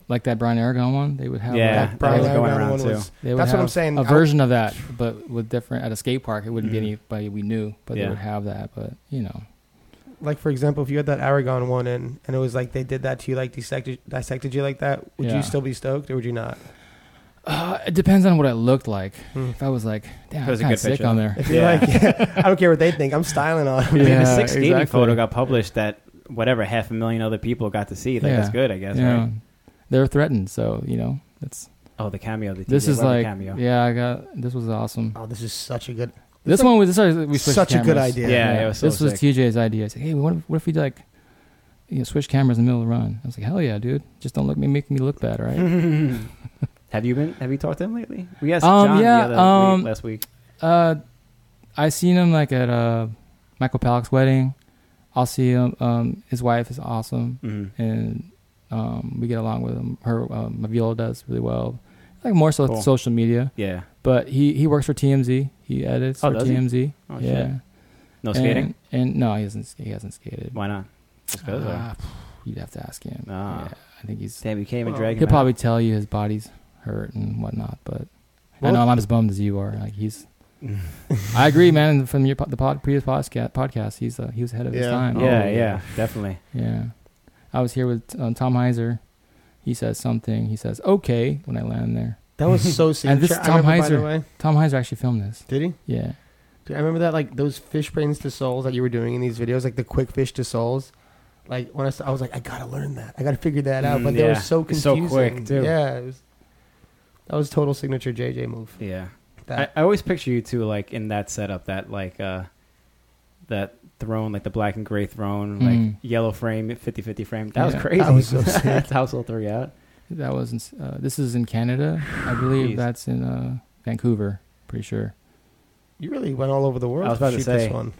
[SPEAKER 3] like that Brian Aragon one. They would have
[SPEAKER 1] Yeah,
[SPEAKER 3] like,
[SPEAKER 2] That Brian
[SPEAKER 1] was
[SPEAKER 3] like,
[SPEAKER 1] going
[SPEAKER 2] Aragon
[SPEAKER 1] around,
[SPEAKER 2] one
[SPEAKER 1] too.
[SPEAKER 2] was-
[SPEAKER 3] they would
[SPEAKER 2] That's what I'm
[SPEAKER 3] have
[SPEAKER 2] saying.
[SPEAKER 3] A
[SPEAKER 2] I- Mm.
[SPEAKER 3] version of that, but with different at a skate park, it wouldn't
[SPEAKER 1] Mhm.
[SPEAKER 3] be anybody we knew, but
[SPEAKER 1] Yeah.
[SPEAKER 3] they would have that. But you know,
[SPEAKER 2] like for example, if you had that Aragon one in, and it was like they did that to you, like dissected dissected you like that, would
[SPEAKER 3] Yeah.
[SPEAKER 2] you still be stoked or would you not?
[SPEAKER 3] uh, it depends on what I looked like.
[SPEAKER 2] Hmm.
[SPEAKER 3] If I was like, damn,
[SPEAKER 1] It was a
[SPEAKER 3] I'm kind
[SPEAKER 1] good
[SPEAKER 3] of sick
[SPEAKER 1] picture,
[SPEAKER 3] on
[SPEAKER 1] though.
[SPEAKER 3] there.
[SPEAKER 2] If you're
[SPEAKER 1] Yeah.
[SPEAKER 2] like, I don't care what they think, I'm styling on. 'em.
[SPEAKER 1] I mean, the
[SPEAKER 3] Yeah,
[SPEAKER 1] six skating
[SPEAKER 3] exactly.
[SPEAKER 1] photo got published that whatever half a million other people got to see. Like
[SPEAKER 3] Yeah.
[SPEAKER 1] that's good, I guess.
[SPEAKER 3] you know,
[SPEAKER 1] Right?
[SPEAKER 3] they're threatened, so you know, that's
[SPEAKER 1] Oh, the cameo. The
[SPEAKER 3] this
[SPEAKER 1] TJ
[SPEAKER 3] is
[SPEAKER 1] Weber
[SPEAKER 3] like
[SPEAKER 1] cameo.
[SPEAKER 3] yeah, I got this was awesome.
[SPEAKER 2] Oh, this is such a good.
[SPEAKER 3] This
[SPEAKER 2] It's
[SPEAKER 3] one was this is- we switched
[SPEAKER 2] Such a good
[SPEAKER 3] cameras.
[SPEAKER 2] idea.
[SPEAKER 1] Yeah, it was so
[SPEAKER 3] this was
[SPEAKER 1] sick.
[SPEAKER 3] TJ's idea. I said, "Hey, what if, what if we like, you know, switch cameras in the middle of the run?" I was like, "Hell yeah, dude! Just don't look me make me look bad, all
[SPEAKER 2] Mm.
[SPEAKER 3] right?"
[SPEAKER 1] have you been? Have you talked to him lately? We asked
[SPEAKER 3] Um,
[SPEAKER 1] John
[SPEAKER 3] yeah,
[SPEAKER 1] the other
[SPEAKER 3] um,
[SPEAKER 1] week, last week.
[SPEAKER 3] uh, I seen him like at uh, Michael Palak's wedding. I'll see him. Um, his wife is awesome,
[SPEAKER 1] Mhm.
[SPEAKER 3] and um, we get along with him. Her um, Maviola does really well. Like more so
[SPEAKER 1] Cool.
[SPEAKER 3] social media,
[SPEAKER 1] Yeah.
[SPEAKER 3] but he he works for TMZ. He edits
[SPEAKER 1] Oh,
[SPEAKER 3] for
[SPEAKER 1] does he?
[SPEAKER 3] TMZ.
[SPEAKER 1] Oh, shit.
[SPEAKER 3] yeah,
[SPEAKER 1] No skating.
[SPEAKER 3] And, and no, he hasn't. He hasn't skated.
[SPEAKER 1] Why not? Just 'cause, or-
[SPEAKER 3] Ah, phew, you'd have to ask him.
[SPEAKER 1] Ah.
[SPEAKER 3] Yeah, I think he's.
[SPEAKER 1] Damn, you came and
[SPEAKER 2] Well,
[SPEAKER 1] dragged
[SPEAKER 3] He'll
[SPEAKER 1] him.
[SPEAKER 3] probably tell you his body's hurt and whatnot, but I
[SPEAKER 2] Well-
[SPEAKER 3] know I'm as bummed as you are. Like he's.
[SPEAKER 1] out.
[SPEAKER 3] I agree, man. From your po- the pod, previous podcast, podcast, he's uh, he was ahead of his
[SPEAKER 2] Yeah.
[SPEAKER 3] time.
[SPEAKER 1] yeah, yeah, definitely.
[SPEAKER 3] yeah. I was here with um, Tom Heiser. He says something. He says okay when I land there.
[SPEAKER 2] That was so sick.
[SPEAKER 3] And this
[SPEAKER 2] I
[SPEAKER 3] is Tom
[SPEAKER 2] remember, by the
[SPEAKER 3] Heiser.
[SPEAKER 2] way-
[SPEAKER 3] Tom Heiser actually filmed this.
[SPEAKER 2] Did he?
[SPEAKER 3] Yeah,
[SPEAKER 2] Dude, I remember that like those fish brains to souls that you were doing in these videos, like the quick fish to souls. Like when I, saw, I was like, I gotta learn that. I gotta figure that out.
[SPEAKER 1] Mm,
[SPEAKER 2] But they were
[SPEAKER 1] yeah.
[SPEAKER 2] so
[SPEAKER 1] It's so
[SPEAKER 2] confusing.
[SPEAKER 1] quick, too.
[SPEAKER 2] Yeah. It was, that was total signature JJ move.
[SPEAKER 1] Yeah.
[SPEAKER 2] That
[SPEAKER 1] I, I always picture you too, like in that setup, that like uh, that throne, like the black and gray throne,
[SPEAKER 3] Mm.
[SPEAKER 1] like yellow frame, 50 50 frame. That was
[SPEAKER 3] Yeah.
[SPEAKER 1] crazy.
[SPEAKER 2] That was so sick.
[SPEAKER 1] That's household three out.
[SPEAKER 3] That was in, uh, this is in Canada, I believe.
[SPEAKER 1] Jeez.
[SPEAKER 3] That's in uh, Vancouver, pretty sure.
[SPEAKER 2] You really went all over the world
[SPEAKER 1] I was about
[SPEAKER 2] to
[SPEAKER 1] to
[SPEAKER 2] shoot
[SPEAKER 1] say.
[SPEAKER 2] this one.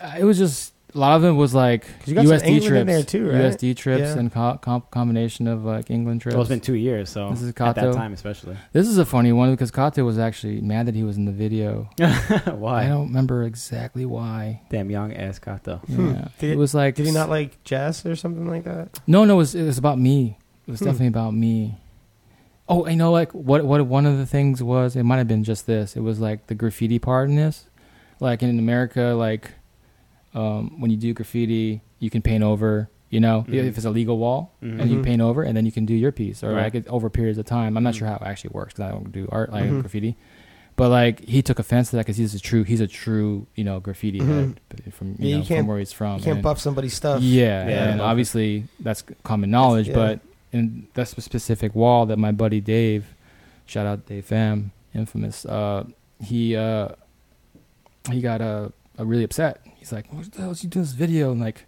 [SPEAKER 3] Uh, it was just a lot of it was like
[SPEAKER 2] 'Cause you got some
[SPEAKER 3] USD
[SPEAKER 2] England
[SPEAKER 3] trips
[SPEAKER 2] in there too, right?
[SPEAKER 3] USD trips
[SPEAKER 2] Yeah.
[SPEAKER 3] and co- comp- combination of like England trips.
[SPEAKER 1] Well, it's been two years, so
[SPEAKER 3] This is
[SPEAKER 1] at
[SPEAKER 3] Kato.
[SPEAKER 1] that time especially.
[SPEAKER 3] This is a funny one because Kate was actually mad that he was in the video. I
[SPEAKER 1] Why?
[SPEAKER 3] don't remember exactly why.
[SPEAKER 1] Damn young ass Kato.
[SPEAKER 2] Hmm.
[SPEAKER 3] Yeah.
[SPEAKER 2] Did-
[SPEAKER 3] it was like
[SPEAKER 2] Did he not like jazz or something like that?
[SPEAKER 3] No, no, it was, it was about me. It was
[SPEAKER 2] Hmm.
[SPEAKER 3] definitely about me. Oh, I know. Like what? What? One of the things was it might have been just this. It was like the graffiti part in this. Like in America, like um, when you do graffiti, you can paint over. You know,
[SPEAKER 1] Mhm.
[SPEAKER 3] if it's a legal wall,
[SPEAKER 1] Mhm.
[SPEAKER 3] and you
[SPEAKER 2] Mhm.
[SPEAKER 3] paint over, and then you can do your piece, or
[SPEAKER 1] Right.
[SPEAKER 3] like it, over periods of time. I'm not
[SPEAKER 2] Mm.
[SPEAKER 1] Mhm.
[SPEAKER 3] sure how it actually works 'cause I don't do art like
[SPEAKER 2] Mhm.
[SPEAKER 3] graffiti. But like he took offense to that because he's a true he's a true you know graffiti
[SPEAKER 2] Mhm.
[SPEAKER 3] head from you
[SPEAKER 2] Yeah, you
[SPEAKER 3] know from
[SPEAKER 2] can't-
[SPEAKER 3] where he's from.
[SPEAKER 2] You can't
[SPEAKER 3] and-
[SPEAKER 2] buff somebody's stuff.
[SPEAKER 3] yeah,
[SPEAKER 1] Oh, Yeah.
[SPEAKER 3] and obviously that's common knowledge,
[SPEAKER 2] yeah.
[SPEAKER 3] but in that sp- specific wall that my buddy Dave, shout out Dave Fam, infamous, uh, he uh, he got uh, uh, really upset. He's like, "What the hell is he doing this video?" And like,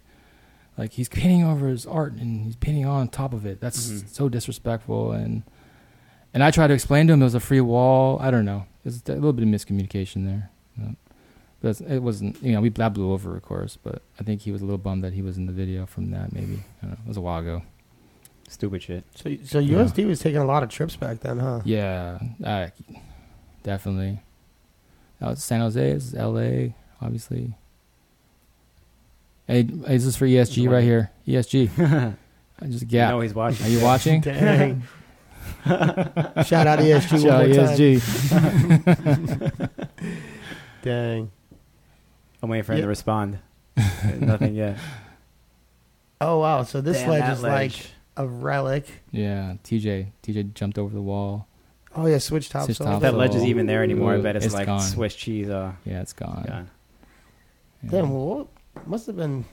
[SPEAKER 3] like he's painting over his art and he's painting on top of it. That's
[SPEAKER 1] Mhm.
[SPEAKER 3] so disrespectful. And and I tried to explain to him it was a free wall. I don't know. There's a little bit of miscommunication there. Yeah. But it's- it wasn't, you know, we that blew over, of course, but I think he was a little bummed that he was in the video from that, maybe. I don't know. It was a while ago.
[SPEAKER 1] Stupid shit.
[SPEAKER 2] So, so
[SPEAKER 3] Yeah.
[SPEAKER 2] USD was taking a lot of trips back then, huh?
[SPEAKER 3] Yeah, I, definitely. That was San Jose, it's LA, obviously. Hey, hey, this is for ESG right here. ESG. I
[SPEAKER 1] Yeah.
[SPEAKER 3] just
[SPEAKER 1] You
[SPEAKER 3] gap.
[SPEAKER 1] know he's watching.
[SPEAKER 3] Are you watching?
[SPEAKER 2] Dang. Shout out ESG one
[SPEAKER 1] E
[SPEAKER 3] E
[SPEAKER 2] more time. Dang.
[SPEAKER 1] I'm waiting for him
[SPEAKER 2] Yeah.
[SPEAKER 1] to respond. Nothing yet.
[SPEAKER 2] Oh wow! So this
[SPEAKER 1] Damn,
[SPEAKER 2] ledge
[SPEAKER 1] that
[SPEAKER 2] is like
[SPEAKER 1] ledge.
[SPEAKER 2] a relic.
[SPEAKER 3] Yeah, TJ. TJ jumped over the wall.
[SPEAKER 2] Oh yeah, switch tops.
[SPEAKER 3] Switch
[SPEAKER 2] all
[SPEAKER 3] tops.
[SPEAKER 2] day.
[SPEAKER 1] That ledge is
[SPEAKER 3] Oh.
[SPEAKER 1] even there anymore. I bet it's,
[SPEAKER 3] It's
[SPEAKER 1] like
[SPEAKER 3] gone.
[SPEAKER 1] Swiss cheese. Uh,
[SPEAKER 3] Yeah, it's gone.
[SPEAKER 1] gone.
[SPEAKER 3] Yeah.
[SPEAKER 2] Damn, well, what- must have been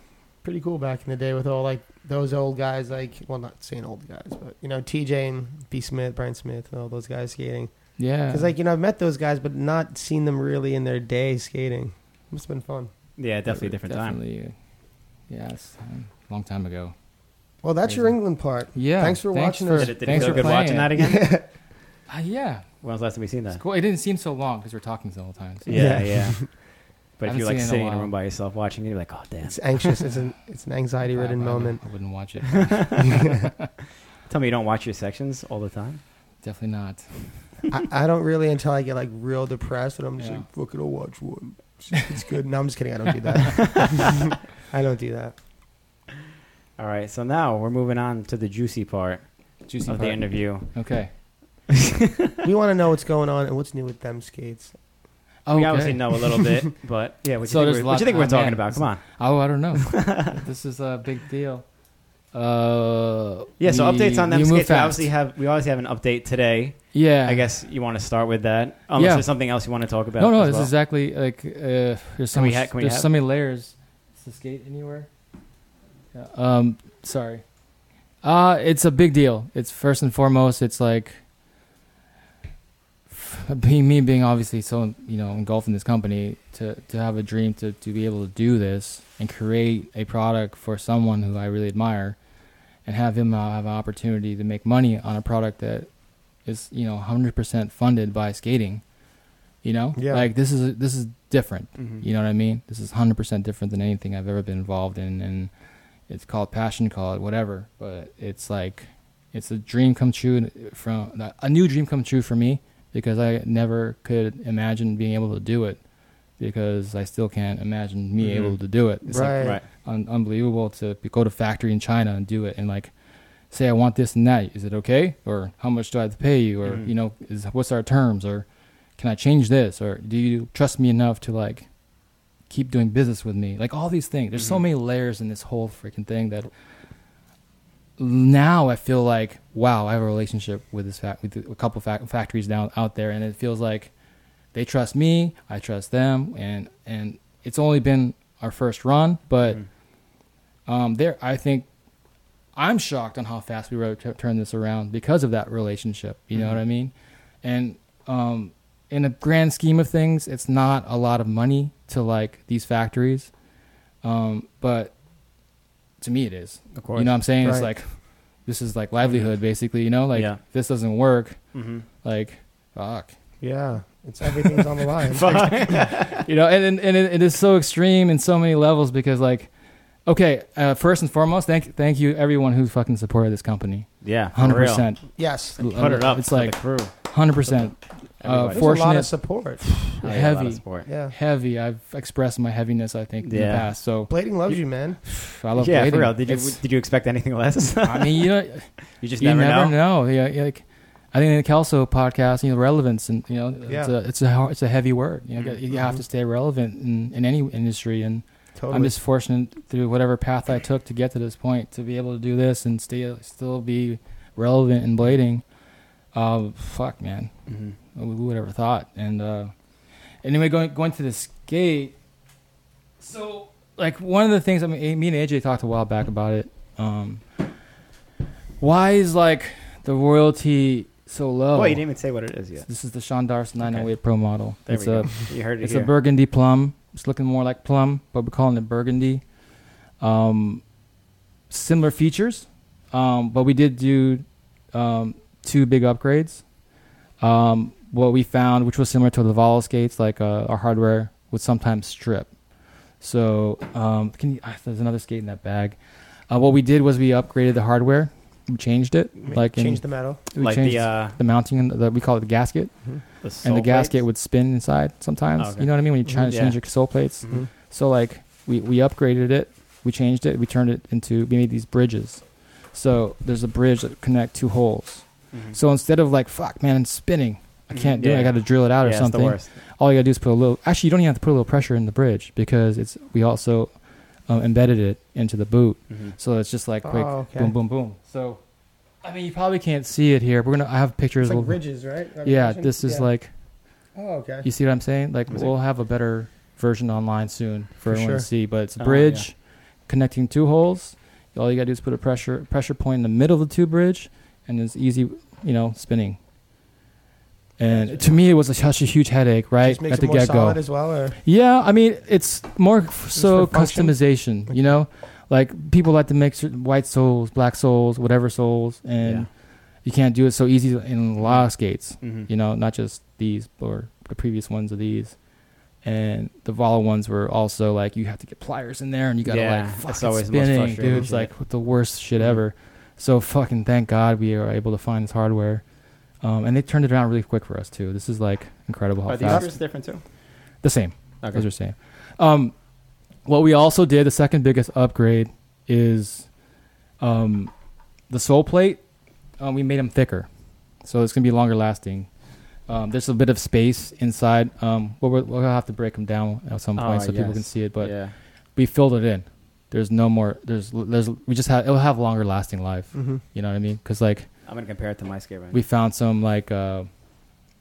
[SPEAKER 2] pretty cool back in the day with all like those old guys. Like, well, not saying old guys, but you know, TJ and B Smith, Brian Smith, and all those guys skating.
[SPEAKER 3] Yeah.
[SPEAKER 2] Because like you know, I've met those guys, but not seen them really in their day skating. Must have been fun.
[SPEAKER 1] Yeah, definitely a different time.
[SPEAKER 3] Definitely. Yeah, it's um, a long time ago.
[SPEAKER 2] Well, that's your
[SPEAKER 3] Crazy.
[SPEAKER 2] England part.
[SPEAKER 3] Yeah.
[SPEAKER 2] Thanks for watching us.
[SPEAKER 1] Did it, did it
[SPEAKER 3] thanks
[SPEAKER 1] feel
[SPEAKER 3] for
[SPEAKER 1] good
[SPEAKER 3] playing.
[SPEAKER 1] watching that again?
[SPEAKER 3] Uh, yeah,
[SPEAKER 1] When was the last time we seen
[SPEAKER 3] it's
[SPEAKER 1] that?
[SPEAKER 3] cool. It didn't seem so long because we're talking the whole time. So.
[SPEAKER 1] Yeah,
[SPEAKER 2] Yeah.
[SPEAKER 1] yeah. But if
[SPEAKER 3] Haven't
[SPEAKER 1] you're like
[SPEAKER 3] seen it in a
[SPEAKER 1] sitting in a
[SPEAKER 3] while.
[SPEAKER 1] room by yourself watching it, you're like, oh damn.
[SPEAKER 2] It's anxious. It's an it's an anxiety ridden
[SPEAKER 3] I- I-
[SPEAKER 2] moment.
[SPEAKER 3] I wouldn't watch it.
[SPEAKER 1] Tell me you don't watch your sections all the time.
[SPEAKER 3] Definitely not.
[SPEAKER 2] I, I don't really until I get like real depressed and I'm just
[SPEAKER 3] Yeah.
[SPEAKER 2] like, fuck it, I'll watch one. It's good. No, I'm just kidding. I don't do that. I don't do that.
[SPEAKER 1] All right, so now we're moving on to the juicy part
[SPEAKER 3] Juicy
[SPEAKER 1] of
[SPEAKER 3] part.
[SPEAKER 1] the interview.
[SPEAKER 3] Okay.
[SPEAKER 2] We want to know what's going on and what's new with them skates.
[SPEAKER 3] Oh,
[SPEAKER 1] We obviously know a little bit, but yeah, what do
[SPEAKER 3] So
[SPEAKER 1] you
[SPEAKER 3] there's
[SPEAKER 1] think, we're,
[SPEAKER 3] a
[SPEAKER 1] what
[SPEAKER 3] lot-
[SPEAKER 1] you think we're
[SPEAKER 3] oh,
[SPEAKER 1] talking
[SPEAKER 3] man.
[SPEAKER 1] about? Come on.
[SPEAKER 3] Oh, I don't know. this is a big deal. Uh,
[SPEAKER 1] Yeah, so
[SPEAKER 3] we-
[SPEAKER 1] updates on them
[SPEAKER 3] we move
[SPEAKER 1] skates. We
[SPEAKER 3] fast.
[SPEAKER 1] obviously have we always have an update today.
[SPEAKER 3] Yeah,
[SPEAKER 1] I guess you want to start with that, unless
[SPEAKER 3] Yeah.
[SPEAKER 1] there's something else you want to talk about.
[SPEAKER 3] No, no,
[SPEAKER 1] as
[SPEAKER 3] it's
[SPEAKER 1] well.
[SPEAKER 3] exactly like uh, there's so
[SPEAKER 1] Can we
[SPEAKER 3] much,
[SPEAKER 1] ha- can we
[SPEAKER 3] there's
[SPEAKER 1] have-
[SPEAKER 3] so many layers. Is this gate anywhere? Yeah. Um, sorry. Uh it's a big deal. It's first and foremost. It's like being me being obviously so you know engulfed in this company to to have a dream to to be able to do this and create a product for someone who I really admire, and have him uh, have an opportunity to make money on a product that is you know 100% funded by skating. You know,
[SPEAKER 2] Yeah.
[SPEAKER 3] like this is this is different.
[SPEAKER 1] Mhm.
[SPEAKER 3] You know what I mean? This is 100% different than anything I've ever been involved in. And it's called passion, call it whatever. But it's like, it's a dream come true from a new dream come true for me because I never could imagine being able to do it because I still can't imagine me
[SPEAKER 1] Mhm.
[SPEAKER 3] able to do it. It's like
[SPEAKER 2] right.
[SPEAKER 1] Right.
[SPEAKER 3] un- unbelievable to be- go to factory in China and do it and like say I want this and that. Is it okay? Or how much do I have to pay you? Or
[SPEAKER 1] Mhm.
[SPEAKER 3] you know, is what's our terms? Or can I change this? Or do you trust me enough to like keep doing business with me? Like all these things. There's so
[SPEAKER 1] Mhm.
[SPEAKER 3] many layers in this whole freaking thing that now I feel like wow, I have a relationship with this fac- with a couple fac- factories down out there, and it feels like they trust me, I trust them, and and it's only been our first run, but
[SPEAKER 1] Mhm.
[SPEAKER 3] um, there I think I'm shocked on how fast we were able to turn this around because of that relationship. You know
[SPEAKER 1] Mhm.
[SPEAKER 3] what I mean? And um, in the grand scheme of things, it's not a lot of money to like these factories, Um, but to me, it is.
[SPEAKER 1] Of course.
[SPEAKER 3] You know what I'm saying? It's
[SPEAKER 2] Right.
[SPEAKER 3] like this is like livelihood, basically. You know, like
[SPEAKER 1] Yeah.
[SPEAKER 3] if this doesn't work,
[SPEAKER 1] hmm
[SPEAKER 3] like fuck.
[SPEAKER 2] Yeah, it's everything's on the line.
[SPEAKER 3] you know, and and, and it, it is so extreme in so many levels because like. Okay, uh, first and foremost, thank thank you everyone who fucking supported this company.
[SPEAKER 1] Yeah, for
[SPEAKER 3] Hundred
[SPEAKER 1] real.
[SPEAKER 3] percent,
[SPEAKER 2] Yes,
[SPEAKER 1] Put it up.
[SPEAKER 3] It's
[SPEAKER 1] for
[SPEAKER 3] like
[SPEAKER 1] the crew.
[SPEAKER 3] hundred percent
[SPEAKER 1] Everybody.
[SPEAKER 3] Uh,
[SPEAKER 2] there's a lot
[SPEAKER 3] Fortunate-
[SPEAKER 2] of support.
[SPEAKER 1] Yeah, a lot of
[SPEAKER 3] heavy,
[SPEAKER 1] support.
[SPEAKER 2] Yeah,
[SPEAKER 3] heavy. I've expressed my heaviness, I think, in the
[SPEAKER 1] Yeah.
[SPEAKER 3] past. So
[SPEAKER 2] Blading loves you, man.
[SPEAKER 3] I love
[SPEAKER 1] yeah,
[SPEAKER 3] dating.
[SPEAKER 1] for real. Did you
[SPEAKER 3] It's-
[SPEAKER 1] did you expect anything less?
[SPEAKER 3] I mean, you know,
[SPEAKER 1] you just
[SPEAKER 3] you
[SPEAKER 1] never, know.
[SPEAKER 3] Yeah, yeah, like I think in the Kelso podcast, you know, relevance and you know, it's
[SPEAKER 2] Yeah.
[SPEAKER 3] a it's a hard, it's a heavy word. You, know,
[SPEAKER 1] Mhm.
[SPEAKER 3] you have to stay relevant in, in any industry, and
[SPEAKER 2] Totally.
[SPEAKER 3] I'm just fortunate through whatever path I took to get to this point to be able to do this and stay still be relevant in blading. Uh, fuck, man,
[SPEAKER 1] Mhm.
[SPEAKER 3] who who would ever thought? And uh, anyway, going going to the skate. So, like one of the things I mean, A- me and AJ talked a while back about it. Um, why is like the royalty so low?
[SPEAKER 1] Well, you didn't even say what it is yet.
[SPEAKER 3] This is the Sean Darce 908 Pro model.
[SPEAKER 1] There
[SPEAKER 3] it's
[SPEAKER 1] we
[SPEAKER 3] a
[SPEAKER 1] go. You heard it
[SPEAKER 3] it's
[SPEAKER 1] here.
[SPEAKER 3] a burgundy plum. It's looking more like plum, but we're calling it burgundy. Um, similar features, um, but we did do um, two big upgrades. Um, what we found, which was similar to the Volos skates, like uh, our hardware would sometimes strip. So um, can you, ah, there's another skate in that bag. Uh, what we did was we upgraded the hardware. We changed it, like in-
[SPEAKER 2] change the metal.
[SPEAKER 3] we
[SPEAKER 1] like
[SPEAKER 3] changed
[SPEAKER 1] the uh,
[SPEAKER 3] the mounting, and the, we call it the gasket
[SPEAKER 1] the
[SPEAKER 3] and the
[SPEAKER 1] sole
[SPEAKER 3] gasket
[SPEAKER 1] plates?
[SPEAKER 3] would spin inside sometimes.
[SPEAKER 1] Okay. Mm-hmm.
[SPEAKER 3] You know what I mean? When you
[SPEAKER 2] Mhm.
[SPEAKER 3] try to change
[SPEAKER 1] Yeah.
[SPEAKER 3] your soul plates.
[SPEAKER 1] Mhm.
[SPEAKER 3] So like we, we upgraded it, we changed it, we turned it into we made these bridges. So there's a bridge that connect two holes.
[SPEAKER 1] Mhm.
[SPEAKER 3] So instead of like fuck man, it's spinning. I
[SPEAKER 1] Mhm.
[SPEAKER 3] can't do it. I
[SPEAKER 1] Yeah.
[SPEAKER 3] got to drill it out
[SPEAKER 1] yeah,
[SPEAKER 3] or
[SPEAKER 1] it's
[SPEAKER 3] something.
[SPEAKER 1] the worst.
[SPEAKER 3] All you got to do is put a little. Actually, you don't even have to put a little pressure in the bridge because it's we also um, embedded it into the boot.
[SPEAKER 1] Mhm.
[SPEAKER 3] So it's just like quick
[SPEAKER 2] Oh, okay.
[SPEAKER 3] boom boom boom. So I mean, you probably can't see it here. We're gonna. I have pictures.
[SPEAKER 2] It's like
[SPEAKER 3] We'll-
[SPEAKER 2] ridges, right? That
[SPEAKER 3] yeah,
[SPEAKER 2] version?
[SPEAKER 3] this is
[SPEAKER 2] Yeah.
[SPEAKER 3] like
[SPEAKER 2] Oh, okay.
[SPEAKER 3] you see what I'm saying? Like
[SPEAKER 1] I'm seeing-
[SPEAKER 3] we'll have a better version online soon for,
[SPEAKER 2] For
[SPEAKER 3] everyone
[SPEAKER 2] sure.
[SPEAKER 3] to see. But it's a
[SPEAKER 1] Oh,
[SPEAKER 3] bridge connecting two holes. All you gotta do is put a pressure pressure point in the middle of the two bridge, and it's easy, you know, spinning. And to me, it was a, such a huge headache, right
[SPEAKER 2] Just makes
[SPEAKER 3] at
[SPEAKER 2] it
[SPEAKER 3] the
[SPEAKER 2] more
[SPEAKER 3] get go.
[SPEAKER 2] solid as well. Or
[SPEAKER 3] Yeah, I mean, it's more f- so
[SPEAKER 2] for function?
[SPEAKER 3] customization, you know? Like, people like to make certain white souls, black souls, whatever souls, and
[SPEAKER 1] Yeah.
[SPEAKER 3] you can't do it so easy in a lot of skates,
[SPEAKER 1] Mhm.
[SPEAKER 3] you know, not just these or the previous ones of these. And the Vala ones were also like, you have to get pliers in there and you gotta
[SPEAKER 1] Yeah,
[SPEAKER 3] like,
[SPEAKER 1] that's
[SPEAKER 3] fuck, it's
[SPEAKER 1] always the most
[SPEAKER 3] spinning,
[SPEAKER 1] frustrating
[SPEAKER 3] dude. It's
[SPEAKER 1] shit. Mm-hmm.
[SPEAKER 3] like the worst shit ever. So fucking thank God we are able to find this hardware. Um, and they turned it around really quick for us too. This is like incredible how
[SPEAKER 1] Are these
[SPEAKER 3] fast.
[SPEAKER 1] screws different too?
[SPEAKER 3] The same.
[SPEAKER 1] Okay.
[SPEAKER 3] Those are same. Um, what we also did, the second biggest upgrade, is um, the sole plate. Um, we made them thicker, so it's gonna be longer lasting. Um, there's a bit of space inside. Um, we'll, we'll we'll have to break them down at some point
[SPEAKER 1] Oh,
[SPEAKER 3] so people
[SPEAKER 1] yes.
[SPEAKER 3] can see it. But
[SPEAKER 1] yeah.
[SPEAKER 3] we filled it in. There's no more. There's there's we just have it'll have longer lasting life.
[SPEAKER 2] Mhm.
[SPEAKER 3] You know what I mean? Because like
[SPEAKER 1] I'm gonna compare it to my skate run.
[SPEAKER 3] we found some like uh,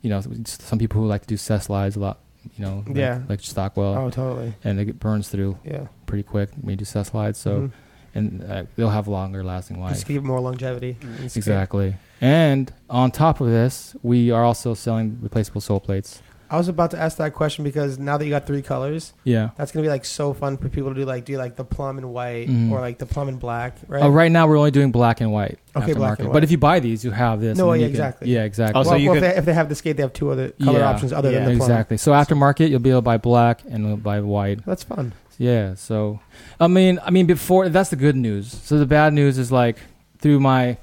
[SPEAKER 3] you know some people who like to do set slides a lot. You know, like,
[SPEAKER 2] Yeah.
[SPEAKER 3] like Stockwell
[SPEAKER 2] oh, totally.
[SPEAKER 3] and it burns through
[SPEAKER 2] Yeah.
[SPEAKER 3] pretty quick when you do set slides. So
[SPEAKER 2] Mhm.
[SPEAKER 3] and uh, they'll have longer lasting life.
[SPEAKER 2] just give it more longevity.
[SPEAKER 1] Mhm.
[SPEAKER 2] It's good.
[SPEAKER 3] Exactly. And on top of this, we are also selling replaceable sole plates.
[SPEAKER 2] I was about to ask that question because now that you got three colors,
[SPEAKER 3] Yeah.
[SPEAKER 2] that's gonna be like so fun for people to do. Like do like the plum and white
[SPEAKER 3] Mhm.
[SPEAKER 2] or like the plum and black, right?
[SPEAKER 3] Right. Uh, right now, we're only doing black and white.
[SPEAKER 2] Okay, black and
[SPEAKER 3] aftermarket.
[SPEAKER 2] white.
[SPEAKER 3] But if you buy these, you have this.
[SPEAKER 2] No,
[SPEAKER 3] and
[SPEAKER 2] yeah,
[SPEAKER 3] you can-
[SPEAKER 2] exactly.
[SPEAKER 3] Yeah, exactly.
[SPEAKER 1] Oh, so
[SPEAKER 2] well,
[SPEAKER 1] you
[SPEAKER 2] well,
[SPEAKER 1] could-
[SPEAKER 2] if, they, if they have the skate, they have two other color
[SPEAKER 3] Yeah.
[SPEAKER 2] options other
[SPEAKER 1] Yeah.
[SPEAKER 2] than the plum.
[SPEAKER 3] exactly. So aftermarket, you'll be able to buy black and buy white.
[SPEAKER 2] That's fun.
[SPEAKER 3] Yeah. So, I mean, I mean, before that's the good news. So the bad news is like through my,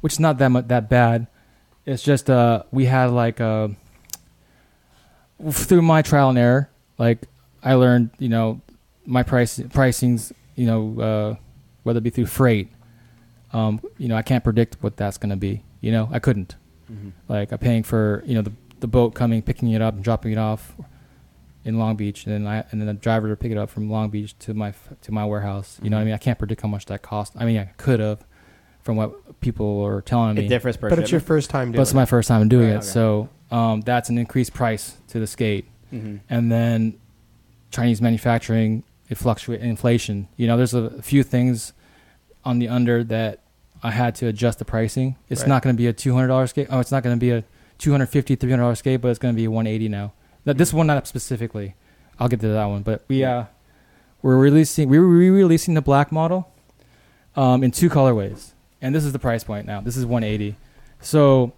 [SPEAKER 3] which is not that much that bad. It's just uh we had like uh through my trial and error, like I learned you know my price pricings you know uh whether it be through freight, um you know I can't predict what that's gonna be. You know I couldn't
[SPEAKER 1] Mhm.
[SPEAKER 3] like I'm paying for you know the the boat coming, picking it up, and dropping it off in Long Beach, and then I and then the driver to pick it up from Long Beach to my f- to my warehouse. You know what I
[SPEAKER 1] Mm-hmm.
[SPEAKER 3] mean? I can't predict how much that cost. I mean, I could have from what people were telling me,
[SPEAKER 1] It differs per
[SPEAKER 2] but it's your
[SPEAKER 1] shipment.
[SPEAKER 2] first time
[SPEAKER 3] but
[SPEAKER 2] doing
[SPEAKER 3] it's my first time doing
[SPEAKER 1] Right,
[SPEAKER 3] it,
[SPEAKER 1] okay.
[SPEAKER 3] so um, that's an increased price to the skate
[SPEAKER 1] Mhm.
[SPEAKER 3] and then Chinese manufacturing it fluctuate inflation. You know, there's a few things on the under that I had to adjust the pricing. It's
[SPEAKER 2] Right.
[SPEAKER 3] not going to be a two hundred dollar skate. Oh, it's not going to be a two hundred fifty, three hundred dollar skate, but it's going to be one eighty now. Now, this one not specifically. I'll get to that one, but we uh, We're releasing we we're re-releasing the black model um, in two colorways, and this is the price point now. This is 180. So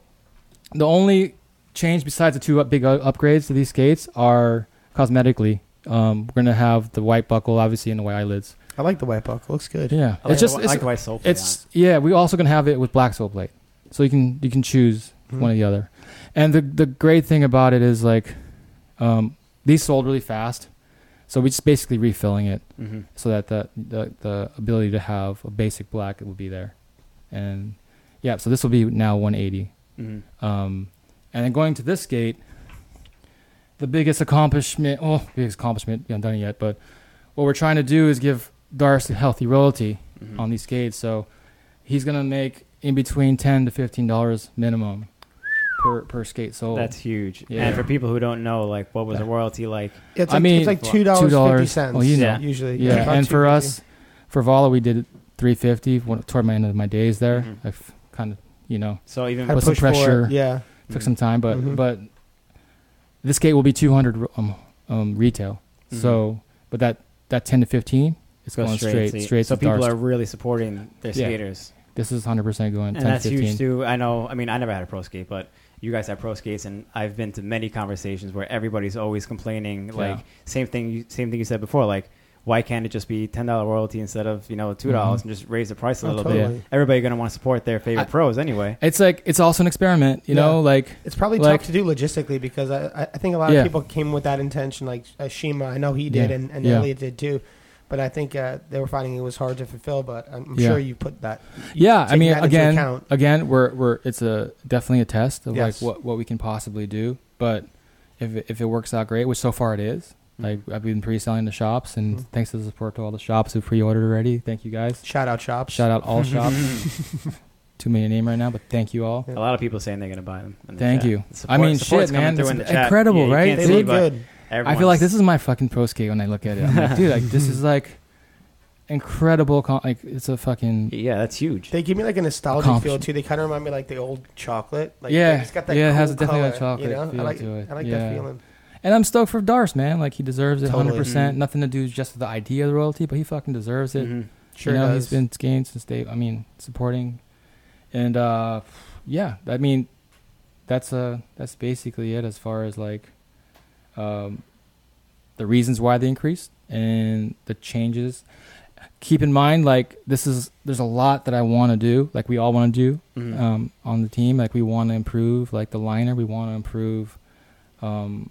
[SPEAKER 3] the only change besides the two up- big u- upgrades to these skates are cosmetically. Um, we're gonna have the white buckle, obviously, and the white eyelids.
[SPEAKER 2] I like the white buckle. Looks good.
[SPEAKER 3] Yeah,
[SPEAKER 1] I like
[SPEAKER 3] it's just
[SPEAKER 1] the, I
[SPEAKER 3] it's,
[SPEAKER 1] like the white soul.
[SPEAKER 3] it's yeah. We also gonna have it with black sole plate, so you can you can choose
[SPEAKER 2] Mhm.
[SPEAKER 3] one or the other. And the the great thing about it is like, um, these sold really fast, so we just basically refilling it
[SPEAKER 1] hmm
[SPEAKER 3] so that the, the the ability to have a basic black will be there, and yeah. So this will be now 180.
[SPEAKER 1] hmm
[SPEAKER 3] Um, and then going to this gate, the biggest accomplishment, oh, biggest accomplishment, we haven't done it yet, but what we're trying to do is give Darce healthy royalty
[SPEAKER 1] Mhm.
[SPEAKER 3] on these gates. So he's going to make in between 10 to $15 minimum per, per skate sold.
[SPEAKER 1] That's huge.
[SPEAKER 3] Yeah.
[SPEAKER 1] And for people who don't know, like, what was the royalty like?
[SPEAKER 2] It's
[SPEAKER 3] I
[SPEAKER 2] like,
[SPEAKER 3] mean,
[SPEAKER 2] it's like two dollars fifty cents.
[SPEAKER 3] Oh, you know.
[SPEAKER 1] Yeah.
[SPEAKER 2] Usually,
[SPEAKER 3] yeah.
[SPEAKER 2] about
[SPEAKER 3] And for
[SPEAKER 2] $2.50.
[SPEAKER 3] us, for Vala, we did 350 when- toward my end of my days there.
[SPEAKER 1] Mhm.
[SPEAKER 3] I've kind of, you know,
[SPEAKER 1] So even
[SPEAKER 2] Had to
[SPEAKER 3] put some
[SPEAKER 2] push forward.
[SPEAKER 3] pressure.
[SPEAKER 2] Yeah,
[SPEAKER 1] Mm-hmm.
[SPEAKER 3] took some time, but,
[SPEAKER 2] Mhm.
[SPEAKER 3] but this gate will be 200 ro- um, um, retail.
[SPEAKER 1] Mhm.
[SPEAKER 3] So, but that that ten to fifteen, it's
[SPEAKER 1] Go
[SPEAKER 3] going straight
[SPEAKER 1] to-
[SPEAKER 3] straight,
[SPEAKER 1] so
[SPEAKER 3] to
[SPEAKER 1] people
[SPEAKER 3] Darst.
[SPEAKER 1] are really supporting their
[SPEAKER 3] Yeah.
[SPEAKER 1] skaters,
[SPEAKER 3] This is hundred percent going
[SPEAKER 1] and
[SPEAKER 3] ten to
[SPEAKER 1] that's
[SPEAKER 3] fifteen.
[SPEAKER 1] huge too. I know. I mean, I never had a pro skate, but you guys have pro skates, and I've been to many conversations where everybody's always complaining, like
[SPEAKER 3] Yeah.
[SPEAKER 1] same thing, you, same thing you said before, like why can't it just be ten dollar royalty instead of you know two dollars
[SPEAKER 3] Mhm.
[SPEAKER 1] and just raise the price a
[SPEAKER 2] Oh,
[SPEAKER 1] little bit?
[SPEAKER 2] totally.
[SPEAKER 1] Everybody gonna want to support their favorite
[SPEAKER 3] I-
[SPEAKER 1] pros anyway.
[SPEAKER 3] It's like it's also an experiment, you
[SPEAKER 2] Yeah.
[SPEAKER 3] know. Like
[SPEAKER 2] It's probably
[SPEAKER 3] Like-
[SPEAKER 2] tough to do logistically because I, I- I think a lot
[SPEAKER 3] Yeah.
[SPEAKER 2] of people came with that intention, like uh, Shima. I know he did,
[SPEAKER 3] Yeah.
[SPEAKER 2] and, and
[SPEAKER 3] Yeah.
[SPEAKER 2] Elliot did too. But I think uh, they were finding it was hard to fulfill. But I'm I'm
[SPEAKER 3] Yeah.
[SPEAKER 2] sure you put that.
[SPEAKER 3] yeah, I
[SPEAKER 2] taking
[SPEAKER 3] mean,
[SPEAKER 2] that into
[SPEAKER 3] again,
[SPEAKER 2] account.
[SPEAKER 3] again, we're we're it's a definitely a test of
[SPEAKER 2] Yes.
[SPEAKER 3] like what what we can possibly do. But if it, if it works out great, which so far it is,
[SPEAKER 2] Mm-hmm.
[SPEAKER 3] like I've been pre-selling the shops, and
[SPEAKER 2] Mhm.
[SPEAKER 3] thanks to the support to all the shops who pre-ordered already. Thank you guys.
[SPEAKER 2] Shout out shops.
[SPEAKER 3] Shout out all shops. Too many name right now, but thank you all.
[SPEAKER 2] Yeah.
[SPEAKER 1] A lot of people saying they're gonna buy them. in the
[SPEAKER 3] Thank
[SPEAKER 1] chat.
[SPEAKER 3] you.
[SPEAKER 1] Support-
[SPEAKER 3] I mean,
[SPEAKER 1] support's
[SPEAKER 3] shit,
[SPEAKER 1] coming
[SPEAKER 3] man,
[SPEAKER 1] through
[SPEAKER 3] it's
[SPEAKER 1] in the chat.
[SPEAKER 3] incredible,
[SPEAKER 1] Yeah, you
[SPEAKER 3] right?
[SPEAKER 1] can't
[SPEAKER 2] They
[SPEAKER 1] see,
[SPEAKER 2] look
[SPEAKER 1] but
[SPEAKER 2] good.
[SPEAKER 3] I feel like this is my fucking pro skate when I look at it. I'm like, dude, like this is like incredible. Con- like it's a fucking
[SPEAKER 1] Yeah, that's huge.
[SPEAKER 2] They give me like a nostalgic
[SPEAKER 3] Accompli-
[SPEAKER 2] feel too. They kind of remind me like the old chocolate. Like,
[SPEAKER 3] Yeah.
[SPEAKER 2] it's got that.
[SPEAKER 3] Yeah, it
[SPEAKER 2] cool
[SPEAKER 3] has definitely that
[SPEAKER 2] color,
[SPEAKER 3] chocolate
[SPEAKER 2] you know?
[SPEAKER 3] feel
[SPEAKER 2] I like,
[SPEAKER 3] to it.
[SPEAKER 2] I like
[SPEAKER 3] Yeah.
[SPEAKER 2] that feeling.
[SPEAKER 3] and I'm stoked for Darce, man. Like he deserves it,
[SPEAKER 2] Totally. Mm-hmm.
[SPEAKER 3] hundred percent.
[SPEAKER 1] Mhm.
[SPEAKER 3] Nothing to do just with the idea of the royalty, but he fucking deserves it.
[SPEAKER 1] Mhm.
[SPEAKER 2] Sure
[SPEAKER 3] you know,
[SPEAKER 2] does.
[SPEAKER 3] he's been skating since day. I mean, supporting, and uh, yeah, I mean, that's uh that's basically it as far as like, um, the reasons why they increased and the changes. Keep in mind, like this is there's a lot that I want to do, like we all want to do,
[SPEAKER 1] Mhm.
[SPEAKER 3] um, on the team. Like we want to improve, like the liner. We want to improve, um,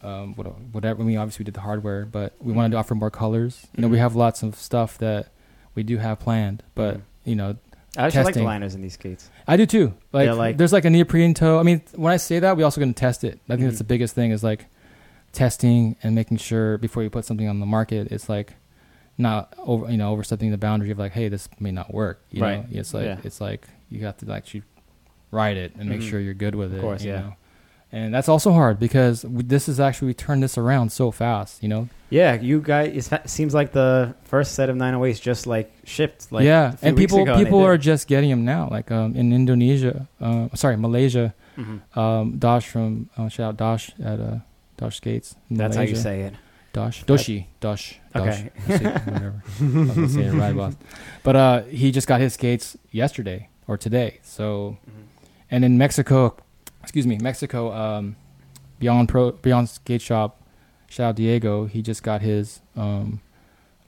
[SPEAKER 3] um, what, whatever. I mean, obviously we did the hardware, but we wanted to offer more colors. You know, we
[SPEAKER 1] Mhm.
[SPEAKER 3] have lots of stuff that we do have planned, but
[SPEAKER 1] Mhm.
[SPEAKER 3] you know,
[SPEAKER 1] I actually like the
[SPEAKER 3] testing.
[SPEAKER 1] liners in these skates.
[SPEAKER 3] I do too. Like,
[SPEAKER 1] Yeah, like-
[SPEAKER 3] there's like a neoprene toe. I mean, when I say that, we also going to test it. I think
[SPEAKER 1] Mhm.
[SPEAKER 3] that's the biggest thing is like testing and making sure before you put something on the market, it's like not over you know overstepping the boundary of like, hey, this may not work. You
[SPEAKER 1] Right.
[SPEAKER 3] Know? It's like
[SPEAKER 1] Yeah.
[SPEAKER 3] it's like you have to actually ride it and make
[SPEAKER 1] Mhm.
[SPEAKER 3] sure you're good with
[SPEAKER 1] Of
[SPEAKER 3] it.
[SPEAKER 1] course,
[SPEAKER 3] you
[SPEAKER 1] yeah.
[SPEAKER 3] know? And that's also hard because we, this is actually we turn this around so fast. You know.
[SPEAKER 1] Yeah, you guys. It seems like the first set of 908s just like shipped. Like
[SPEAKER 3] yeah.
[SPEAKER 1] a few
[SPEAKER 3] And
[SPEAKER 1] weeks
[SPEAKER 3] people
[SPEAKER 1] ago, and they
[SPEAKER 3] people
[SPEAKER 1] did.
[SPEAKER 3] are just getting them now. Like um, in Indonesia, uh, sorry, Malaysia.
[SPEAKER 1] Mhm.
[SPEAKER 3] um, Dosh from uh, shout out Dosh at uh, Dosh Skates. in
[SPEAKER 1] That's how you
[SPEAKER 3] Malaysia.
[SPEAKER 1] say it.
[SPEAKER 3] Dosh Doshi Dosh. Dosh.
[SPEAKER 1] Okay.
[SPEAKER 3] That's it, whatever. I'm gonna say it right, boss. But uh, he just got his skates yesterday or today. So,
[SPEAKER 1] Mm-hmm.
[SPEAKER 3] and in Mexico, excuse me, Mexico, um, Beyond Pro Beyond Skate Shop, shout out Diego. He just got his um,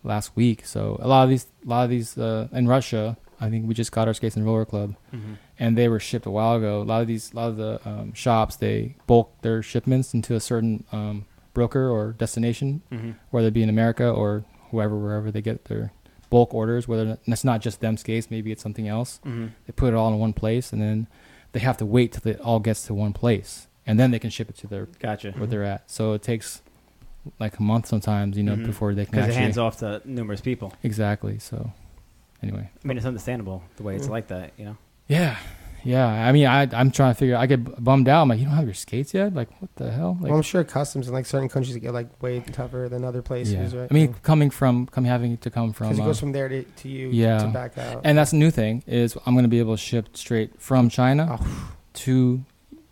[SPEAKER 3] last week. So a lot of these, a lot of these uh, in Russia. I think we just got our skates in Roller Club
[SPEAKER 1] Mm-hmm.
[SPEAKER 3] and they were shipped a while ago. A lot of these, a lot of the um, shops, they bulk their shipments into a certain um, broker or destination,
[SPEAKER 1] Mm-hmm.
[SPEAKER 3] whether it be in America or whoever, wherever they get their bulk orders. Whether and it's not just them skates, maybe it's something else.
[SPEAKER 1] Mm-hmm.
[SPEAKER 3] They put it all in one place, and then they have to wait till it all gets to one place, and then they can ship it to their
[SPEAKER 1] Gotcha.
[SPEAKER 3] where they're at. So it takes like a month sometimes, you know,
[SPEAKER 1] Mhm.
[SPEAKER 3] before they can
[SPEAKER 1] Because it
[SPEAKER 3] actually
[SPEAKER 1] hands off to numerous people.
[SPEAKER 3] exactly. So anyway.
[SPEAKER 1] I mean, it's understandable the way it's
[SPEAKER 3] Mm-hmm.
[SPEAKER 2] Yeah.
[SPEAKER 1] like that. You know.
[SPEAKER 3] Yeah, yeah. I mean, I I'm trying to figure. I get b- bummed out. I'm like, you don't have your skates yet. Like, what the hell? Like,
[SPEAKER 2] well, I'm sure customs in like certain countries get like way tougher than other places,
[SPEAKER 3] yeah.
[SPEAKER 2] right?
[SPEAKER 3] I mean, coming from, come having to come
[SPEAKER 2] because
[SPEAKER 3] from,
[SPEAKER 2] it
[SPEAKER 3] uh,
[SPEAKER 2] goes from there to, to you
[SPEAKER 3] yeah.
[SPEAKER 2] to back out.
[SPEAKER 3] and that's the new thing is I'm gonna be able to ship straight from China to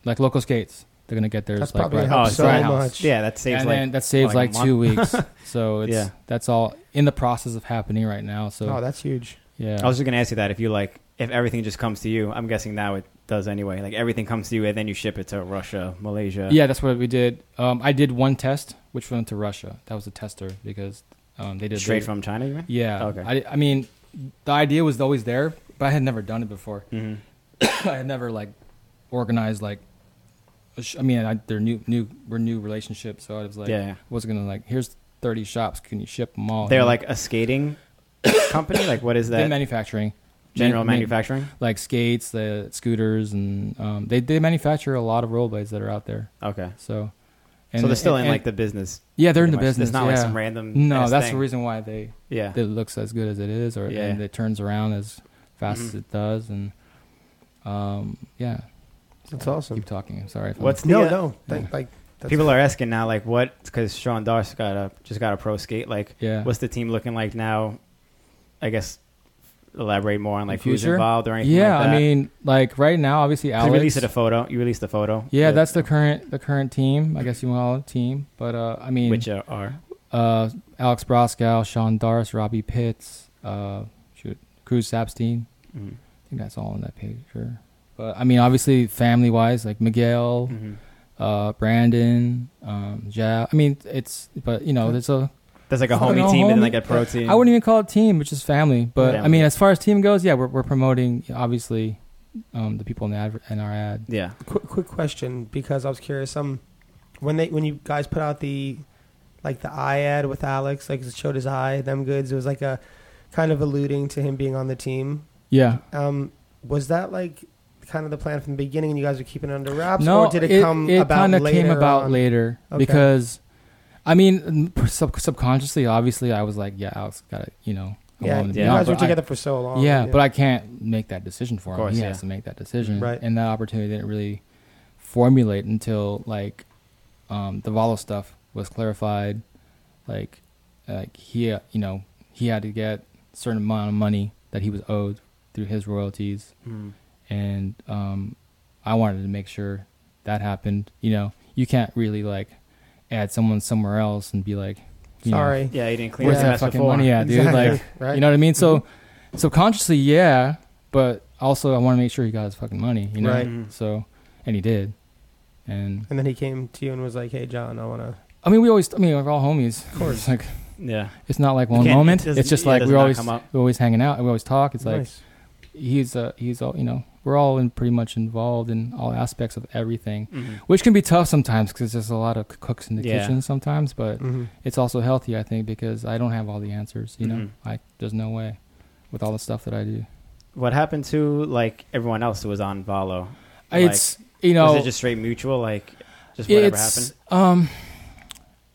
[SPEAKER 3] like local skates. they're gonna get theirs
[SPEAKER 2] Oh. That's
[SPEAKER 3] like
[SPEAKER 2] probably
[SPEAKER 3] right,
[SPEAKER 1] helps
[SPEAKER 3] right
[SPEAKER 1] so
[SPEAKER 3] now.
[SPEAKER 2] much.
[SPEAKER 1] Yeah, that saves
[SPEAKER 3] and
[SPEAKER 1] like
[SPEAKER 3] then that saves
[SPEAKER 1] like
[SPEAKER 3] like,
[SPEAKER 1] a
[SPEAKER 3] two weeks. So it's
[SPEAKER 1] Yeah.
[SPEAKER 3] that's all in the process of happening right now. So
[SPEAKER 2] oh, that's huge.
[SPEAKER 3] yeah,
[SPEAKER 1] I was just gonna ask you that if you like if everything just comes to you. I'm guessing now it does anyway. Like everything comes to you and then you ship it to Russia, Malaysia.
[SPEAKER 3] yeah, that's what we did. Um, I did one test, which went to Russia. That was a tester because um, they did
[SPEAKER 1] straight
[SPEAKER 3] they-
[SPEAKER 1] from China. You mean?
[SPEAKER 3] Yeah.
[SPEAKER 1] Okay.
[SPEAKER 3] I, I mean, the idea was always there, but I had never done it before.
[SPEAKER 1] hmm
[SPEAKER 3] I had never like organized like. a sh- I mean, I, they're new, new, we're new relationship, so I was like,
[SPEAKER 1] yeah, yeah.
[SPEAKER 3] was gonna like, here's thirty shops. Can you ship them all?
[SPEAKER 1] They're
[SPEAKER 3] You know?
[SPEAKER 1] like a skating company. Like what is
[SPEAKER 3] They're
[SPEAKER 1] that?
[SPEAKER 3] manufacturing,
[SPEAKER 1] General
[SPEAKER 3] Man- man-
[SPEAKER 1] manufacturing.
[SPEAKER 3] like skates, the scooters, and um, they they manufacture a lot of roll blades that are out there.
[SPEAKER 1] Okay.
[SPEAKER 3] So,
[SPEAKER 1] so they're still in
[SPEAKER 3] and-
[SPEAKER 1] like the business.
[SPEAKER 3] yeah, they're in the
[SPEAKER 1] pretty much.
[SPEAKER 3] business.
[SPEAKER 1] It's not
[SPEAKER 3] yeah.
[SPEAKER 1] like some random.
[SPEAKER 3] no,
[SPEAKER 1] ass
[SPEAKER 3] that's
[SPEAKER 1] thing.
[SPEAKER 3] the reason why they
[SPEAKER 1] Yeah.
[SPEAKER 3] it looks as good as it is, or
[SPEAKER 1] Yeah.
[SPEAKER 3] and it turns around as fast as
[SPEAKER 1] Mhm.
[SPEAKER 3] it does, and um, yeah.
[SPEAKER 2] That's awesome.
[SPEAKER 3] Keep talking. Sorry. If
[SPEAKER 1] What's the,
[SPEAKER 2] No,
[SPEAKER 1] uh,
[SPEAKER 2] no, thank- like that's-
[SPEAKER 1] People are asking now, like, what? Because Sean Darce got a just got a pro skate. Like,
[SPEAKER 3] I'm, yeah.
[SPEAKER 1] what's the team looking like now? I guess elaborate more on like
[SPEAKER 3] The
[SPEAKER 1] who's
[SPEAKER 3] future?
[SPEAKER 1] involved or anything.
[SPEAKER 3] yeah,
[SPEAKER 1] like that.
[SPEAKER 3] I mean, like right now, obviously,
[SPEAKER 1] Because
[SPEAKER 3] Alex.
[SPEAKER 1] you released a photo. You released the photo.
[SPEAKER 3] yeah,
[SPEAKER 1] with-
[SPEAKER 3] that's the current the current team. I guess you want to call it team, but uh, I mean,
[SPEAKER 1] which are, are
[SPEAKER 3] uh, Alex Broskow, Sean Darce, Robbie Pitts, uh, shoot, Cruz Sapstein.
[SPEAKER 1] mm,
[SPEAKER 3] I think that's all on that picture. But I mean, obviously, family wise, like Miguel,
[SPEAKER 1] mhm.
[SPEAKER 3] uh, Brandon, um, Ja. I mean, it's but you know, there's a.
[SPEAKER 1] That's like a
[SPEAKER 3] Fucking
[SPEAKER 1] homie
[SPEAKER 3] all
[SPEAKER 1] team and then
[SPEAKER 3] homie.
[SPEAKER 1] like a pro team.
[SPEAKER 3] I wouldn't even call it team, it's just family. But I
[SPEAKER 1] Family.
[SPEAKER 3] mean, as far as team goes, yeah, we're we're promoting obviously um, the people in the adver- in our ad.
[SPEAKER 1] Yeah.
[SPEAKER 2] quick, quick question because I was curious. Um, when they when you guys put out the like the eye ad with Alex, like it showed his eye, them goods. It was like a kind of alluding to him being on the team.
[SPEAKER 3] Yeah.
[SPEAKER 2] Um, was that like kind of the plan from the beginning, and you guys were keeping it under wraps,
[SPEAKER 3] No,
[SPEAKER 2] or did it, come
[SPEAKER 3] it
[SPEAKER 2] about
[SPEAKER 3] kinda
[SPEAKER 2] later?
[SPEAKER 3] came about
[SPEAKER 2] on?
[SPEAKER 3] later
[SPEAKER 2] Okay.
[SPEAKER 3] because, I mean, sub- subconsciously, obviously, I was like, yeah, Alex got to, you know, I
[SPEAKER 2] Yeah,
[SPEAKER 3] want him to
[SPEAKER 2] you
[SPEAKER 3] be on,
[SPEAKER 2] guys were
[SPEAKER 3] but I-
[SPEAKER 2] together for so long.
[SPEAKER 3] yeah, but I can't make that decision for him.
[SPEAKER 1] Of course,
[SPEAKER 3] he
[SPEAKER 1] yeah.
[SPEAKER 3] has to make that decision,
[SPEAKER 2] Right.
[SPEAKER 3] And that opportunity didn't really formulate until like um, the Valo stuff was clarified. Like, like he, uh, you know, he had to get a certain amount of money that he was owed through his royalties,
[SPEAKER 1] Mm.
[SPEAKER 3] and um, I wanted to make sure that happened. You know, you can't really like add someone somewhere else and be like, you know,
[SPEAKER 2] sorry,
[SPEAKER 1] Yeah, you didn't clean
[SPEAKER 3] where's
[SPEAKER 1] up the
[SPEAKER 2] Yeah.
[SPEAKER 3] that
[SPEAKER 1] mess
[SPEAKER 3] fucking
[SPEAKER 1] before.
[SPEAKER 3] money at, dude?
[SPEAKER 2] Exactly,
[SPEAKER 3] Like,
[SPEAKER 2] right? Mm-hmm.
[SPEAKER 3] you know what I mean? So subconsciously, yeah, but also I want to make sure he got his fucking money, you know?
[SPEAKER 2] Right.
[SPEAKER 1] Mhm.
[SPEAKER 3] So, and he did. And
[SPEAKER 2] and then he came to you and was like, "Hey, John, I want to."
[SPEAKER 3] I mean, we always, I mean, we're all homies.
[SPEAKER 2] Of course.
[SPEAKER 3] It's like,
[SPEAKER 1] Yeah.
[SPEAKER 3] it's not like
[SPEAKER 1] You
[SPEAKER 3] one
[SPEAKER 1] can't- it
[SPEAKER 3] moment.
[SPEAKER 1] doesn't-
[SPEAKER 3] it's just
[SPEAKER 1] yeah, it
[SPEAKER 3] like
[SPEAKER 1] does
[SPEAKER 3] we're
[SPEAKER 1] not
[SPEAKER 3] always,
[SPEAKER 1] come up.
[SPEAKER 3] we're always hanging out. and We always talk. It's like,
[SPEAKER 2] nice.
[SPEAKER 3] he's, uh, he's all, you know, we're all in pretty much involved in all aspects of everything,
[SPEAKER 1] Mhm.
[SPEAKER 3] which can be tough sometimes because there's a lot of c- cooks in the
[SPEAKER 1] Yeah.
[SPEAKER 3] kitchen sometimes, but
[SPEAKER 2] hmm
[SPEAKER 3] it's also healthy, I think, because I don't have all the answers, you know?
[SPEAKER 1] Mhm.
[SPEAKER 3] I, there's no way with all the stuff that I do.
[SPEAKER 1] What happened to like everyone else who was on Valo? Like,
[SPEAKER 3] it's you know
[SPEAKER 1] was it just straight mutual? Like just whatever
[SPEAKER 3] it's,
[SPEAKER 1] happened.
[SPEAKER 3] Um,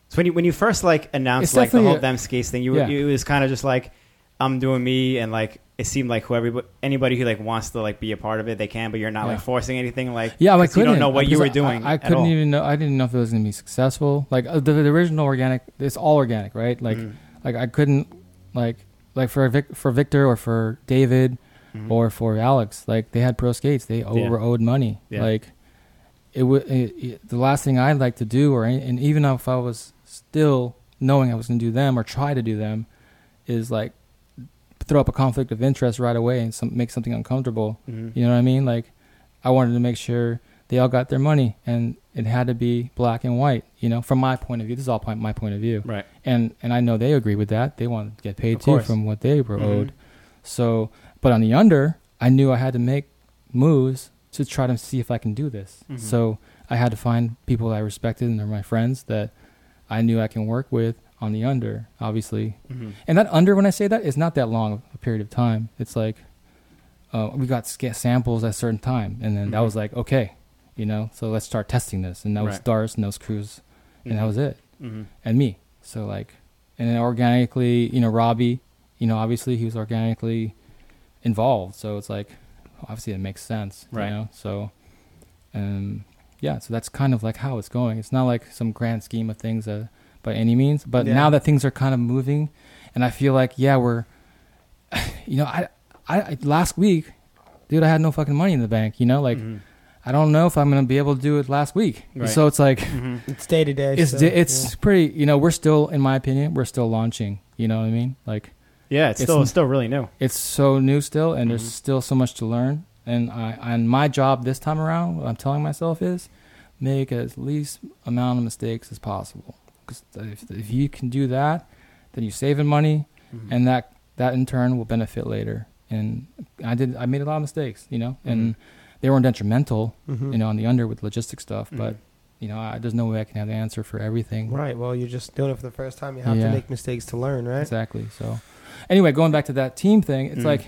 [SPEAKER 1] So when you when you first like announced
[SPEAKER 3] It's
[SPEAKER 1] like the
[SPEAKER 3] definitely
[SPEAKER 1] whole
[SPEAKER 3] a-
[SPEAKER 1] them skates thing, you were
[SPEAKER 3] yeah.
[SPEAKER 1] you it was kind of just like I'm doing me, and like it seemed like whoever anybody who like wants to like be a part of it, they can, but you're not
[SPEAKER 3] Yeah.
[SPEAKER 1] like forcing anything. Like
[SPEAKER 3] yeah, I
[SPEAKER 1] 'cause you
[SPEAKER 3] couldn't.
[SPEAKER 1] don't know what you
[SPEAKER 3] because
[SPEAKER 1] were
[SPEAKER 3] I-
[SPEAKER 1] doing.
[SPEAKER 3] I,
[SPEAKER 1] at
[SPEAKER 3] couldn't
[SPEAKER 1] all.
[SPEAKER 3] even know. I didn't know if it was gonna be successful. Like uh, the, the original organic, it's all organic, right? Like,
[SPEAKER 1] Mhm.
[SPEAKER 3] like I couldn't, like, like for Vic, for Victor or for David
[SPEAKER 1] Mhm.
[SPEAKER 3] or for Alex, like they had pro skates. They over owed money.
[SPEAKER 1] Yeah.
[SPEAKER 3] Like, it would. The last thing I'd like to do, or any- and even if I was still knowing I was gonna do them or try to do them, is like throw up a conflict of interest right away and some, make something uncomfortable.
[SPEAKER 1] Mhm.
[SPEAKER 3] You know what I mean? Like, I wanted to make sure they all got their money, and it had to be black and white. You know, from my point of view, this is all point, my point of view,
[SPEAKER 1] right.
[SPEAKER 3] and and I know they agree with that. They want to get paid
[SPEAKER 1] Of
[SPEAKER 3] too
[SPEAKER 1] course.
[SPEAKER 3] from what they were
[SPEAKER 1] Mhm.
[SPEAKER 3] owed. So, but on the under, I knew I had to make moves to try to see if I can do this.
[SPEAKER 1] Mhm.
[SPEAKER 3] So I had to find people I respected and they're my friends that I knew I can work with on the under. Obviously,
[SPEAKER 1] Mhm.
[SPEAKER 3] and that under, when I say that, is not that long a period of time. It's like uh, we got sca- samples at a certain time, and then that
[SPEAKER 1] Mhm.
[SPEAKER 3] was like, okay, you know, so let's start testing this. And that was
[SPEAKER 1] Right.
[SPEAKER 3] Doris, and that was Cruz, and that was it,
[SPEAKER 1] Mhm.
[SPEAKER 3] and me. So like, and then organically, you know, Robbie, you know, obviously he was organically involved, so it's like, obviously it makes sense,
[SPEAKER 1] Right.
[SPEAKER 3] you know. So, um, yeah, so that's kind of like how it's going. It's not like some grand scheme of things uh, by any means, but
[SPEAKER 2] Yeah.
[SPEAKER 3] now that things are kind of moving, and I feel like yeah, we're, you know, I, I I- last week, dude, I had no fucking money in the bank, you know, like
[SPEAKER 1] Mhm.
[SPEAKER 3] I don't know if I'm going to be able to do it last week.
[SPEAKER 1] Right.
[SPEAKER 3] So it's like
[SPEAKER 1] Mhm.
[SPEAKER 2] It's day to day.
[SPEAKER 3] it's
[SPEAKER 2] so,
[SPEAKER 3] di it's pretty. You know, we're still, in my opinion, we're still launching. You know what I mean? Like
[SPEAKER 1] Yeah, it's,
[SPEAKER 3] It's
[SPEAKER 1] still
[SPEAKER 3] n-
[SPEAKER 1] it's still really new.
[SPEAKER 3] it's so new still, and
[SPEAKER 1] Mhm.
[SPEAKER 3] there's still so much to learn. And I, and my job this time around, what I'm telling myself is, make as least amount of mistakes as possible. Because if, if you can do that, then you're saving money,
[SPEAKER 1] Mhm.
[SPEAKER 3] and that that in turn will benefit later. And I did, I made a lot of mistakes, you know, and they weren't detrimental,
[SPEAKER 2] yeah. Mhm.
[SPEAKER 3] you know, on the under with logistics stuff.
[SPEAKER 1] Mhm.
[SPEAKER 3] But you know, I, there's no way I can have the answer for everything.
[SPEAKER 2] Right. Well, you're just doing it for the first time. You have to
[SPEAKER 3] Yeah.
[SPEAKER 2] make mistakes to learn, right?
[SPEAKER 3] Exactly. So, anyway, going back to that team thing, it's
[SPEAKER 1] Mm.
[SPEAKER 3] like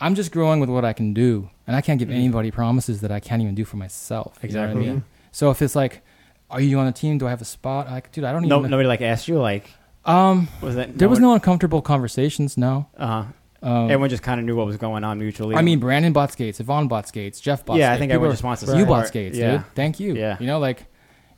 [SPEAKER 3] I'm just growing with what I can do, and I can't give
[SPEAKER 1] Mm.
[SPEAKER 3] anybody promises that I can't even do for myself. you know what I
[SPEAKER 1] Exactly.
[SPEAKER 3] mean?
[SPEAKER 2] Mm-hmm.
[SPEAKER 3] So if it's like, are you on a team? Do I have a spot? Like, dude, I don't
[SPEAKER 1] No,
[SPEAKER 3] even.
[SPEAKER 1] nobody like asked you like
[SPEAKER 3] Um,
[SPEAKER 1] was that
[SPEAKER 3] there was no uncomfortable conversations. No.
[SPEAKER 1] uh
[SPEAKER 3] Um,
[SPEAKER 1] everyone just kind of knew what was going on mutually.
[SPEAKER 3] I mean, Brandon bought skates, Yvonne bought skates, Jeff bought.
[SPEAKER 1] yeah, I
[SPEAKER 3] skates.
[SPEAKER 1] think
[SPEAKER 3] People
[SPEAKER 1] everyone
[SPEAKER 3] are-
[SPEAKER 1] just wants to
[SPEAKER 2] Right.
[SPEAKER 3] you
[SPEAKER 1] support.
[SPEAKER 3] bought skates,
[SPEAKER 1] yeah.
[SPEAKER 3] dude. Thank you.
[SPEAKER 1] Yeah.
[SPEAKER 3] You know, like,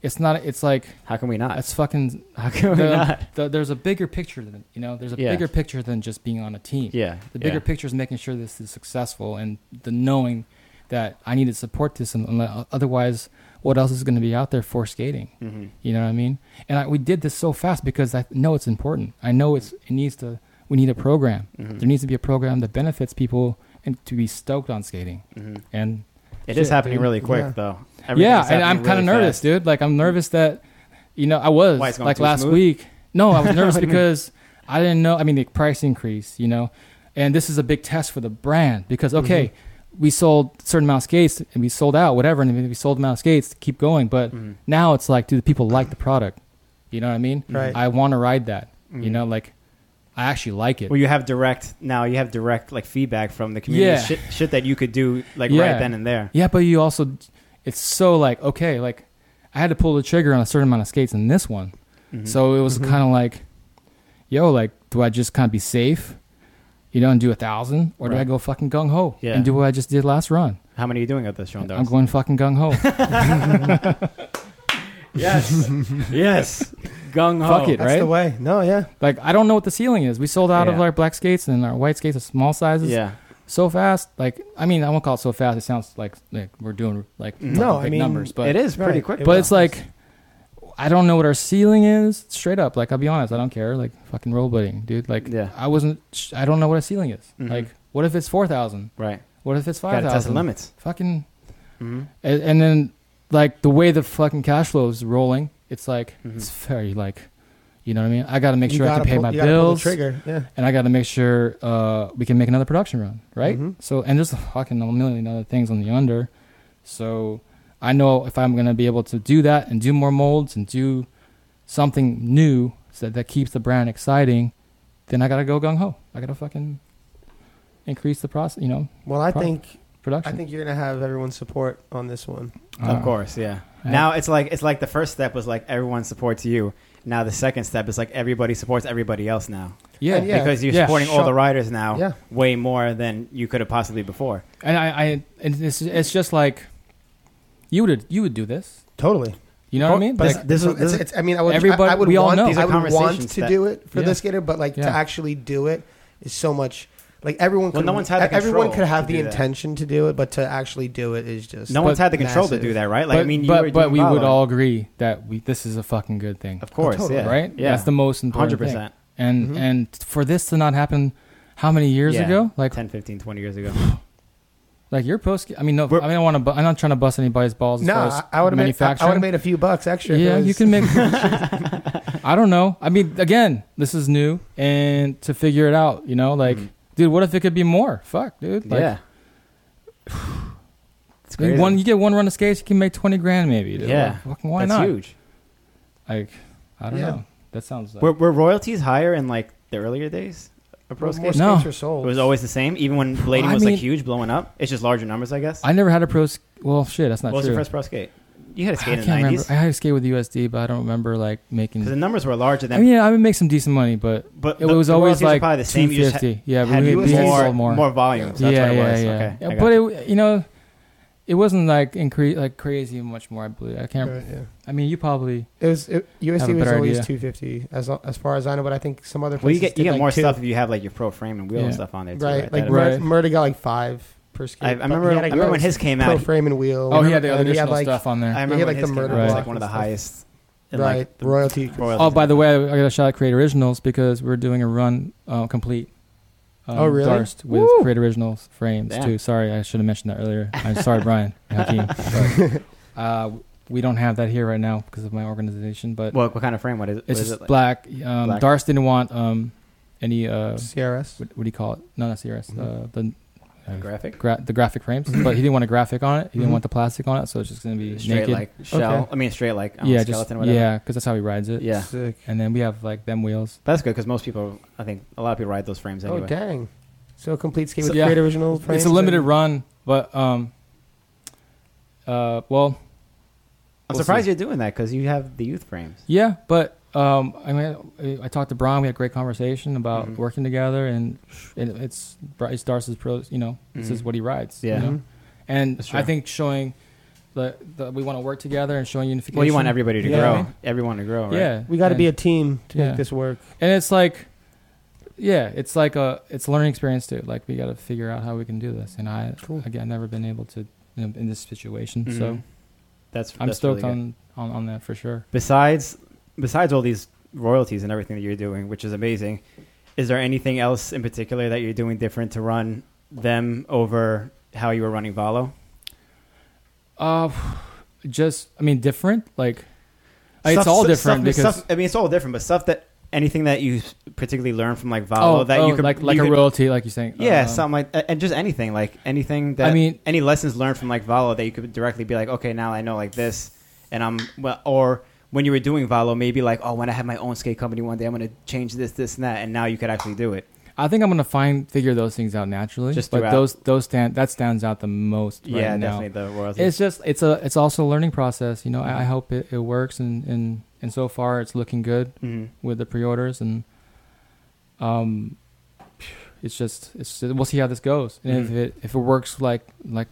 [SPEAKER 3] it's not. It's like
[SPEAKER 1] How can we not?
[SPEAKER 3] that's fucking.
[SPEAKER 1] How can we
[SPEAKER 3] the-
[SPEAKER 1] not?
[SPEAKER 3] the- there's a bigger picture than you know. There's a
[SPEAKER 1] Yeah.
[SPEAKER 3] bigger picture than just being on a team.
[SPEAKER 1] Yeah,
[SPEAKER 3] The bigger picture is making sure this is successful and the knowing that I need to support this, and and otherwise, what else is going to be out there for skating?
[SPEAKER 1] yeah. Mhm.
[SPEAKER 3] You know what I mean? And I, we did this so fast because I know it's important. I know it's it needs to. We need a program.
[SPEAKER 1] Mhm.
[SPEAKER 3] There needs to be a program that benefits people and to be stoked on skating.
[SPEAKER 1] Mhm.
[SPEAKER 3] And
[SPEAKER 1] It is
[SPEAKER 3] Shit,
[SPEAKER 1] happening
[SPEAKER 3] dude.
[SPEAKER 1] really quick
[SPEAKER 2] Yeah.
[SPEAKER 1] though.
[SPEAKER 3] yeah,
[SPEAKER 1] Everything's
[SPEAKER 3] and I'm
[SPEAKER 1] happening
[SPEAKER 3] kind of
[SPEAKER 1] really
[SPEAKER 3] nervous,
[SPEAKER 1] fast.
[SPEAKER 3] dude. Like I'm nervous that, you know, I was
[SPEAKER 1] Why, it's going
[SPEAKER 3] like
[SPEAKER 1] too
[SPEAKER 3] last
[SPEAKER 1] smooth?
[SPEAKER 3] week. No, I was nervous
[SPEAKER 1] What do you mean?
[SPEAKER 3] because I didn't know. I mean, the price increase, you know, and this is a big test for the brand because
[SPEAKER 1] Mm-hmm.
[SPEAKER 3] okay, we sold certain amount of skates and we sold out whatever, and then we sold amount of skates to keep going. But
[SPEAKER 1] Mhm.
[SPEAKER 3] now it's like, do the people like the product? You know what I mean?
[SPEAKER 2] Right.
[SPEAKER 3] I want to ride that. You
[SPEAKER 1] Mhm.
[SPEAKER 3] know, like I actually like it.
[SPEAKER 1] Well, you have direct now. You have direct like feedback from the community.
[SPEAKER 3] Yeah.
[SPEAKER 1] Shit, shit that you could do like right
[SPEAKER 3] Yeah.
[SPEAKER 1] then and there.
[SPEAKER 3] Yeah, but you also, it's so like okay, like I had to pull the trigger on a certain amount of skates in this one.
[SPEAKER 1] Mhm.
[SPEAKER 3] So it was
[SPEAKER 2] Mhm.
[SPEAKER 3] kind of like, yo, like, do I just kind of be safe, you know, and do a thousand, or do
[SPEAKER 1] Right.
[SPEAKER 3] I go fucking gung ho
[SPEAKER 1] Yeah.
[SPEAKER 3] and do what I just did last run?
[SPEAKER 1] how many are you doing at this Sean
[SPEAKER 3] I'm
[SPEAKER 1] Dogs?
[SPEAKER 3] going fucking gung ho.
[SPEAKER 1] yes, yes, gung ho.
[SPEAKER 3] Fuck it.
[SPEAKER 2] That's
[SPEAKER 3] Right?
[SPEAKER 2] the way. No, yeah.
[SPEAKER 3] like, I don't know what the ceiling is. We sold out of
[SPEAKER 1] Yeah.
[SPEAKER 3] our black skates and our white skates, are small sizes,
[SPEAKER 1] Yeah,
[SPEAKER 3] so fast. Like, I mean, I won't call it so fast. It sounds like like we're doing like
[SPEAKER 1] Mm-hmm. No,
[SPEAKER 3] fucking
[SPEAKER 2] I
[SPEAKER 3] big
[SPEAKER 2] mean,
[SPEAKER 3] numbers, but
[SPEAKER 1] it is pretty
[SPEAKER 2] Right.
[SPEAKER 1] quick.
[SPEAKER 2] It
[SPEAKER 3] but
[SPEAKER 2] will.
[SPEAKER 3] it's like I don't know what our ceiling is. Straight up, like I'll be honest, I don't care. Like fucking rollerblading, dude. Like
[SPEAKER 1] Yeah.
[SPEAKER 3] I wasn't. sh- I don't know what a ceiling is.
[SPEAKER 1] Mhm.
[SPEAKER 3] Like what if it's four thousand?
[SPEAKER 1] right.
[SPEAKER 3] What if it's
[SPEAKER 1] Got
[SPEAKER 3] five
[SPEAKER 1] to test the
[SPEAKER 3] thousand?
[SPEAKER 1] limits.
[SPEAKER 3] Fucking
[SPEAKER 1] Mm-hmm.
[SPEAKER 3] and, and then like the way the fucking cash flow is rolling, it's like
[SPEAKER 1] Mhm.
[SPEAKER 3] it's very like, you know what I mean. I got to make
[SPEAKER 2] You
[SPEAKER 3] sure I
[SPEAKER 2] gotta
[SPEAKER 3] can pay
[SPEAKER 2] pull-
[SPEAKER 3] my
[SPEAKER 2] you gotta pull the
[SPEAKER 3] bills,
[SPEAKER 2] Trigger. Yeah.
[SPEAKER 3] and I got to make sure uh, we can make another production run, right?
[SPEAKER 1] Mm-hmm.
[SPEAKER 2] Mhm.
[SPEAKER 3] So and there's fucking a million other things on the under, so I know if I'm gonna be able to do that and do more molds and do something new so that, that keeps the brand exciting, then I gotta go gung ho. I gotta fucking increase the process, you know,
[SPEAKER 2] Well, I
[SPEAKER 3] Pro-
[SPEAKER 2] think I
[SPEAKER 3] production.
[SPEAKER 2] think you're gonna have everyone's support on this one.
[SPEAKER 3] Uh,
[SPEAKER 1] of course, yeah.
[SPEAKER 3] I-
[SPEAKER 1] Now it's like it's like the first step was like everyone supports you. Now the second step is like everybody supports everybody else now
[SPEAKER 3] yeah,
[SPEAKER 2] And yeah,
[SPEAKER 1] because you're
[SPEAKER 3] Yeah.
[SPEAKER 1] supporting all
[SPEAKER 2] Shop-
[SPEAKER 1] the riders now
[SPEAKER 2] Yeah.
[SPEAKER 1] way more than you could have possibly before.
[SPEAKER 3] And I, I and it's, it's just like you would you would do this.
[SPEAKER 2] Totally.
[SPEAKER 3] You know what I mean?
[SPEAKER 2] But
[SPEAKER 3] Like,
[SPEAKER 2] it's- this is this I mean, I would.
[SPEAKER 3] Everybody-
[SPEAKER 2] I, I would
[SPEAKER 3] we all
[SPEAKER 2] want,
[SPEAKER 3] know.
[SPEAKER 1] These are
[SPEAKER 2] I would want
[SPEAKER 1] conversations
[SPEAKER 2] to
[SPEAKER 1] that-
[SPEAKER 2] do it for
[SPEAKER 3] Yeah.
[SPEAKER 2] the skater, but like to
[SPEAKER 3] Yeah.
[SPEAKER 2] actually do it is so much. Like everyone,
[SPEAKER 1] Well,
[SPEAKER 2] could, e-,
[SPEAKER 1] no one's had the
[SPEAKER 2] everyone
[SPEAKER 1] control
[SPEAKER 2] could
[SPEAKER 1] to
[SPEAKER 2] have the
[SPEAKER 1] do that.
[SPEAKER 2] intention to do it, but to actually do it is just
[SPEAKER 1] No one's had the control
[SPEAKER 2] massive.
[SPEAKER 1] to do that, right? Like
[SPEAKER 3] but
[SPEAKER 1] I mean, you
[SPEAKER 3] but,
[SPEAKER 1] were
[SPEAKER 3] but
[SPEAKER 1] doing
[SPEAKER 3] we would
[SPEAKER 1] follow.
[SPEAKER 3] all agree that we this is a fucking good thing,
[SPEAKER 1] of course,
[SPEAKER 2] totally,
[SPEAKER 1] yeah,
[SPEAKER 3] right?
[SPEAKER 1] Yeah,
[SPEAKER 3] that's the most important
[SPEAKER 1] hundred
[SPEAKER 3] 100%. thing.
[SPEAKER 1] percent.
[SPEAKER 3] And
[SPEAKER 2] Mhm.
[SPEAKER 3] and for this to not happen, how many years
[SPEAKER 1] Yeah.
[SPEAKER 3] ago? Like
[SPEAKER 1] 10, 15, 20 years ago.
[SPEAKER 3] like your post. I mean, no,
[SPEAKER 1] We're-
[SPEAKER 3] I mean, I want to. I'm not trying to bust anybody's balls. as
[SPEAKER 2] No,
[SPEAKER 3] far
[SPEAKER 2] I,
[SPEAKER 3] as
[SPEAKER 2] would have made. I would
[SPEAKER 3] manufacturing.
[SPEAKER 2] have made a few bucks extra. if it
[SPEAKER 3] yeah, you
[SPEAKER 2] was-
[SPEAKER 3] can make. I don't know. I mean, again, this is new, and to figure it out, you know, like,
[SPEAKER 2] Mm-hmm.
[SPEAKER 1] Mhm.
[SPEAKER 3] dude, what if it could be more? Fuck, dude. Like,
[SPEAKER 1] yeah. It's
[SPEAKER 3] You
[SPEAKER 1] crazy.
[SPEAKER 3] One, you get one run of skates, you can make twenty grand maybe. Dude.
[SPEAKER 1] Yeah.
[SPEAKER 3] Like, fucking why
[SPEAKER 1] That's
[SPEAKER 3] not?
[SPEAKER 1] huge.
[SPEAKER 3] Like, I don't
[SPEAKER 2] Yeah.
[SPEAKER 3] know. That sounds like
[SPEAKER 1] Were, were royalties higher in like the earlier days of pro
[SPEAKER 2] More
[SPEAKER 1] skating?
[SPEAKER 2] skates
[SPEAKER 3] No.
[SPEAKER 2] are
[SPEAKER 1] It
[SPEAKER 2] sold.
[SPEAKER 1] was always the same, even when blading
[SPEAKER 3] I
[SPEAKER 1] was
[SPEAKER 3] mean-
[SPEAKER 1] like huge, blowing up. It's just larger numbers, I guess.
[SPEAKER 3] I never had a pro. sk- Well, shit, that's not
[SPEAKER 1] what was
[SPEAKER 3] true.
[SPEAKER 1] your first pro skate? You had a skate
[SPEAKER 3] I
[SPEAKER 1] in
[SPEAKER 3] can't
[SPEAKER 1] the
[SPEAKER 3] remember.
[SPEAKER 1] nineties
[SPEAKER 3] I had a skate with USD, but I don't remember like making.
[SPEAKER 1] because the numbers were larger
[SPEAKER 3] I
[SPEAKER 1] than.
[SPEAKER 3] mean, yeah, I would make some decent money, but
[SPEAKER 1] but
[SPEAKER 3] it
[SPEAKER 1] the-
[SPEAKER 3] was
[SPEAKER 1] the
[SPEAKER 3] always
[SPEAKER 1] royalties were
[SPEAKER 3] like
[SPEAKER 1] probably the same. You just ha-
[SPEAKER 3] 250. yeah,
[SPEAKER 1] had
[SPEAKER 3] we, we
[SPEAKER 2] USD
[SPEAKER 1] more,
[SPEAKER 3] sold more.
[SPEAKER 1] more volume. So that's
[SPEAKER 3] yeah,
[SPEAKER 1] what it
[SPEAKER 3] yeah,
[SPEAKER 1] was.
[SPEAKER 3] yeah.
[SPEAKER 1] Okay,
[SPEAKER 3] Yeah,
[SPEAKER 1] I got
[SPEAKER 3] but
[SPEAKER 1] you.
[SPEAKER 3] it, you know, it wasn't like incre- like crazy much more. I believe I can't.
[SPEAKER 2] Right, yeah.
[SPEAKER 3] I mean, you probably
[SPEAKER 2] It was it,
[SPEAKER 3] Have a
[SPEAKER 2] USD was
[SPEAKER 3] better
[SPEAKER 2] always
[SPEAKER 3] idea.
[SPEAKER 2] two fifty as lo- as far as I know, but I think some other
[SPEAKER 1] well, you
[SPEAKER 2] places
[SPEAKER 1] get you
[SPEAKER 2] did
[SPEAKER 1] get
[SPEAKER 2] like
[SPEAKER 1] more
[SPEAKER 2] two.
[SPEAKER 1] stuff if you have like your pro frame and wheel and
[SPEAKER 3] Yeah.
[SPEAKER 1] stuff on there, too,
[SPEAKER 2] right? Like
[SPEAKER 1] That-
[SPEAKER 3] Right.
[SPEAKER 2] Murda got like five per skate.
[SPEAKER 1] I, I
[SPEAKER 2] but
[SPEAKER 1] remember.
[SPEAKER 2] he
[SPEAKER 1] I
[SPEAKER 2] had a
[SPEAKER 1] remember when
[SPEAKER 2] great
[SPEAKER 1] his came
[SPEAKER 2] pro
[SPEAKER 1] out.
[SPEAKER 2] frame and wheel.
[SPEAKER 3] Oh, he
[SPEAKER 1] uh,
[SPEAKER 3] had the
[SPEAKER 2] And
[SPEAKER 3] additional
[SPEAKER 2] like,
[SPEAKER 3] stuff on there.
[SPEAKER 1] I remember
[SPEAKER 2] had,
[SPEAKER 1] when his
[SPEAKER 2] like,
[SPEAKER 1] came
[SPEAKER 2] the
[SPEAKER 1] out,
[SPEAKER 2] murder
[SPEAKER 1] it was
[SPEAKER 3] block
[SPEAKER 1] like one of the
[SPEAKER 2] and stuff.
[SPEAKER 1] highest. in,
[SPEAKER 2] right
[SPEAKER 1] like, the
[SPEAKER 2] royalty.
[SPEAKER 1] royalties
[SPEAKER 3] Oh,
[SPEAKER 1] and
[SPEAKER 3] by the
[SPEAKER 1] stuff.
[SPEAKER 3] way, I got a shout out Create Originals because we're doing a run uh, complete. Um,
[SPEAKER 2] Oh, really?
[SPEAKER 3] Darst with
[SPEAKER 1] Woo!
[SPEAKER 3] Create Originals frames
[SPEAKER 1] Damn.
[SPEAKER 3] too. Sorry, I should have mentioned that earlier. I'm sorry, Brian. Hakeem. Sorry. Uh, we don't have that here right now because of my organization, but
[SPEAKER 1] What, what kind of frame? What is it?
[SPEAKER 3] it's
[SPEAKER 1] what is
[SPEAKER 3] just
[SPEAKER 1] it like?
[SPEAKER 3] black. Um,
[SPEAKER 1] Black.
[SPEAKER 3] Darst didn't want um, any. Uh,
[SPEAKER 2] CRS.
[SPEAKER 3] what, what do you call it? No, not CRS.
[SPEAKER 1] Mm-hmm.
[SPEAKER 3] Uh, the uh,
[SPEAKER 1] graphic.
[SPEAKER 3] gra- the graphic frames, but he didn't want a graphic on it. He didn't
[SPEAKER 2] Mhm.
[SPEAKER 3] want the plastic on it, so it's just gonna be
[SPEAKER 1] Mm-hmm. Straight
[SPEAKER 3] naked.
[SPEAKER 1] like shell.
[SPEAKER 2] Okay.
[SPEAKER 1] I mean, straight like um,
[SPEAKER 3] yeah, just
[SPEAKER 1] skeleton. or whatever.
[SPEAKER 3] yeah, because that's how he rides it.
[SPEAKER 1] Yeah.
[SPEAKER 2] Sick.
[SPEAKER 3] and then we have like them wheels.
[SPEAKER 1] But that's good because most people, I think, a lot of people ride those frames anyway.
[SPEAKER 2] Oh dang! So complete skate
[SPEAKER 3] So,
[SPEAKER 2] with
[SPEAKER 3] yeah.
[SPEAKER 2] great original. Frames
[SPEAKER 3] it's a limited
[SPEAKER 2] and-
[SPEAKER 3] run, but um, uh, well,
[SPEAKER 1] I'm
[SPEAKER 3] We'll
[SPEAKER 1] surprised
[SPEAKER 3] see.
[SPEAKER 1] you're doing that because you have the youth frames.
[SPEAKER 3] yeah, but um, I mean, I, I talked to Brian. We had a great conversation about
[SPEAKER 1] Mhm.
[SPEAKER 3] working together, and it, it's Bryce Darce's pro. You know, this
[SPEAKER 1] Mhm.
[SPEAKER 3] is what he rides.
[SPEAKER 1] Yeah. Mm-hmm.
[SPEAKER 3] you know?
[SPEAKER 2] Mhm.
[SPEAKER 3] and
[SPEAKER 1] That's
[SPEAKER 3] I
[SPEAKER 1] true.
[SPEAKER 3] think showing that that we want to work together and showing unification.
[SPEAKER 1] Well, you want everybody to
[SPEAKER 3] Yeah.
[SPEAKER 1] grow,
[SPEAKER 2] Yeah.
[SPEAKER 1] everyone to grow, right?
[SPEAKER 3] Yeah,
[SPEAKER 2] We got to
[SPEAKER 3] and-
[SPEAKER 2] be a team to
[SPEAKER 3] Yeah.
[SPEAKER 2] make this work.
[SPEAKER 3] and it's like yeah it's like a it's a learning experience too like we got to figure out how we can do this and i
[SPEAKER 2] Cool.
[SPEAKER 3] again I've never been able to you know, in this situation
[SPEAKER 1] Mhm.
[SPEAKER 3] so
[SPEAKER 1] that's.
[SPEAKER 3] i'm
[SPEAKER 1] that's
[SPEAKER 3] stoked
[SPEAKER 1] really good.
[SPEAKER 3] on, on on that for sure
[SPEAKER 1] Besides, besides all these royalties and everything that you're doing, which is amazing, is there anything else in particular that you're doing different to run them over how you were running Valo?
[SPEAKER 3] uh just i mean different like I- it's
[SPEAKER 1] Stuff-
[SPEAKER 3] all
[SPEAKER 1] stuff-
[SPEAKER 3] different
[SPEAKER 1] stuff-
[SPEAKER 3] because
[SPEAKER 1] stuff- I mean, it's all different, but stuff that anything that you particularly learn from like Valo
[SPEAKER 3] oh,
[SPEAKER 1] that
[SPEAKER 3] oh,
[SPEAKER 1] you could
[SPEAKER 3] like like
[SPEAKER 1] you
[SPEAKER 3] a
[SPEAKER 1] could-
[SPEAKER 3] royalty like you're saying
[SPEAKER 1] Yeah,
[SPEAKER 3] Um,
[SPEAKER 1] something like and just anything like anything that
[SPEAKER 3] I mean-
[SPEAKER 1] any lessons learned from like Valo that you could directly be like, okay, now I know like this, and I'm well, or when you were doing Valo, maybe like, oh, when I have my own skate company one day, I'm gonna change this, this, and that, and now you could actually do it.
[SPEAKER 3] i think i'm gonna find figure those things out naturally
[SPEAKER 1] Just
[SPEAKER 3] but
[SPEAKER 1] throughout.
[SPEAKER 3] those those stand that stands out the most right
[SPEAKER 1] yeah,
[SPEAKER 3] now.
[SPEAKER 1] definitely the royalties.
[SPEAKER 3] it's just it's a it's also a learning process you know i, I hope it, it works and and and so far it's looking good
[SPEAKER 1] Mhm.
[SPEAKER 3] with the pre-orders and um it's just it's we'll see how this goes and
[SPEAKER 1] Mhm.
[SPEAKER 3] if it if it works like like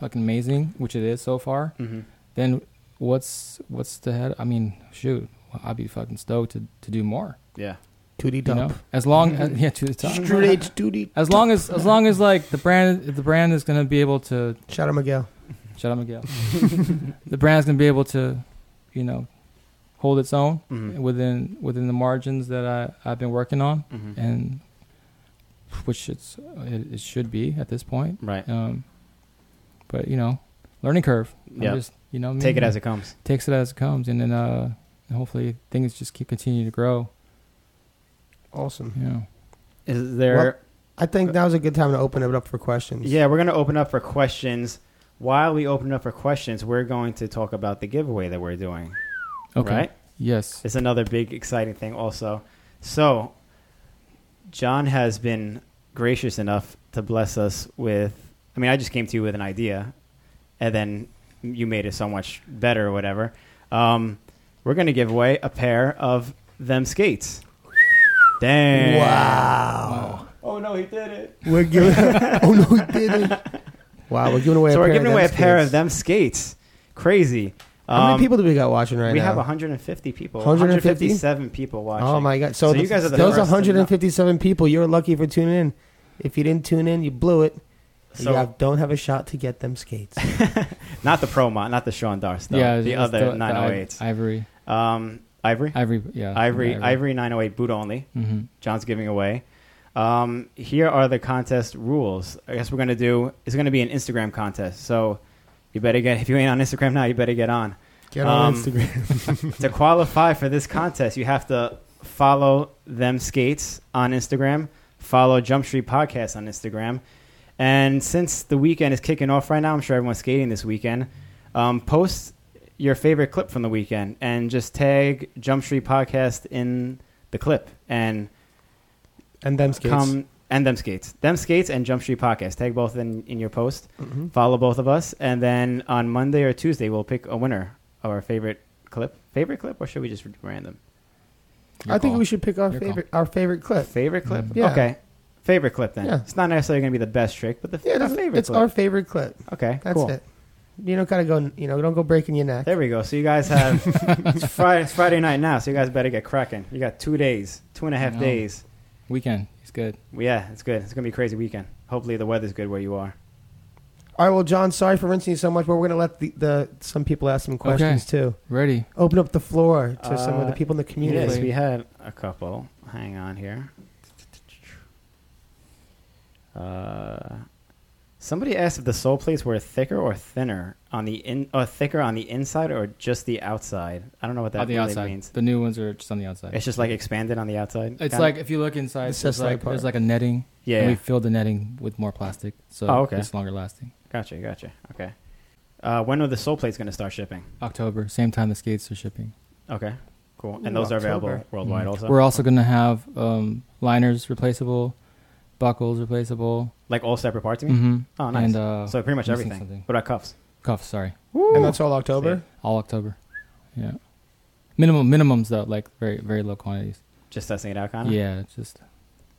[SPEAKER 3] fucking amazing which it is so far
[SPEAKER 1] Mhm.
[SPEAKER 3] then what's what's the head i mean shoot i'd be fucking stoked to, to do more
[SPEAKER 1] Yeah,
[SPEAKER 2] 2D
[SPEAKER 3] you know
[SPEAKER 2] dump.
[SPEAKER 3] as long as yeah to the top
[SPEAKER 2] Straight 2D.
[SPEAKER 3] as long as as long as like the brand the brand is gonna be able to
[SPEAKER 2] Shout out Miguel.
[SPEAKER 3] Shout out Miguel. the brand's gonna be able to, you know, hold its own
[SPEAKER 1] Mhm.
[SPEAKER 3] within within the margins that I I've been working on,
[SPEAKER 1] Mhm.
[SPEAKER 3] and which it's it, it should be at this point.
[SPEAKER 1] right.
[SPEAKER 3] Um, but you know, learning curve. I'm
[SPEAKER 1] Yeah.
[SPEAKER 3] Just you know,
[SPEAKER 1] Take it as
[SPEAKER 3] it
[SPEAKER 1] it comes.
[SPEAKER 3] takes it as it comes, and then uh, and hopefully things just keep continue to grow.
[SPEAKER 2] Awesome.
[SPEAKER 3] You know.
[SPEAKER 1] Is there?
[SPEAKER 2] I think that was a good time to open it up for questions.
[SPEAKER 1] Yeah, we're gonna open up for questions. While we open up for questions, we're going to talk about the giveaway that we're doing.
[SPEAKER 3] Okay.
[SPEAKER 1] Right?
[SPEAKER 3] Yes.
[SPEAKER 1] It's another big exciting thing also. So John has been gracious enough to bless us with I mean I just came to you with an idea and then you made it so much better or whatever. Um, we're going to give away a pair of them skates. Damn.
[SPEAKER 2] Wow.
[SPEAKER 1] Oh no, he did it.
[SPEAKER 2] We're giving. oh no, we didn't. Wow, we're giving away.
[SPEAKER 1] so
[SPEAKER 2] a
[SPEAKER 1] we're
[SPEAKER 2] pair
[SPEAKER 1] giving
[SPEAKER 2] of
[SPEAKER 1] away a
[SPEAKER 2] them
[SPEAKER 1] pair
[SPEAKER 2] skates.
[SPEAKER 1] of them skates. Crazy.
[SPEAKER 2] How
[SPEAKER 1] Um,
[SPEAKER 2] many people do we got watching right
[SPEAKER 1] we
[SPEAKER 2] now?
[SPEAKER 1] have 150 people.
[SPEAKER 2] 150?
[SPEAKER 1] 157 people watching.
[SPEAKER 2] Oh my god! So,
[SPEAKER 1] So
[SPEAKER 2] th-
[SPEAKER 1] you guys are the
[SPEAKER 2] those
[SPEAKER 1] first to know.
[SPEAKER 2] 157 people. You're lucky for tuning in. If you didn't tune in, you blew it.
[SPEAKER 1] So-
[SPEAKER 2] you have- don't have a shot to get them skates.
[SPEAKER 1] Not the pro mod, not the Sean Darst. Though.
[SPEAKER 3] yeah.
[SPEAKER 1] the
[SPEAKER 3] it's
[SPEAKER 1] other
[SPEAKER 3] the
[SPEAKER 1] 908s.
[SPEAKER 3] Ivory.
[SPEAKER 1] um, Ivory,
[SPEAKER 3] Ivory. Yeah.
[SPEAKER 1] Ivory, Ivory 908 boot only.
[SPEAKER 3] hmm
[SPEAKER 1] John's giving away. Um, here are the contest rules. I guess we're gonna do. It's gonna be an Instagram contest. So you better get. If you ain't on Instagram now, you better get on.
[SPEAKER 2] Get
[SPEAKER 1] Um,
[SPEAKER 2] on Instagram.
[SPEAKER 1] to qualify for this contest, you have to follow them skates on Instagram, follow Jump Street Podcast on Instagram, and since the weekend is kicking off right now, I'm sure everyone's skating this weekend. Um, post your favorite clip from the weekend and just tag Jump Street Podcast in the clip and
[SPEAKER 2] and them skates.
[SPEAKER 1] come and them skates, them skates and Jump Street Podcast. Tag both in in your post.
[SPEAKER 2] Mhm.
[SPEAKER 1] Follow both of us, and then on Monday or Tuesday, we'll pick a winner of our favorite clip. Favorite clip, or should we just random?
[SPEAKER 2] I think we should pick our
[SPEAKER 3] Your call.
[SPEAKER 2] favorite our favorite clip.
[SPEAKER 1] Favorite clip?
[SPEAKER 3] Mm.
[SPEAKER 2] Yeah.
[SPEAKER 1] Okay. Favorite clip then.
[SPEAKER 2] Yeah.
[SPEAKER 1] It's not necessarily going to be the best trick, but the
[SPEAKER 2] Yeah,
[SPEAKER 1] our
[SPEAKER 2] that's-
[SPEAKER 1] favorite
[SPEAKER 2] it's
[SPEAKER 1] clip.
[SPEAKER 2] our favorite clip.
[SPEAKER 1] okay,
[SPEAKER 2] That's
[SPEAKER 1] cool.
[SPEAKER 2] it. You don't gotta go. You know, don't go breaking your neck.
[SPEAKER 1] There we go. So you guys have it's Friday, it's Friday night now, so you guys better get cracking. You got two days, two and a half
[SPEAKER 3] No.
[SPEAKER 1] days.
[SPEAKER 3] Weekend. It's good.
[SPEAKER 1] Yeah, it's good. It's going to be a crazy weekend. Hopefully the weather's good where you are.
[SPEAKER 2] All right, well, John, sorry for rinsing you so much, but we're going to let the, the some people ask some questions too.
[SPEAKER 3] Ready?
[SPEAKER 2] Open up the floor to some of the
[SPEAKER 1] Uh,
[SPEAKER 2] people in the community.
[SPEAKER 1] Yes, we had a couple. Hang on here. Uh, somebody asked if the sole plates were thicker or thinner on the in, or thicker on the inside or just the outside. I don't know what that
[SPEAKER 3] on the
[SPEAKER 1] really
[SPEAKER 3] outside.
[SPEAKER 1] means.
[SPEAKER 3] The new ones are just on the outside.
[SPEAKER 1] It's
[SPEAKER 3] It's,
[SPEAKER 1] just like expanded on the outside. Kinda?
[SPEAKER 3] like if you look inside,
[SPEAKER 2] It's
[SPEAKER 3] there's
[SPEAKER 2] just
[SPEAKER 3] like
[SPEAKER 2] like part.
[SPEAKER 3] there's like a netting.
[SPEAKER 1] yeah,
[SPEAKER 3] And
[SPEAKER 1] yeah.
[SPEAKER 3] we filled the netting with more plastic, so
[SPEAKER 1] Oh, okay.
[SPEAKER 3] it's longer lasting.
[SPEAKER 1] gotcha, gotcha. Okay. Uh, when are the sole plates going to start shipping?
[SPEAKER 3] October, same time the skates are shipping.
[SPEAKER 1] Okay, cool. And
[SPEAKER 2] Ooh,
[SPEAKER 1] those are available
[SPEAKER 2] October.
[SPEAKER 1] worldwide.
[SPEAKER 3] Mhm.
[SPEAKER 1] Also,
[SPEAKER 3] We're also going to have um, liners replaceable, buckles replaceable,
[SPEAKER 1] like all separate parts. You mean?
[SPEAKER 3] mm-hmm.
[SPEAKER 1] Oh, nice.
[SPEAKER 3] and uh,
[SPEAKER 1] so pretty much
[SPEAKER 3] missing
[SPEAKER 1] everything.
[SPEAKER 3] something.
[SPEAKER 1] What about cuffs?
[SPEAKER 3] cuffs. Sorry,
[SPEAKER 2] and that's all October.
[SPEAKER 3] all October. Yeah, minimum minimums though, like very very low quantities.
[SPEAKER 1] Just testing it out, kind of.
[SPEAKER 3] Yeah, it's just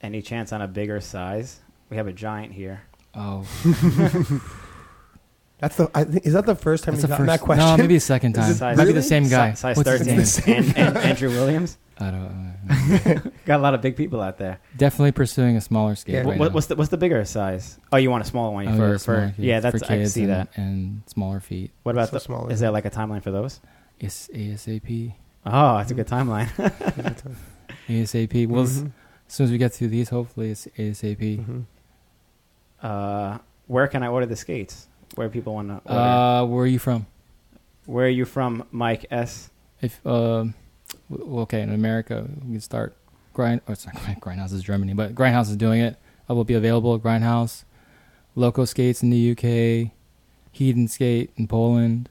[SPEAKER 1] Any chance on a bigger size? We have a giant here.
[SPEAKER 3] oh,
[SPEAKER 2] That's the I, thi- is that the first time
[SPEAKER 3] that's
[SPEAKER 2] we've gotten
[SPEAKER 3] the first.
[SPEAKER 2] that question?
[SPEAKER 3] No, maybe a second time.
[SPEAKER 1] Size-
[SPEAKER 3] Might be
[SPEAKER 1] Really?
[SPEAKER 3] the same guy.
[SPEAKER 1] Si- size
[SPEAKER 3] What's his
[SPEAKER 1] thirteen,
[SPEAKER 3] name?
[SPEAKER 1] and, and Andrew Williams.
[SPEAKER 3] I don't. know.
[SPEAKER 1] Got a lot of big people out there.
[SPEAKER 3] Definitely pursuing a smaller skate.
[SPEAKER 2] Yeah,
[SPEAKER 1] Wh-
[SPEAKER 2] right
[SPEAKER 1] what, what's the what's the bigger size? Oh, you want a smaller one
[SPEAKER 3] Oh,
[SPEAKER 1] for
[SPEAKER 3] yeah,
[SPEAKER 1] for
[SPEAKER 3] smaller kids,
[SPEAKER 1] yeah. That's
[SPEAKER 3] for
[SPEAKER 1] I can
[SPEAKER 3] kids
[SPEAKER 1] see
[SPEAKER 3] and,
[SPEAKER 1] that.
[SPEAKER 3] and smaller feet.
[SPEAKER 1] What about
[SPEAKER 2] So
[SPEAKER 1] the
[SPEAKER 2] smaller.
[SPEAKER 1] Is there like a timeline for those?
[SPEAKER 3] It's ASAP.
[SPEAKER 1] Oh, that's a good timeline.
[SPEAKER 3] ASAP. Well,
[SPEAKER 1] Mm-hmm.
[SPEAKER 2] Mm-hmm.
[SPEAKER 3] s- as soon as we get through these, hopefully it's ASAP.
[SPEAKER 2] Mhm.
[SPEAKER 1] Uh, where can I order the skates? Where people want to order?
[SPEAKER 3] Uh, where are you from?
[SPEAKER 1] where are you from, Mike S?
[SPEAKER 3] If um, w- well, okay, in America we can start. Grind or it's not Grind- Grindhouse is Germany, but Grindhouse is doing it. I will be available at Grindhouse, Loco Skates in the UK, Heathen Skate in Poland,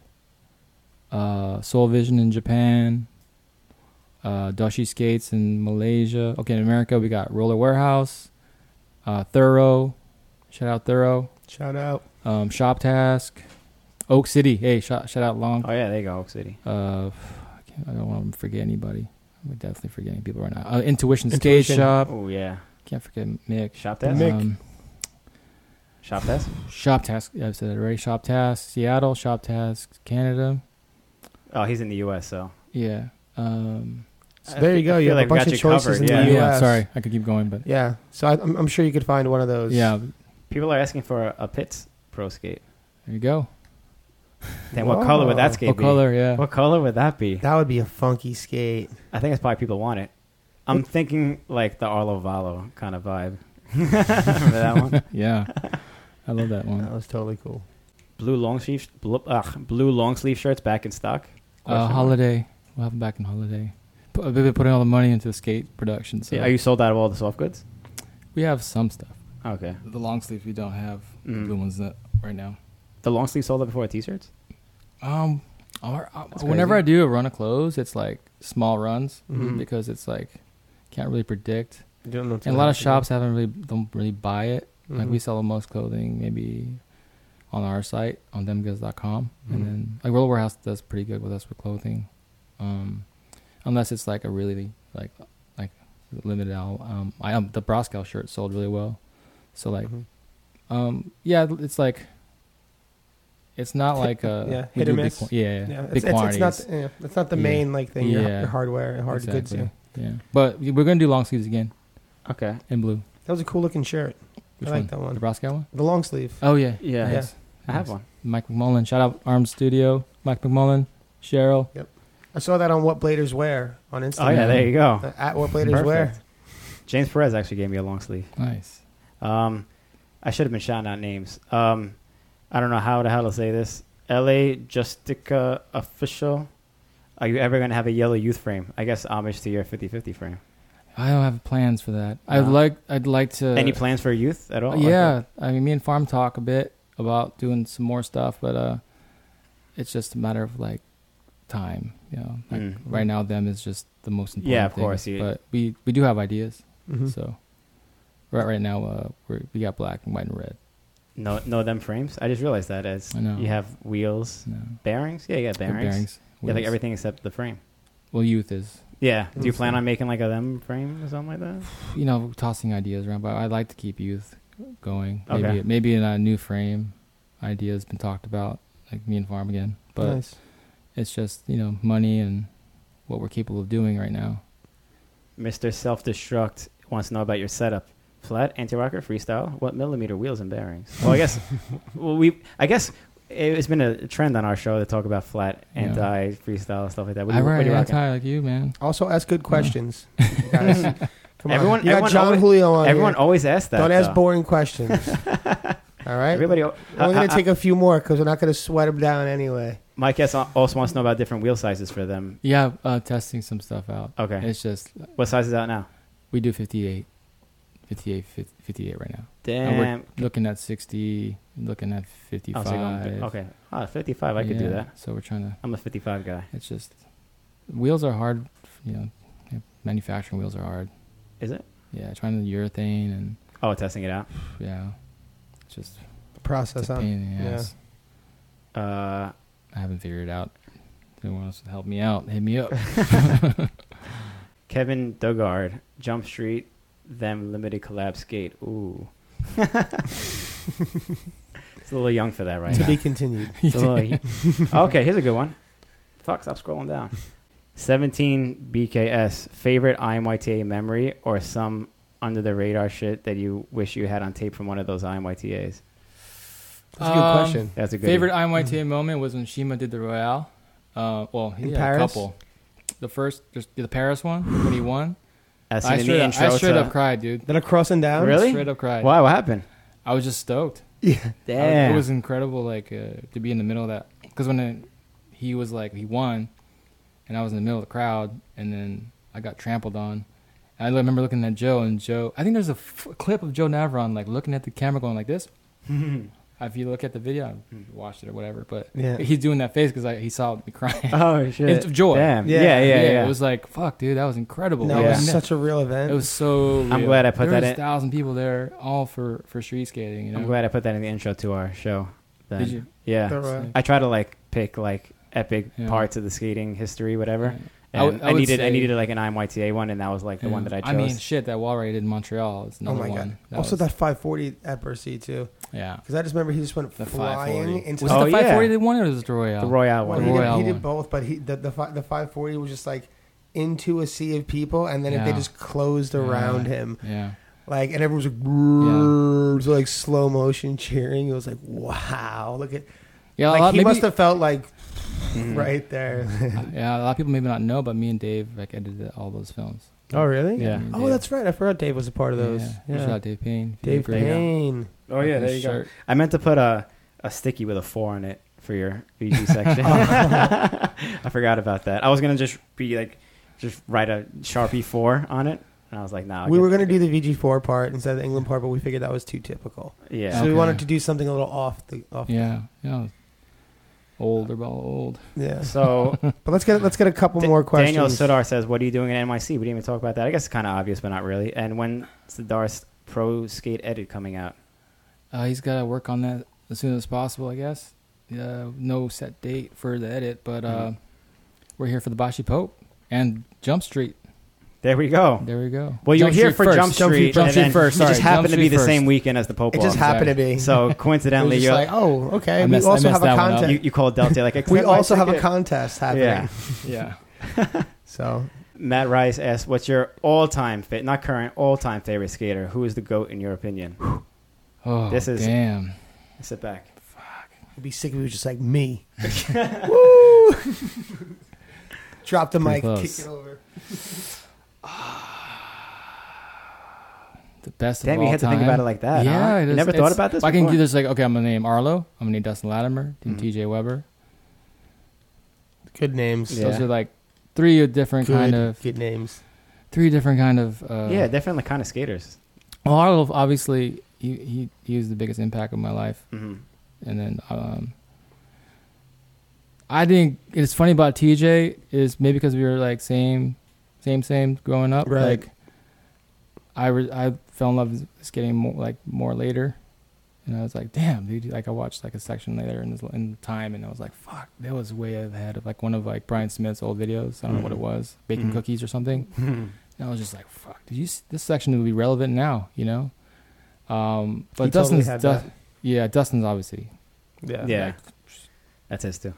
[SPEAKER 3] uh, Soul Vision in Japan, uh, Dashi Skates in Malaysia. Okay, in America we got Roller Warehouse, uh, Thorough, shout out Thorough,
[SPEAKER 2] Shout out.
[SPEAKER 3] um, Shop Task, Oak City. Hey, shout, shout out Long.
[SPEAKER 1] Oh yeah, there you go, Oak City.
[SPEAKER 3] Uh, I, can't, I don't want to forget anybody. I'm definitely forgetting people right now. Uh,
[SPEAKER 2] Intuition.
[SPEAKER 3] Intuition, Skate Shop.
[SPEAKER 1] Oh yeah,
[SPEAKER 3] Can't forget Mick.
[SPEAKER 1] shop
[SPEAKER 2] The
[SPEAKER 1] test,
[SPEAKER 2] Uh, Mick.
[SPEAKER 3] Um,
[SPEAKER 1] shop test.
[SPEAKER 3] Shop Task. yeah, I've said it already. Shop Task. Seattle. Shop Task. Canada.
[SPEAKER 1] Oh, he's in the U.S. So
[SPEAKER 3] Yeah. Um,
[SPEAKER 2] So there you go.
[SPEAKER 1] I
[SPEAKER 2] You
[SPEAKER 1] feel like
[SPEAKER 2] have a
[SPEAKER 1] we
[SPEAKER 2] bunch
[SPEAKER 1] got
[SPEAKER 2] of
[SPEAKER 1] you
[SPEAKER 2] choices
[SPEAKER 1] covered,
[SPEAKER 2] in the
[SPEAKER 1] yeah.
[SPEAKER 3] yeah.
[SPEAKER 2] U.S.
[SPEAKER 3] Sorry, I could keep going, but
[SPEAKER 2] Yeah. So I, I'm, I'm sure you could find one of those.
[SPEAKER 3] yeah.
[SPEAKER 1] people are asking for a, a Pitts Pro skate.
[SPEAKER 3] There you go.
[SPEAKER 1] Then what color would
[SPEAKER 2] Whoa.
[SPEAKER 1] that skate
[SPEAKER 3] What
[SPEAKER 1] be?
[SPEAKER 3] color? Yeah.
[SPEAKER 1] What color would that be?
[SPEAKER 2] That would be a funky skate.
[SPEAKER 1] I think it's probably people want it. I'm thinking like the Arlo Valo kind of vibe. Remember that one?
[SPEAKER 3] Yeah. I love that
[SPEAKER 2] That
[SPEAKER 3] one.
[SPEAKER 2] was totally cool.
[SPEAKER 1] Blue long sleeve, blue, ugh, blue long sleeve shirts back in stock. Question
[SPEAKER 3] Uh,
[SPEAKER 1] mark.
[SPEAKER 3] holiday. We'll have them back in holiday. P- I've been putting all the money into the skate production. So
[SPEAKER 1] Yeah, Are you sold out of all the soft goods?
[SPEAKER 3] we have some stuff.
[SPEAKER 1] Okay.
[SPEAKER 3] The long sleeves we don't have.
[SPEAKER 1] Mm.
[SPEAKER 3] The blue ones that right now.
[SPEAKER 1] The long sleeve sold out before the t-shirts.
[SPEAKER 3] Um, or, uh,
[SPEAKER 1] That's
[SPEAKER 3] whenever
[SPEAKER 1] crazy.
[SPEAKER 3] I do a run of clothes, it's like small runs
[SPEAKER 1] Mhm.
[SPEAKER 3] because it's like can't really predict.
[SPEAKER 2] You don't know what to
[SPEAKER 3] And a lot of
[SPEAKER 2] do.
[SPEAKER 3] shops haven't really don't really buy it. Like
[SPEAKER 2] Mhm.
[SPEAKER 3] we sell the most clothing maybe on our site on themgoods.com,
[SPEAKER 2] Mhm.
[SPEAKER 3] and then like Roller Warehouse does pretty good with us with clothing, um, unless it's like a really like like limited out. Um, I um, the Broscow shirt sold really well, so like
[SPEAKER 2] Mhm.
[SPEAKER 3] um, yeah, it's like it's not like a
[SPEAKER 2] Yeah,
[SPEAKER 3] we
[SPEAKER 2] hit or
[SPEAKER 3] do big
[SPEAKER 2] miss.
[SPEAKER 3] quan- yeah, yeah,
[SPEAKER 2] Yeah, it's,
[SPEAKER 3] big
[SPEAKER 2] it's, it's
[SPEAKER 3] quantities.
[SPEAKER 2] not the, yeah, it's not the
[SPEAKER 3] Yeah.
[SPEAKER 2] main like thing. Your,
[SPEAKER 3] Yeah.
[SPEAKER 2] your hardware, hard goods.
[SPEAKER 3] Exactly.
[SPEAKER 2] Yeah.
[SPEAKER 3] yeah. But we- we're gonna do long sleeves again
[SPEAKER 1] Okay.
[SPEAKER 3] in blue.
[SPEAKER 2] That was a cool looking shirt.
[SPEAKER 3] Which
[SPEAKER 2] I like
[SPEAKER 3] one?
[SPEAKER 2] that one.
[SPEAKER 3] The Broscow one.
[SPEAKER 2] The long sleeve.
[SPEAKER 3] Oh yeah,
[SPEAKER 1] Yeah.
[SPEAKER 2] Yeah.
[SPEAKER 3] Nice.
[SPEAKER 1] I have
[SPEAKER 3] Nice.
[SPEAKER 1] one.
[SPEAKER 3] Mike McMullen. Shout out Arm Studio. Mike McMullen. Cheryl.
[SPEAKER 2] I saw that on What Bladers Wear on Instagram.
[SPEAKER 1] Oh yeah, there you go.
[SPEAKER 2] Uh, At What Bladers Wear.
[SPEAKER 1] Perfect. James Perez actually gave me a long sleeve.
[SPEAKER 3] Nice.
[SPEAKER 1] Um, I should have been shouting out names. Um, I don't know how the hell to say this. L.A. Justica official. Are you ever going to have a yellow youth frame? I guess homage to your 50-50 frame.
[SPEAKER 3] I don't have plans for that. I'd
[SPEAKER 1] No.
[SPEAKER 3] like. I'd like to.
[SPEAKER 1] Any plans for youth at all? Like
[SPEAKER 3] yeah,
[SPEAKER 1] what-
[SPEAKER 3] I mean, me and Farm talk a bit about doing some more stuff, but uh, it's just a matter of like time. You know, like
[SPEAKER 1] Mm.
[SPEAKER 3] right now, them is just the most important.
[SPEAKER 1] Yeah, of
[SPEAKER 3] thing,
[SPEAKER 1] course, you- Mm-hmm.
[SPEAKER 3] But we we do have ideas,
[SPEAKER 2] Mhm.
[SPEAKER 3] so right right now, uh, we're, we got black and white and red.
[SPEAKER 1] No, no, them frames. I just realized that as
[SPEAKER 3] I know.
[SPEAKER 1] you have wheels,
[SPEAKER 3] You know,
[SPEAKER 1] bearings. Yeah, you got
[SPEAKER 3] good
[SPEAKER 1] bearings. Yeah, like
[SPEAKER 3] wheels.
[SPEAKER 1] everything except the frame.
[SPEAKER 3] Well, youth is
[SPEAKER 1] Yeah. Do you
[SPEAKER 2] Mhm.
[SPEAKER 1] plan on making like a them frame or something like that?
[SPEAKER 3] you know tossing ideas around, but I like to keep youth going. Maybe
[SPEAKER 1] Okay.
[SPEAKER 3] maybe in a new frame, idea has been talked about, like me and Farm again, but.
[SPEAKER 2] nice.
[SPEAKER 3] it's just you know money and what we're capable of doing right now.
[SPEAKER 1] Mister Self Destruct wants to know about your setup. Flat, anti-rocker, freestyle. What millimeter wheels and bearings? Well, I guess well, we. I guess it, it's been a trend on our show to talk about flat,
[SPEAKER 3] Yeah.
[SPEAKER 1] anti, freestyle, stuff like that. What
[SPEAKER 3] I
[SPEAKER 1] do you- what
[SPEAKER 3] ride
[SPEAKER 1] do you
[SPEAKER 3] an
[SPEAKER 1] reckon?
[SPEAKER 3] anti like you, man.
[SPEAKER 2] Also, ask good questions. you guys. Come on.
[SPEAKER 1] Everyone-
[SPEAKER 2] you
[SPEAKER 1] everyone
[SPEAKER 2] got John
[SPEAKER 1] always-
[SPEAKER 2] Julio on.
[SPEAKER 1] Everyone
[SPEAKER 2] here.
[SPEAKER 1] always asks that.
[SPEAKER 2] don't ask
[SPEAKER 1] though.
[SPEAKER 2] boring questions. All right.
[SPEAKER 1] Everybody. al-
[SPEAKER 2] We're
[SPEAKER 1] I- I-
[SPEAKER 2] gonna take a few more because we're not gonna sweat them down anyway.
[SPEAKER 1] Mike S uh, also wants to know about different wheel sizes for them.
[SPEAKER 3] Yeah, uh, testing some stuff out.
[SPEAKER 1] Okay.
[SPEAKER 3] It's just
[SPEAKER 1] What size is out now?
[SPEAKER 3] we do 58, 58, 58 right now. And
[SPEAKER 1] Damn.
[SPEAKER 3] we're looking at 60, looking at
[SPEAKER 1] Oh,
[SPEAKER 3] 55.
[SPEAKER 1] so you're going- okay. Ah, 55. I could do
[SPEAKER 3] Yeah,
[SPEAKER 1] that.
[SPEAKER 3] So we're trying to.
[SPEAKER 1] I'm a 55 guy.
[SPEAKER 3] It's just wheels are hard. You know, yeah, manufacturing wheels are hard.
[SPEAKER 1] Is it?
[SPEAKER 3] Yeah, trying to urethane and
[SPEAKER 1] Oh, testing it out.
[SPEAKER 3] yeah, it's just
[SPEAKER 2] The
[SPEAKER 3] it's
[SPEAKER 2] process
[SPEAKER 3] a
[SPEAKER 2] on.
[SPEAKER 3] pain in the
[SPEAKER 2] yeah.
[SPEAKER 3] ass.
[SPEAKER 1] Uh,
[SPEAKER 3] I haven't figured it out. If anyone wants to help me out, hit me up.
[SPEAKER 1] Kevin Dugard, Jump Street, them limited collab skate. Ooh. it's a little young for that right
[SPEAKER 2] to
[SPEAKER 1] now.
[SPEAKER 2] be continued.
[SPEAKER 1] It's a little- okay, here's a good one. Fuck, stop scrolling down. 17 BKS, favorite IMYTA memory or some under the radar shit that you wish you had on tape from one of those IMYTAs?
[SPEAKER 2] That's a good
[SPEAKER 3] Um,
[SPEAKER 2] question.
[SPEAKER 1] That's a good Mm-hmm.
[SPEAKER 3] Favorite IMYTA moment was when Shima did the Royale. Uh, well, he
[SPEAKER 2] In
[SPEAKER 3] had
[SPEAKER 2] Paris?
[SPEAKER 3] a couple. The first, there's the Paris one when he won.
[SPEAKER 1] As seen
[SPEAKER 3] I
[SPEAKER 1] in
[SPEAKER 3] straight,
[SPEAKER 1] the
[SPEAKER 3] up,
[SPEAKER 1] intro
[SPEAKER 3] I straight
[SPEAKER 1] to-
[SPEAKER 3] up cried, dude.
[SPEAKER 2] Then a cross and down.
[SPEAKER 1] Really?
[SPEAKER 3] Straight up cried.
[SPEAKER 1] Why? What happened?
[SPEAKER 3] I was just stoked.
[SPEAKER 2] Yeah.
[SPEAKER 3] I was- it was incredible, like uh, to be in the middle of that. Because when it, he was like he won, and I was in the middle of the crowd, and then I got trampled on. And I remember looking at Joe, and Joe. I think there's a f- clip of Joe Navron like looking at the camera, going like this. if you look at the video, I watched it or whatever, but
[SPEAKER 2] Yeah.
[SPEAKER 3] he's doing that face because he saw me crying.
[SPEAKER 1] oh shit!
[SPEAKER 3] It's joy.
[SPEAKER 1] Damn.
[SPEAKER 2] Yeah.
[SPEAKER 1] Yeah, yeah, yeah.
[SPEAKER 3] It was like fuck, dude, that was incredible.
[SPEAKER 2] No,
[SPEAKER 3] It
[SPEAKER 2] it
[SPEAKER 1] Yeah.
[SPEAKER 2] was
[SPEAKER 3] ne-
[SPEAKER 2] such a real event.
[SPEAKER 3] it was so.
[SPEAKER 1] I'm
[SPEAKER 3] real.
[SPEAKER 1] glad I put
[SPEAKER 3] there
[SPEAKER 1] that
[SPEAKER 3] was
[SPEAKER 1] in-
[SPEAKER 3] A thousand people there, all for for street skating. You know,
[SPEAKER 1] I'm glad I put that in the intro to our show. Then.
[SPEAKER 3] Did you?
[SPEAKER 1] Yeah.
[SPEAKER 2] The Royale.
[SPEAKER 1] I try to like pick like epic
[SPEAKER 3] Yeah.
[SPEAKER 1] parts of the skating history,
[SPEAKER 3] Yeah.
[SPEAKER 1] whatever.
[SPEAKER 3] I
[SPEAKER 1] And I,
[SPEAKER 3] would- I would
[SPEAKER 1] needed I
[SPEAKER 3] say-
[SPEAKER 1] needed like an IMYTA one, and that was like the
[SPEAKER 3] Yeah.
[SPEAKER 1] one that I chose.
[SPEAKER 3] I mean, shit, that wall ride in Montreal is
[SPEAKER 2] Oh
[SPEAKER 3] another
[SPEAKER 2] my
[SPEAKER 3] one.
[SPEAKER 2] god! also
[SPEAKER 3] was-
[SPEAKER 2] that 540 at Bercy too,
[SPEAKER 3] yeah.
[SPEAKER 2] because I just remember he just went
[SPEAKER 3] The
[SPEAKER 2] flying
[SPEAKER 3] 540.
[SPEAKER 2] into.
[SPEAKER 3] Was
[SPEAKER 1] Oh,
[SPEAKER 3] it the
[SPEAKER 1] yeah.
[SPEAKER 3] 540 that won or was it the Royale?
[SPEAKER 1] the Royale
[SPEAKER 2] Well,
[SPEAKER 1] one.
[SPEAKER 2] he, did,
[SPEAKER 3] Royale
[SPEAKER 2] he did
[SPEAKER 3] one.
[SPEAKER 2] both, but he the the, fi- the 540 was just like into a sea of people, and then if they
[SPEAKER 3] Yeah.
[SPEAKER 2] just closed around
[SPEAKER 3] Yeah.
[SPEAKER 2] him,
[SPEAKER 3] Yeah.
[SPEAKER 2] like, and everyone was like, "Brrrr," so, like slow motion cheering. It was like, wow, look at
[SPEAKER 3] Yeah, a
[SPEAKER 2] like
[SPEAKER 3] lot,
[SPEAKER 2] he
[SPEAKER 3] maybe,
[SPEAKER 2] must have felt like
[SPEAKER 1] Mhm.
[SPEAKER 2] right there.
[SPEAKER 3] yeah, a lot of people maybe not know, but me and Dave like edited all those films.
[SPEAKER 2] Oh really?
[SPEAKER 1] Yeah.
[SPEAKER 3] Me and
[SPEAKER 2] Oh,
[SPEAKER 3] Dave.
[SPEAKER 2] that's right. I forgot Dave was a part of those.
[SPEAKER 3] Yeah.
[SPEAKER 2] Yeah.
[SPEAKER 3] Shout out Dave Payne. He did
[SPEAKER 2] Dave
[SPEAKER 3] great.
[SPEAKER 2] Payne.
[SPEAKER 1] Oh yeah,
[SPEAKER 3] His
[SPEAKER 1] there you go.
[SPEAKER 3] shirt.
[SPEAKER 1] I meant to put a a sticky with a four on it for your VG section.
[SPEAKER 3] Oh.
[SPEAKER 1] I forgot about that. I was gonna just be like, just write a sharpie four on it, and I was like, nah.
[SPEAKER 2] We were going to do the VG4 part instead of the England part, but we figured that was too typical.
[SPEAKER 1] yeah.
[SPEAKER 2] So we
[SPEAKER 3] Okay.
[SPEAKER 2] wanted to do something a little off the off.
[SPEAKER 3] Yeah. Yeah. Old, they're all old.
[SPEAKER 2] Yeah.
[SPEAKER 1] So
[SPEAKER 2] But let's get let's get a couple more questions.
[SPEAKER 1] Daniel Sudar says, "What are you doing at NYC?" We didn't even talk about that. I guess it's kind of obvious, but not really. And when Sudar's Pro Skate Edit coming out?
[SPEAKER 3] Uh, he's got to work on that as soon as possible, I guess. Uh, no set date for the edit, but uh,
[SPEAKER 1] Mhm.
[SPEAKER 3] we're here for the Bashi Pope and Jump Street.
[SPEAKER 1] There we go.
[SPEAKER 3] There we go.
[SPEAKER 1] Well, you're
[SPEAKER 3] Jump
[SPEAKER 1] here
[SPEAKER 3] Street
[SPEAKER 1] for
[SPEAKER 3] first.
[SPEAKER 1] Jump Street.
[SPEAKER 3] Jump
[SPEAKER 1] and
[SPEAKER 3] Street
[SPEAKER 1] then
[SPEAKER 3] first.
[SPEAKER 1] It
[SPEAKER 3] Sorry,
[SPEAKER 1] just happened
[SPEAKER 3] Jump
[SPEAKER 1] to be
[SPEAKER 3] Street
[SPEAKER 1] the same
[SPEAKER 3] first.
[SPEAKER 1] weekend as the Pope.
[SPEAKER 2] It just
[SPEAKER 1] Walk.
[SPEAKER 2] happened to be.
[SPEAKER 1] So
[SPEAKER 2] It was
[SPEAKER 1] coincidentally,
[SPEAKER 2] just
[SPEAKER 1] you're
[SPEAKER 2] like, oh, okay.
[SPEAKER 3] I
[SPEAKER 2] we
[SPEAKER 3] messed- I
[SPEAKER 2] also
[SPEAKER 3] messed
[SPEAKER 2] have a
[SPEAKER 3] that one up.
[SPEAKER 2] contest.
[SPEAKER 1] you, you called Delta like
[SPEAKER 2] We
[SPEAKER 1] "Accept my
[SPEAKER 2] also have a
[SPEAKER 1] ticket."
[SPEAKER 2] contest happening.
[SPEAKER 1] Yeah.
[SPEAKER 3] Yeah.
[SPEAKER 2] So
[SPEAKER 1] Matt Rice asked, "What's your all-time fit, not current, all-time favorite skater? Who is the goat in your opinion?"
[SPEAKER 3] Oh,
[SPEAKER 1] This is-
[SPEAKER 3] damn.
[SPEAKER 1] Sit back.
[SPEAKER 2] it'd be sick if it was just like me. Woo! Drop the
[SPEAKER 3] Pretty
[SPEAKER 2] mic,
[SPEAKER 3] close.
[SPEAKER 2] kick it over.
[SPEAKER 3] The best
[SPEAKER 1] Damn,
[SPEAKER 3] of
[SPEAKER 1] you
[SPEAKER 3] all
[SPEAKER 1] had to
[SPEAKER 3] time.
[SPEAKER 1] think about it like that.
[SPEAKER 3] Yeah,
[SPEAKER 1] huh?
[SPEAKER 3] it
[SPEAKER 1] you
[SPEAKER 3] is-
[SPEAKER 1] never
[SPEAKER 3] it's-
[SPEAKER 1] thought about this.
[SPEAKER 3] I can
[SPEAKER 1] before?
[SPEAKER 3] do this like okay, I'm gonna name Arlo. I'm gonna name Dustin Latimer. Team
[SPEAKER 1] Mhm.
[SPEAKER 3] TJ Weber.
[SPEAKER 2] Good names.
[SPEAKER 1] Yeah.
[SPEAKER 3] Those are like three different
[SPEAKER 2] Good,
[SPEAKER 3] kind of
[SPEAKER 2] good names.
[SPEAKER 3] three different kind of. Uh,
[SPEAKER 1] yeah, definitely kind of skaters.
[SPEAKER 3] well, Arlo obviously he, he he was the biggest impact of my life,
[SPEAKER 1] hmm
[SPEAKER 3] and then um, I think it's funny about TJ is maybe because we were like same, same, same growing up.
[SPEAKER 2] Right.
[SPEAKER 3] Like I re- I fell in love with skating more like more later, and I was like, damn, dude. Like I watched like a section later in this, in time, and I was like, fuck, that was way ahead of like one of like Brian Smith's old videos. I don't know what it
[SPEAKER 1] Mhm.
[SPEAKER 3] was, baking
[SPEAKER 1] Mhm.
[SPEAKER 3] cookies or something. And I was just like, fuck, did you? s- This section would be relevant now, you know. Um, but
[SPEAKER 2] He totally
[SPEAKER 3] Dustin's
[SPEAKER 2] had
[SPEAKER 3] Dust-
[SPEAKER 2] that.
[SPEAKER 3] yeah, Dustin's obviously
[SPEAKER 2] Yeah.
[SPEAKER 1] Yeah, that's his too.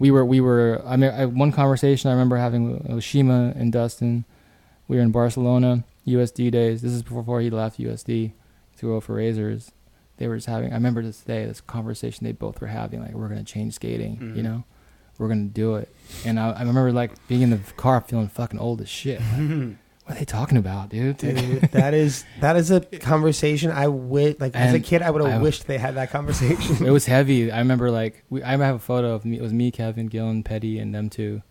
[SPEAKER 3] we were we were I mean I, one conversation I remember having with Oshima and Dustin. We were in Barcelona USD days. This is before he left USD to go for Razors. They were just having. I remember this day, this conversation they both were having. Like, we're gonna change skating. You
[SPEAKER 1] Mhm.
[SPEAKER 3] know, we're gonna do it. And I, I remember like being in the car, feeling fucking old as shit. Like, what are they talking about, dude?
[SPEAKER 2] Dude, that is that is a conversation I wish. Like as a
[SPEAKER 3] And
[SPEAKER 2] kid, I would
[SPEAKER 3] I-
[SPEAKER 2] have wished they had that conversation.
[SPEAKER 3] it was heavy. I remember like we, I have a photo of me. It was me, Kevin, Gillen, Petty, and them two,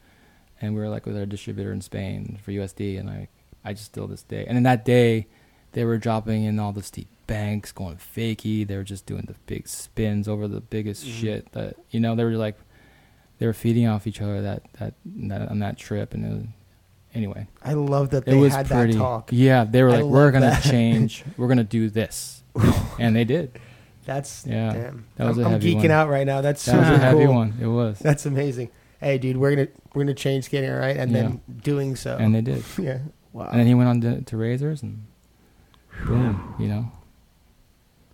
[SPEAKER 3] and we were like with our distributor in Spain for USD. And I, I just still this day. And in that day, they were dropping in all the steep banks, going fakey. They were just doing the big spins over the biggest
[SPEAKER 2] Mm-hmm.
[SPEAKER 1] Mhm.
[SPEAKER 3] shit that you know. They were like, they were feeding off each other that that, that on that trip. And it was, anyway,
[SPEAKER 2] I love that
[SPEAKER 3] it
[SPEAKER 2] they
[SPEAKER 3] was
[SPEAKER 2] had
[SPEAKER 3] pretty.
[SPEAKER 2] that talk.
[SPEAKER 3] Yeah, they were
[SPEAKER 2] I
[SPEAKER 3] like, we're
[SPEAKER 2] love
[SPEAKER 3] gonna
[SPEAKER 2] that.
[SPEAKER 3] change. We're gonna do this, and they did.
[SPEAKER 2] That's
[SPEAKER 3] Yeah,
[SPEAKER 2] damn.
[SPEAKER 3] that was
[SPEAKER 2] I'm,
[SPEAKER 3] a
[SPEAKER 2] I'm
[SPEAKER 3] heavy
[SPEAKER 2] geeking
[SPEAKER 3] one.
[SPEAKER 2] out right now. That's
[SPEAKER 3] That was
[SPEAKER 2] super
[SPEAKER 3] a heavy
[SPEAKER 2] cool.
[SPEAKER 3] one. It was.
[SPEAKER 2] That's amazing. Hey, dude, we're gonna we're gonna change skating, all right? And then doing so.
[SPEAKER 3] and they did.
[SPEAKER 2] yeah. Wow.
[SPEAKER 3] And then he went on to, to Razors and boom, you know,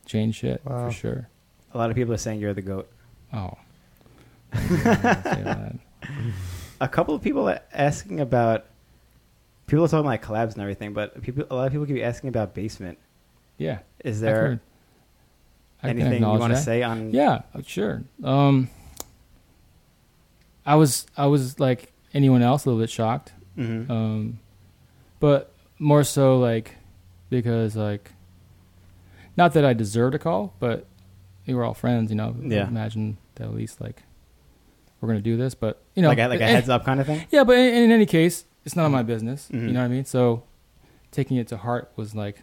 [SPEAKER 3] changed shit
[SPEAKER 2] Wow.
[SPEAKER 3] for sure.
[SPEAKER 1] A lot of people are saying you're the goat.
[SPEAKER 3] Oh. I didn't say that.
[SPEAKER 1] A couple of people are asking about. People are talking like collabs and everything, but people, a lot of people keep asking about basement.
[SPEAKER 3] yeah.
[SPEAKER 1] Is
[SPEAKER 3] I've
[SPEAKER 1] there
[SPEAKER 3] heard- I can
[SPEAKER 1] anything you
[SPEAKER 3] acknowledge
[SPEAKER 1] want to
[SPEAKER 3] that.
[SPEAKER 1] say on?
[SPEAKER 3] Yeah, sure. Um, I was I was like anyone else a little bit shocked
[SPEAKER 1] Mhm.
[SPEAKER 3] um, but more so like because like not that I deserved a call, but we were all friends, you know.
[SPEAKER 1] Yeah.
[SPEAKER 3] Imagine that at least like we're gonna do this, but you know,
[SPEAKER 1] like a, like a
[SPEAKER 3] eh,
[SPEAKER 1] heads up kind of thing.
[SPEAKER 3] Yeah, but in, in any case, it's none of my business.
[SPEAKER 1] Mhm.
[SPEAKER 3] You know what I mean? So taking it to heart was like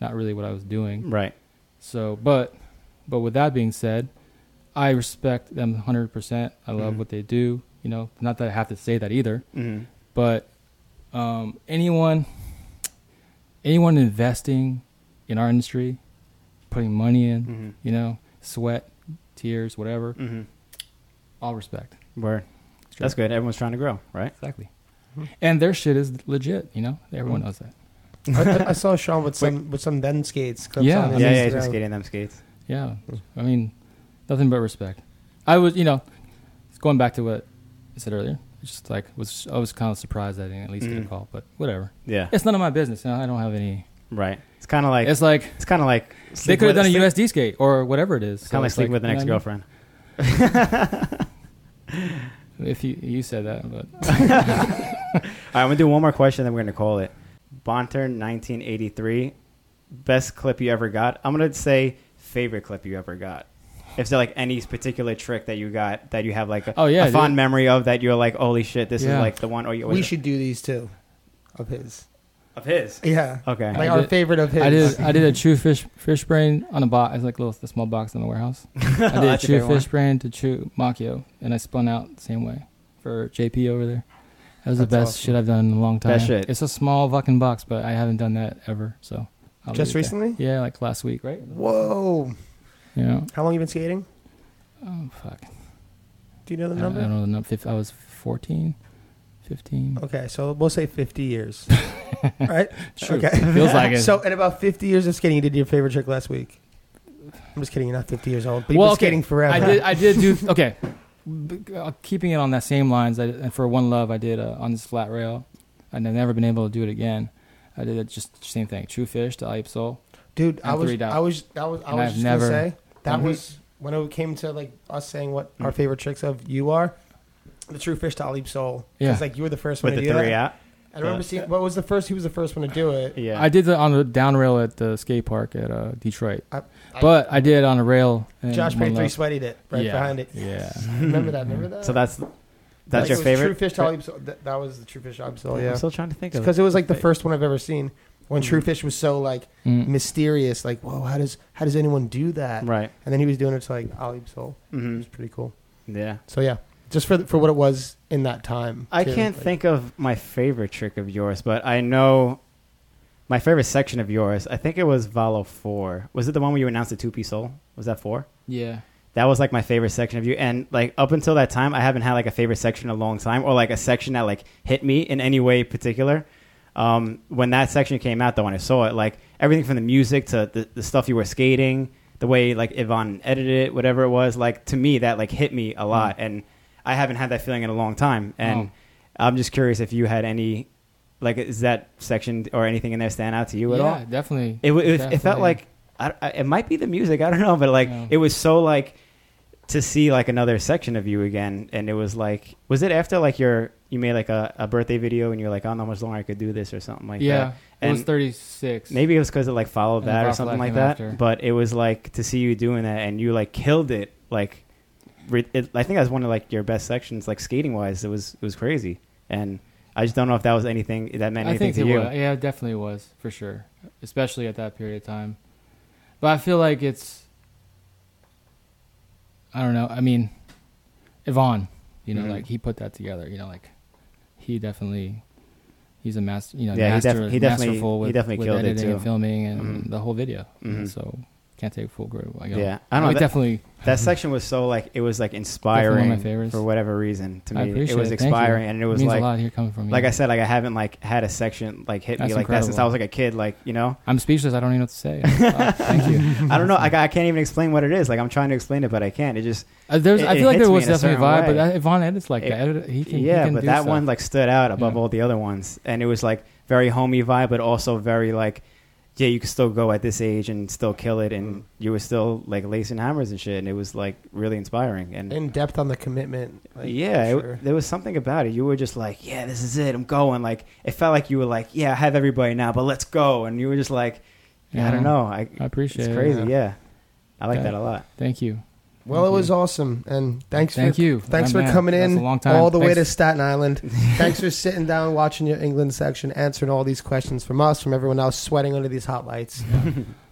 [SPEAKER 3] not really what I was doing.
[SPEAKER 1] Right.
[SPEAKER 3] So, but but with that being said, I respect them 100%. I love
[SPEAKER 1] Mhm.
[SPEAKER 3] what they do. You know, not that I have to say that either
[SPEAKER 1] hmm
[SPEAKER 3] but um, anyone anyone investing in our industry putting money in
[SPEAKER 1] hmm
[SPEAKER 3] you know sweat tears whatever
[SPEAKER 1] hmm
[SPEAKER 3] all respect
[SPEAKER 1] Word.
[SPEAKER 3] Sure.
[SPEAKER 1] That's good. Hmm. Everyone's trying to grow, right?
[SPEAKER 3] exactly and their shit is legit you know everyone
[SPEAKER 1] Hmm.
[SPEAKER 3] knows that
[SPEAKER 2] I, I- I saw Sean with some with some then skates clips
[SPEAKER 3] Yeah.
[SPEAKER 2] on
[SPEAKER 1] Yeah,
[SPEAKER 2] his
[SPEAKER 1] yeah.
[SPEAKER 2] Instagram.
[SPEAKER 1] He's been skating them skates.
[SPEAKER 3] yeah
[SPEAKER 1] Hmm.
[SPEAKER 3] i mean nothing but respect i was you know going back to what i said earlier it's just like was i was kind of surprised that i didn't at least get a
[SPEAKER 1] Mhm.
[SPEAKER 3] call but whatever
[SPEAKER 1] Yeah.
[SPEAKER 3] it's none of my business you know, i don't have any
[SPEAKER 1] Right. It's kind of like it's,
[SPEAKER 3] it's like
[SPEAKER 1] kind of like
[SPEAKER 3] they
[SPEAKER 1] sleep
[SPEAKER 3] could have
[SPEAKER 1] with-
[SPEAKER 3] done a
[SPEAKER 1] sleep-
[SPEAKER 3] usd skate or whatever it is
[SPEAKER 1] It's kind of like
[SPEAKER 3] it's
[SPEAKER 1] sleeping with an
[SPEAKER 3] you know what I
[SPEAKER 1] ex
[SPEAKER 3] mean?
[SPEAKER 1] girlfriend.
[SPEAKER 3] If you you said that, but
[SPEAKER 1] All right, I'm gonna do one more question, then we're gonna call it. Bonturn 1983, best clip you ever got. I'm gonna say favorite clip you ever got. If there like any particular trick that you got that you have like a,
[SPEAKER 3] Oh, yeah,
[SPEAKER 1] a fond
[SPEAKER 3] dude.
[SPEAKER 1] memory of that you're like, holy shit, this is
[SPEAKER 3] Yeah.
[SPEAKER 1] like the one. Or you
[SPEAKER 2] We should do these too. Of his.
[SPEAKER 1] of his.
[SPEAKER 2] Yeah.
[SPEAKER 1] Okay.
[SPEAKER 2] Like
[SPEAKER 3] I
[SPEAKER 2] our
[SPEAKER 3] did-
[SPEAKER 2] favorite of his.
[SPEAKER 3] I did I did a true fish fish brain on a box. It's like a little a small box in the warehouse. I did a
[SPEAKER 1] That's your
[SPEAKER 3] true
[SPEAKER 1] favorite
[SPEAKER 3] fish brain to true macchio, and I spun out the same way for JP over there. That was the
[SPEAKER 2] That's
[SPEAKER 3] best
[SPEAKER 2] awesome.
[SPEAKER 3] shit I've done in a long time.
[SPEAKER 1] Best shit.
[SPEAKER 3] It's a small fucking box, but I haven't done that ever. So I'll
[SPEAKER 2] Just
[SPEAKER 3] leave it there.
[SPEAKER 2] recently?
[SPEAKER 3] yeah, like last week, right?
[SPEAKER 2] Whoa.
[SPEAKER 3] You know,
[SPEAKER 2] How long you been skating?
[SPEAKER 3] oh fuck,
[SPEAKER 2] Do you know
[SPEAKER 3] I,
[SPEAKER 2] the
[SPEAKER 3] I don't
[SPEAKER 2] number?
[SPEAKER 3] know the number. Fif- I was 14, 15.
[SPEAKER 2] Okay, so we'll say 50 years. right?
[SPEAKER 3] Sure.
[SPEAKER 2] Okay.
[SPEAKER 3] Feels like it.
[SPEAKER 2] So, in about 50 years of skating, you did your favorite trick last week. I'm just kidding. You're not 50 years old, but you've
[SPEAKER 3] Well,
[SPEAKER 2] been
[SPEAKER 3] okay.
[SPEAKER 2] skating forever.
[SPEAKER 3] I did. I did do okay. B- uh, Keeping it on that same lines, I, and for one love, I did uh, on this flat rail, and I've never been able to do it again. I did it just same thing, true fish to Ipe Soul.
[SPEAKER 2] Dude, I
[SPEAKER 3] and
[SPEAKER 2] was,
[SPEAKER 3] three down.
[SPEAKER 2] I was, I was, I
[SPEAKER 3] And
[SPEAKER 2] was
[SPEAKER 3] I've
[SPEAKER 2] just
[SPEAKER 3] never-
[SPEAKER 2] gonna say that
[SPEAKER 3] Mhm.
[SPEAKER 2] was when it came to like us saying what our
[SPEAKER 3] Mm.
[SPEAKER 2] favorite tricks of you are. The true fish to Alib Soul.
[SPEAKER 3] Yeah.
[SPEAKER 2] It's like you were the first one
[SPEAKER 1] with the
[SPEAKER 2] to do
[SPEAKER 1] three
[SPEAKER 2] that.
[SPEAKER 1] out.
[SPEAKER 2] I remember seeing what was the first. Who was the first one to do it?
[SPEAKER 1] Yeah.
[SPEAKER 3] I did that on the down rail at the skate park at uh, Detroit,
[SPEAKER 2] I- I-
[SPEAKER 3] but I did it on a rail. in
[SPEAKER 2] Josh
[SPEAKER 3] One
[SPEAKER 2] Perry three
[SPEAKER 3] Love.
[SPEAKER 2] sweated it right
[SPEAKER 3] Yeah.
[SPEAKER 2] behind it.
[SPEAKER 3] Yeah,
[SPEAKER 2] Remember that? Remember that?
[SPEAKER 1] so that's that's
[SPEAKER 2] Like,
[SPEAKER 1] your
[SPEAKER 2] it was True
[SPEAKER 1] favorite.
[SPEAKER 2] fish to Alib Soul. That, that was the true fish to Alib Soul. Yeah.
[SPEAKER 1] I'm still trying to think of it.
[SPEAKER 2] because it was like the first one I've ever seen. When
[SPEAKER 1] Mhm.
[SPEAKER 2] True Fish was so like
[SPEAKER 3] Mm.
[SPEAKER 2] mysterious, like whoa, how does how does anyone do that?
[SPEAKER 1] Right.
[SPEAKER 2] And then he was doing it to like Alib Soul. It
[SPEAKER 3] Mm-hmm.
[SPEAKER 1] hmm
[SPEAKER 2] was pretty cool.
[SPEAKER 1] Yeah.
[SPEAKER 2] So yeah, just for for what it was in that time.
[SPEAKER 1] I
[SPEAKER 2] too,
[SPEAKER 1] can't
[SPEAKER 2] like-
[SPEAKER 1] think of my favorite trick of yours, but I know my favorite section of yours. I think it was Valo Four. Was it the one where you announced the two piece soul? Was that four?
[SPEAKER 3] yeah.
[SPEAKER 1] That was like my favorite section of you, and like up until that time, I haven't had like a favorite section in a long time, or like a section that like hit me in any way particular. Um, when that section came out, though, when I saw it, like everything from the music to the, the stuff you were skating, the way like Yvonne edited it, whatever it was, like to me that like hit me a lot, and I haven't had that feeling in a long time, and
[SPEAKER 3] Mm. Oh.
[SPEAKER 1] I'm just curious if you had any Like, is that section or anything in there stand out to you at
[SPEAKER 3] yeah,
[SPEAKER 1] all?
[SPEAKER 3] definitely.
[SPEAKER 1] It, wa- it, was, it felt
[SPEAKER 3] Definitely.
[SPEAKER 1] like I, I- it might be the music. I don't know, but like
[SPEAKER 3] Yeah.
[SPEAKER 1] it was so like to see like another section of you again, and it was like, was it after like your you made like a, a birthday video and you're like, "Oh, I don't know how much longer I could do this or something like
[SPEAKER 3] yeah,
[SPEAKER 1] that.
[SPEAKER 3] it was
[SPEAKER 1] And
[SPEAKER 3] 36.
[SPEAKER 1] Maybe it was because it like followed
[SPEAKER 3] And
[SPEAKER 1] that
[SPEAKER 3] Rock
[SPEAKER 1] or something like
[SPEAKER 3] Life came
[SPEAKER 1] that.
[SPEAKER 3] after.
[SPEAKER 1] But it was like to see you doing that, and you like killed it. Like, re- it, I think that was one of like your best sections, like skating wise. It was it was crazy, and I just don't know if that was anything that meant
[SPEAKER 3] I
[SPEAKER 1] anything
[SPEAKER 3] think
[SPEAKER 1] to
[SPEAKER 3] it
[SPEAKER 1] you.
[SPEAKER 3] was. Yeah, it definitely was for sure, especially at that period of time. But I feel like it's. I don't know. I mean, Yvonne, you know,
[SPEAKER 1] Mhm.
[SPEAKER 3] like he put that together. You know, like he definitely, he's a master. You know,
[SPEAKER 1] Yeah, he def-
[SPEAKER 3] master,
[SPEAKER 1] he definitely-
[SPEAKER 3] masterful with,
[SPEAKER 1] he definitely
[SPEAKER 3] with
[SPEAKER 1] killed it,
[SPEAKER 3] editing
[SPEAKER 1] too.
[SPEAKER 3] and filming and
[SPEAKER 1] Mhm.
[SPEAKER 3] the whole video.
[SPEAKER 1] Mhm.
[SPEAKER 3] So can't take full credit. I
[SPEAKER 1] Yeah, I
[SPEAKER 3] go-
[SPEAKER 1] don't
[SPEAKER 3] would
[SPEAKER 1] know. That,
[SPEAKER 3] definitely.
[SPEAKER 1] that section was so like it was like
[SPEAKER 3] Definitely one
[SPEAKER 1] inspiring
[SPEAKER 3] of my favorites.
[SPEAKER 1] for whatever reason to
[SPEAKER 3] I
[SPEAKER 1] me. It
[SPEAKER 3] appreciate
[SPEAKER 1] was
[SPEAKER 3] it. Thank you.
[SPEAKER 1] inspiring, and it was
[SPEAKER 3] means
[SPEAKER 1] like
[SPEAKER 3] a lot here coming from you.
[SPEAKER 1] like I said, like I haven't like had a section like hit
[SPEAKER 3] That's
[SPEAKER 1] me like that since
[SPEAKER 3] incredible.
[SPEAKER 1] I was like a kid. Like you know,
[SPEAKER 3] I'm speechless. I don't even know what to say. Uh, Thank you.
[SPEAKER 1] I don't know. Like I can't even explain what it is. Like I'm trying to explain it, but I can't. It just
[SPEAKER 3] Uh, there's,
[SPEAKER 1] It-
[SPEAKER 3] I
[SPEAKER 1] it
[SPEAKER 3] feel like
[SPEAKER 1] hits
[SPEAKER 3] there
[SPEAKER 1] me
[SPEAKER 3] was
[SPEAKER 1] in a
[SPEAKER 3] definitely a
[SPEAKER 1] certain
[SPEAKER 3] vibe,
[SPEAKER 1] way.
[SPEAKER 3] but that, Yvonne edits like
[SPEAKER 1] It-
[SPEAKER 3] that. He can,
[SPEAKER 1] yeah,
[SPEAKER 3] he can
[SPEAKER 1] but
[SPEAKER 3] do
[SPEAKER 1] that
[SPEAKER 3] stuff.
[SPEAKER 1] one like stood out above
[SPEAKER 3] Yeah.
[SPEAKER 1] all the other ones, and it was like very homey vibe, but also very like, yeah, you could still go at this age and still kill it, and you were still like lacing hammers and shit, and it was like really inspiring. And
[SPEAKER 2] in depth on the commitment. Like,
[SPEAKER 1] yeah,
[SPEAKER 2] for
[SPEAKER 1] it-
[SPEAKER 2] sure.
[SPEAKER 1] there was something about it. You were just like, yeah, this is it. I'm going. Like it felt like you were like, yeah, I have everybody now, but let's go. And you were just like, yeah, I don't know. I,
[SPEAKER 3] I appreciate
[SPEAKER 1] it's crazy.
[SPEAKER 3] it.
[SPEAKER 1] Yeah. I like
[SPEAKER 3] Yeah.
[SPEAKER 1] that a lot.
[SPEAKER 3] Thank you.
[SPEAKER 2] well, it
[SPEAKER 3] Thank
[SPEAKER 2] was
[SPEAKER 3] you.
[SPEAKER 2] awesome, and thanks.
[SPEAKER 3] mm-hmm. Thank
[SPEAKER 2] for,
[SPEAKER 3] you.
[SPEAKER 2] Thanks
[SPEAKER 3] Oh,
[SPEAKER 2] for
[SPEAKER 3] man,
[SPEAKER 2] coming
[SPEAKER 3] that's
[SPEAKER 2] in
[SPEAKER 3] a long time.
[SPEAKER 2] all the way to
[SPEAKER 3] Thanks.
[SPEAKER 2] Staten Island. thanks for sitting down, watching your England section, answering all these questions from us, from everyone else, sweating under these hot lights.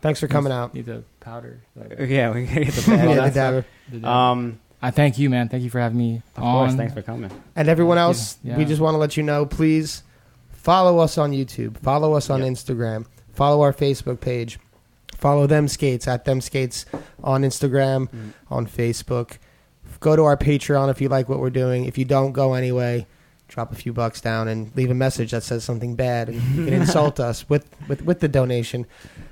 [SPEAKER 2] thanks for coming out.
[SPEAKER 3] Need the powder. like,
[SPEAKER 1] Yeah, we gotta get the
[SPEAKER 2] Yeah,
[SPEAKER 1] bad
[SPEAKER 2] the
[SPEAKER 1] stuff.
[SPEAKER 2] dabber.
[SPEAKER 3] the dab.
[SPEAKER 1] Um,
[SPEAKER 3] I thank you, man. Thank you for having me
[SPEAKER 1] of
[SPEAKER 3] on.
[SPEAKER 1] course. Thanks for coming.
[SPEAKER 2] And everyone else,
[SPEAKER 3] Yeah.
[SPEAKER 2] we just want to let you know, please follow us on YouTube, follow us on
[SPEAKER 1] Yeah.
[SPEAKER 2] Instagram, follow our Facebook page, follow them skates at them skates on
[SPEAKER 1] Mm.
[SPEAKER 2] Instagram, on Facebook. Go to our Patreon if you like what we're doing. If you don't, go anyway. Drop a few bucks down and leave a message that says something bad and you can insult us with, with, with the donation.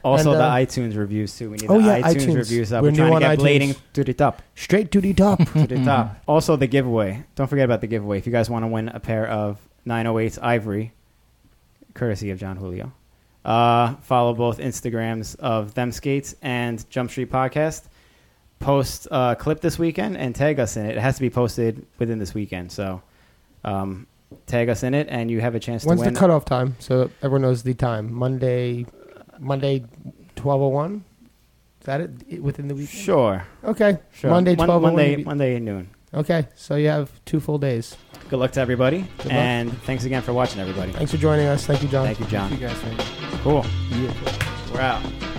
[SPEAKER 1] Also,
[SPEAKER 2] And,
[SPEAKER 1] the
[SPEAKER 2] uh,
[SPEAKER 1] illations reviews too. We need
[SPEAKER 2] oh,
[SPEAKER 1] the
[SPEAKER 2] yeah,
[SPEAKER 1] iTunes,
[SPEAKER 2] iTunes.
[SPEAKER 1] reviews up.
[SPEAKER 2] We're
[SPEAKER 1] We're,
[SPEAKER 2] new
[SPEAKER 1] trying
[SPEAKER 2] on
[SPEAKER 1] to get
[SPEAKER 2] iTunes.
[SPEAKER 1] blading to the top,
[SPEAKER 2] Straight to the top.
[SPEAKER 1] to the top. Also, the giveaway. Don't forget about the giveaway. If you guys want to win a pair of 908s Ivory, courtesy of John Julio, uh, follow both Instagrams of Them Skates and Jump Street Podcast. Post a clip this weekend and tag us in it. It has to be posted within this weekend, so um, tag us in it, and you have a chance
[SPEAKER 2] When's
[SPEAKER 1] to
[SPEAKER 2] the
[SPEAKER 1] win.
[SPEAKER 2] cutoff time? So everyone knows the time. Monday, Monday, twelve oh one. Is that it? it? Within the week?
[SPEAKER 1] Sure,
[SPEAKER 2] Okay.
[SPEAKER 1] sure.
[SPEAKER 2] Monday,
[SPEAKER 1] Mon-
[SPEAKER 2] 12
[SPEAKER 1] Monday, Monday at noon.
[SPEAKER 2] Okay. So you have two full days.
[SPEAKER 1] Good luck to everybody.
[SPEAKER 2] luck.
[SPEAKER 1] and thanks again for watching, everybody.
[SPEAKER 2] Thanks for joining us. Thank you, John.
[SPEAKER 1] Thank you, John.
[SPEAKER 3] Thank you guys. man.
[SPEAKER 1] Cool.
[SPEAKER 3] Yeah.
[SPEAKER 1] We're out.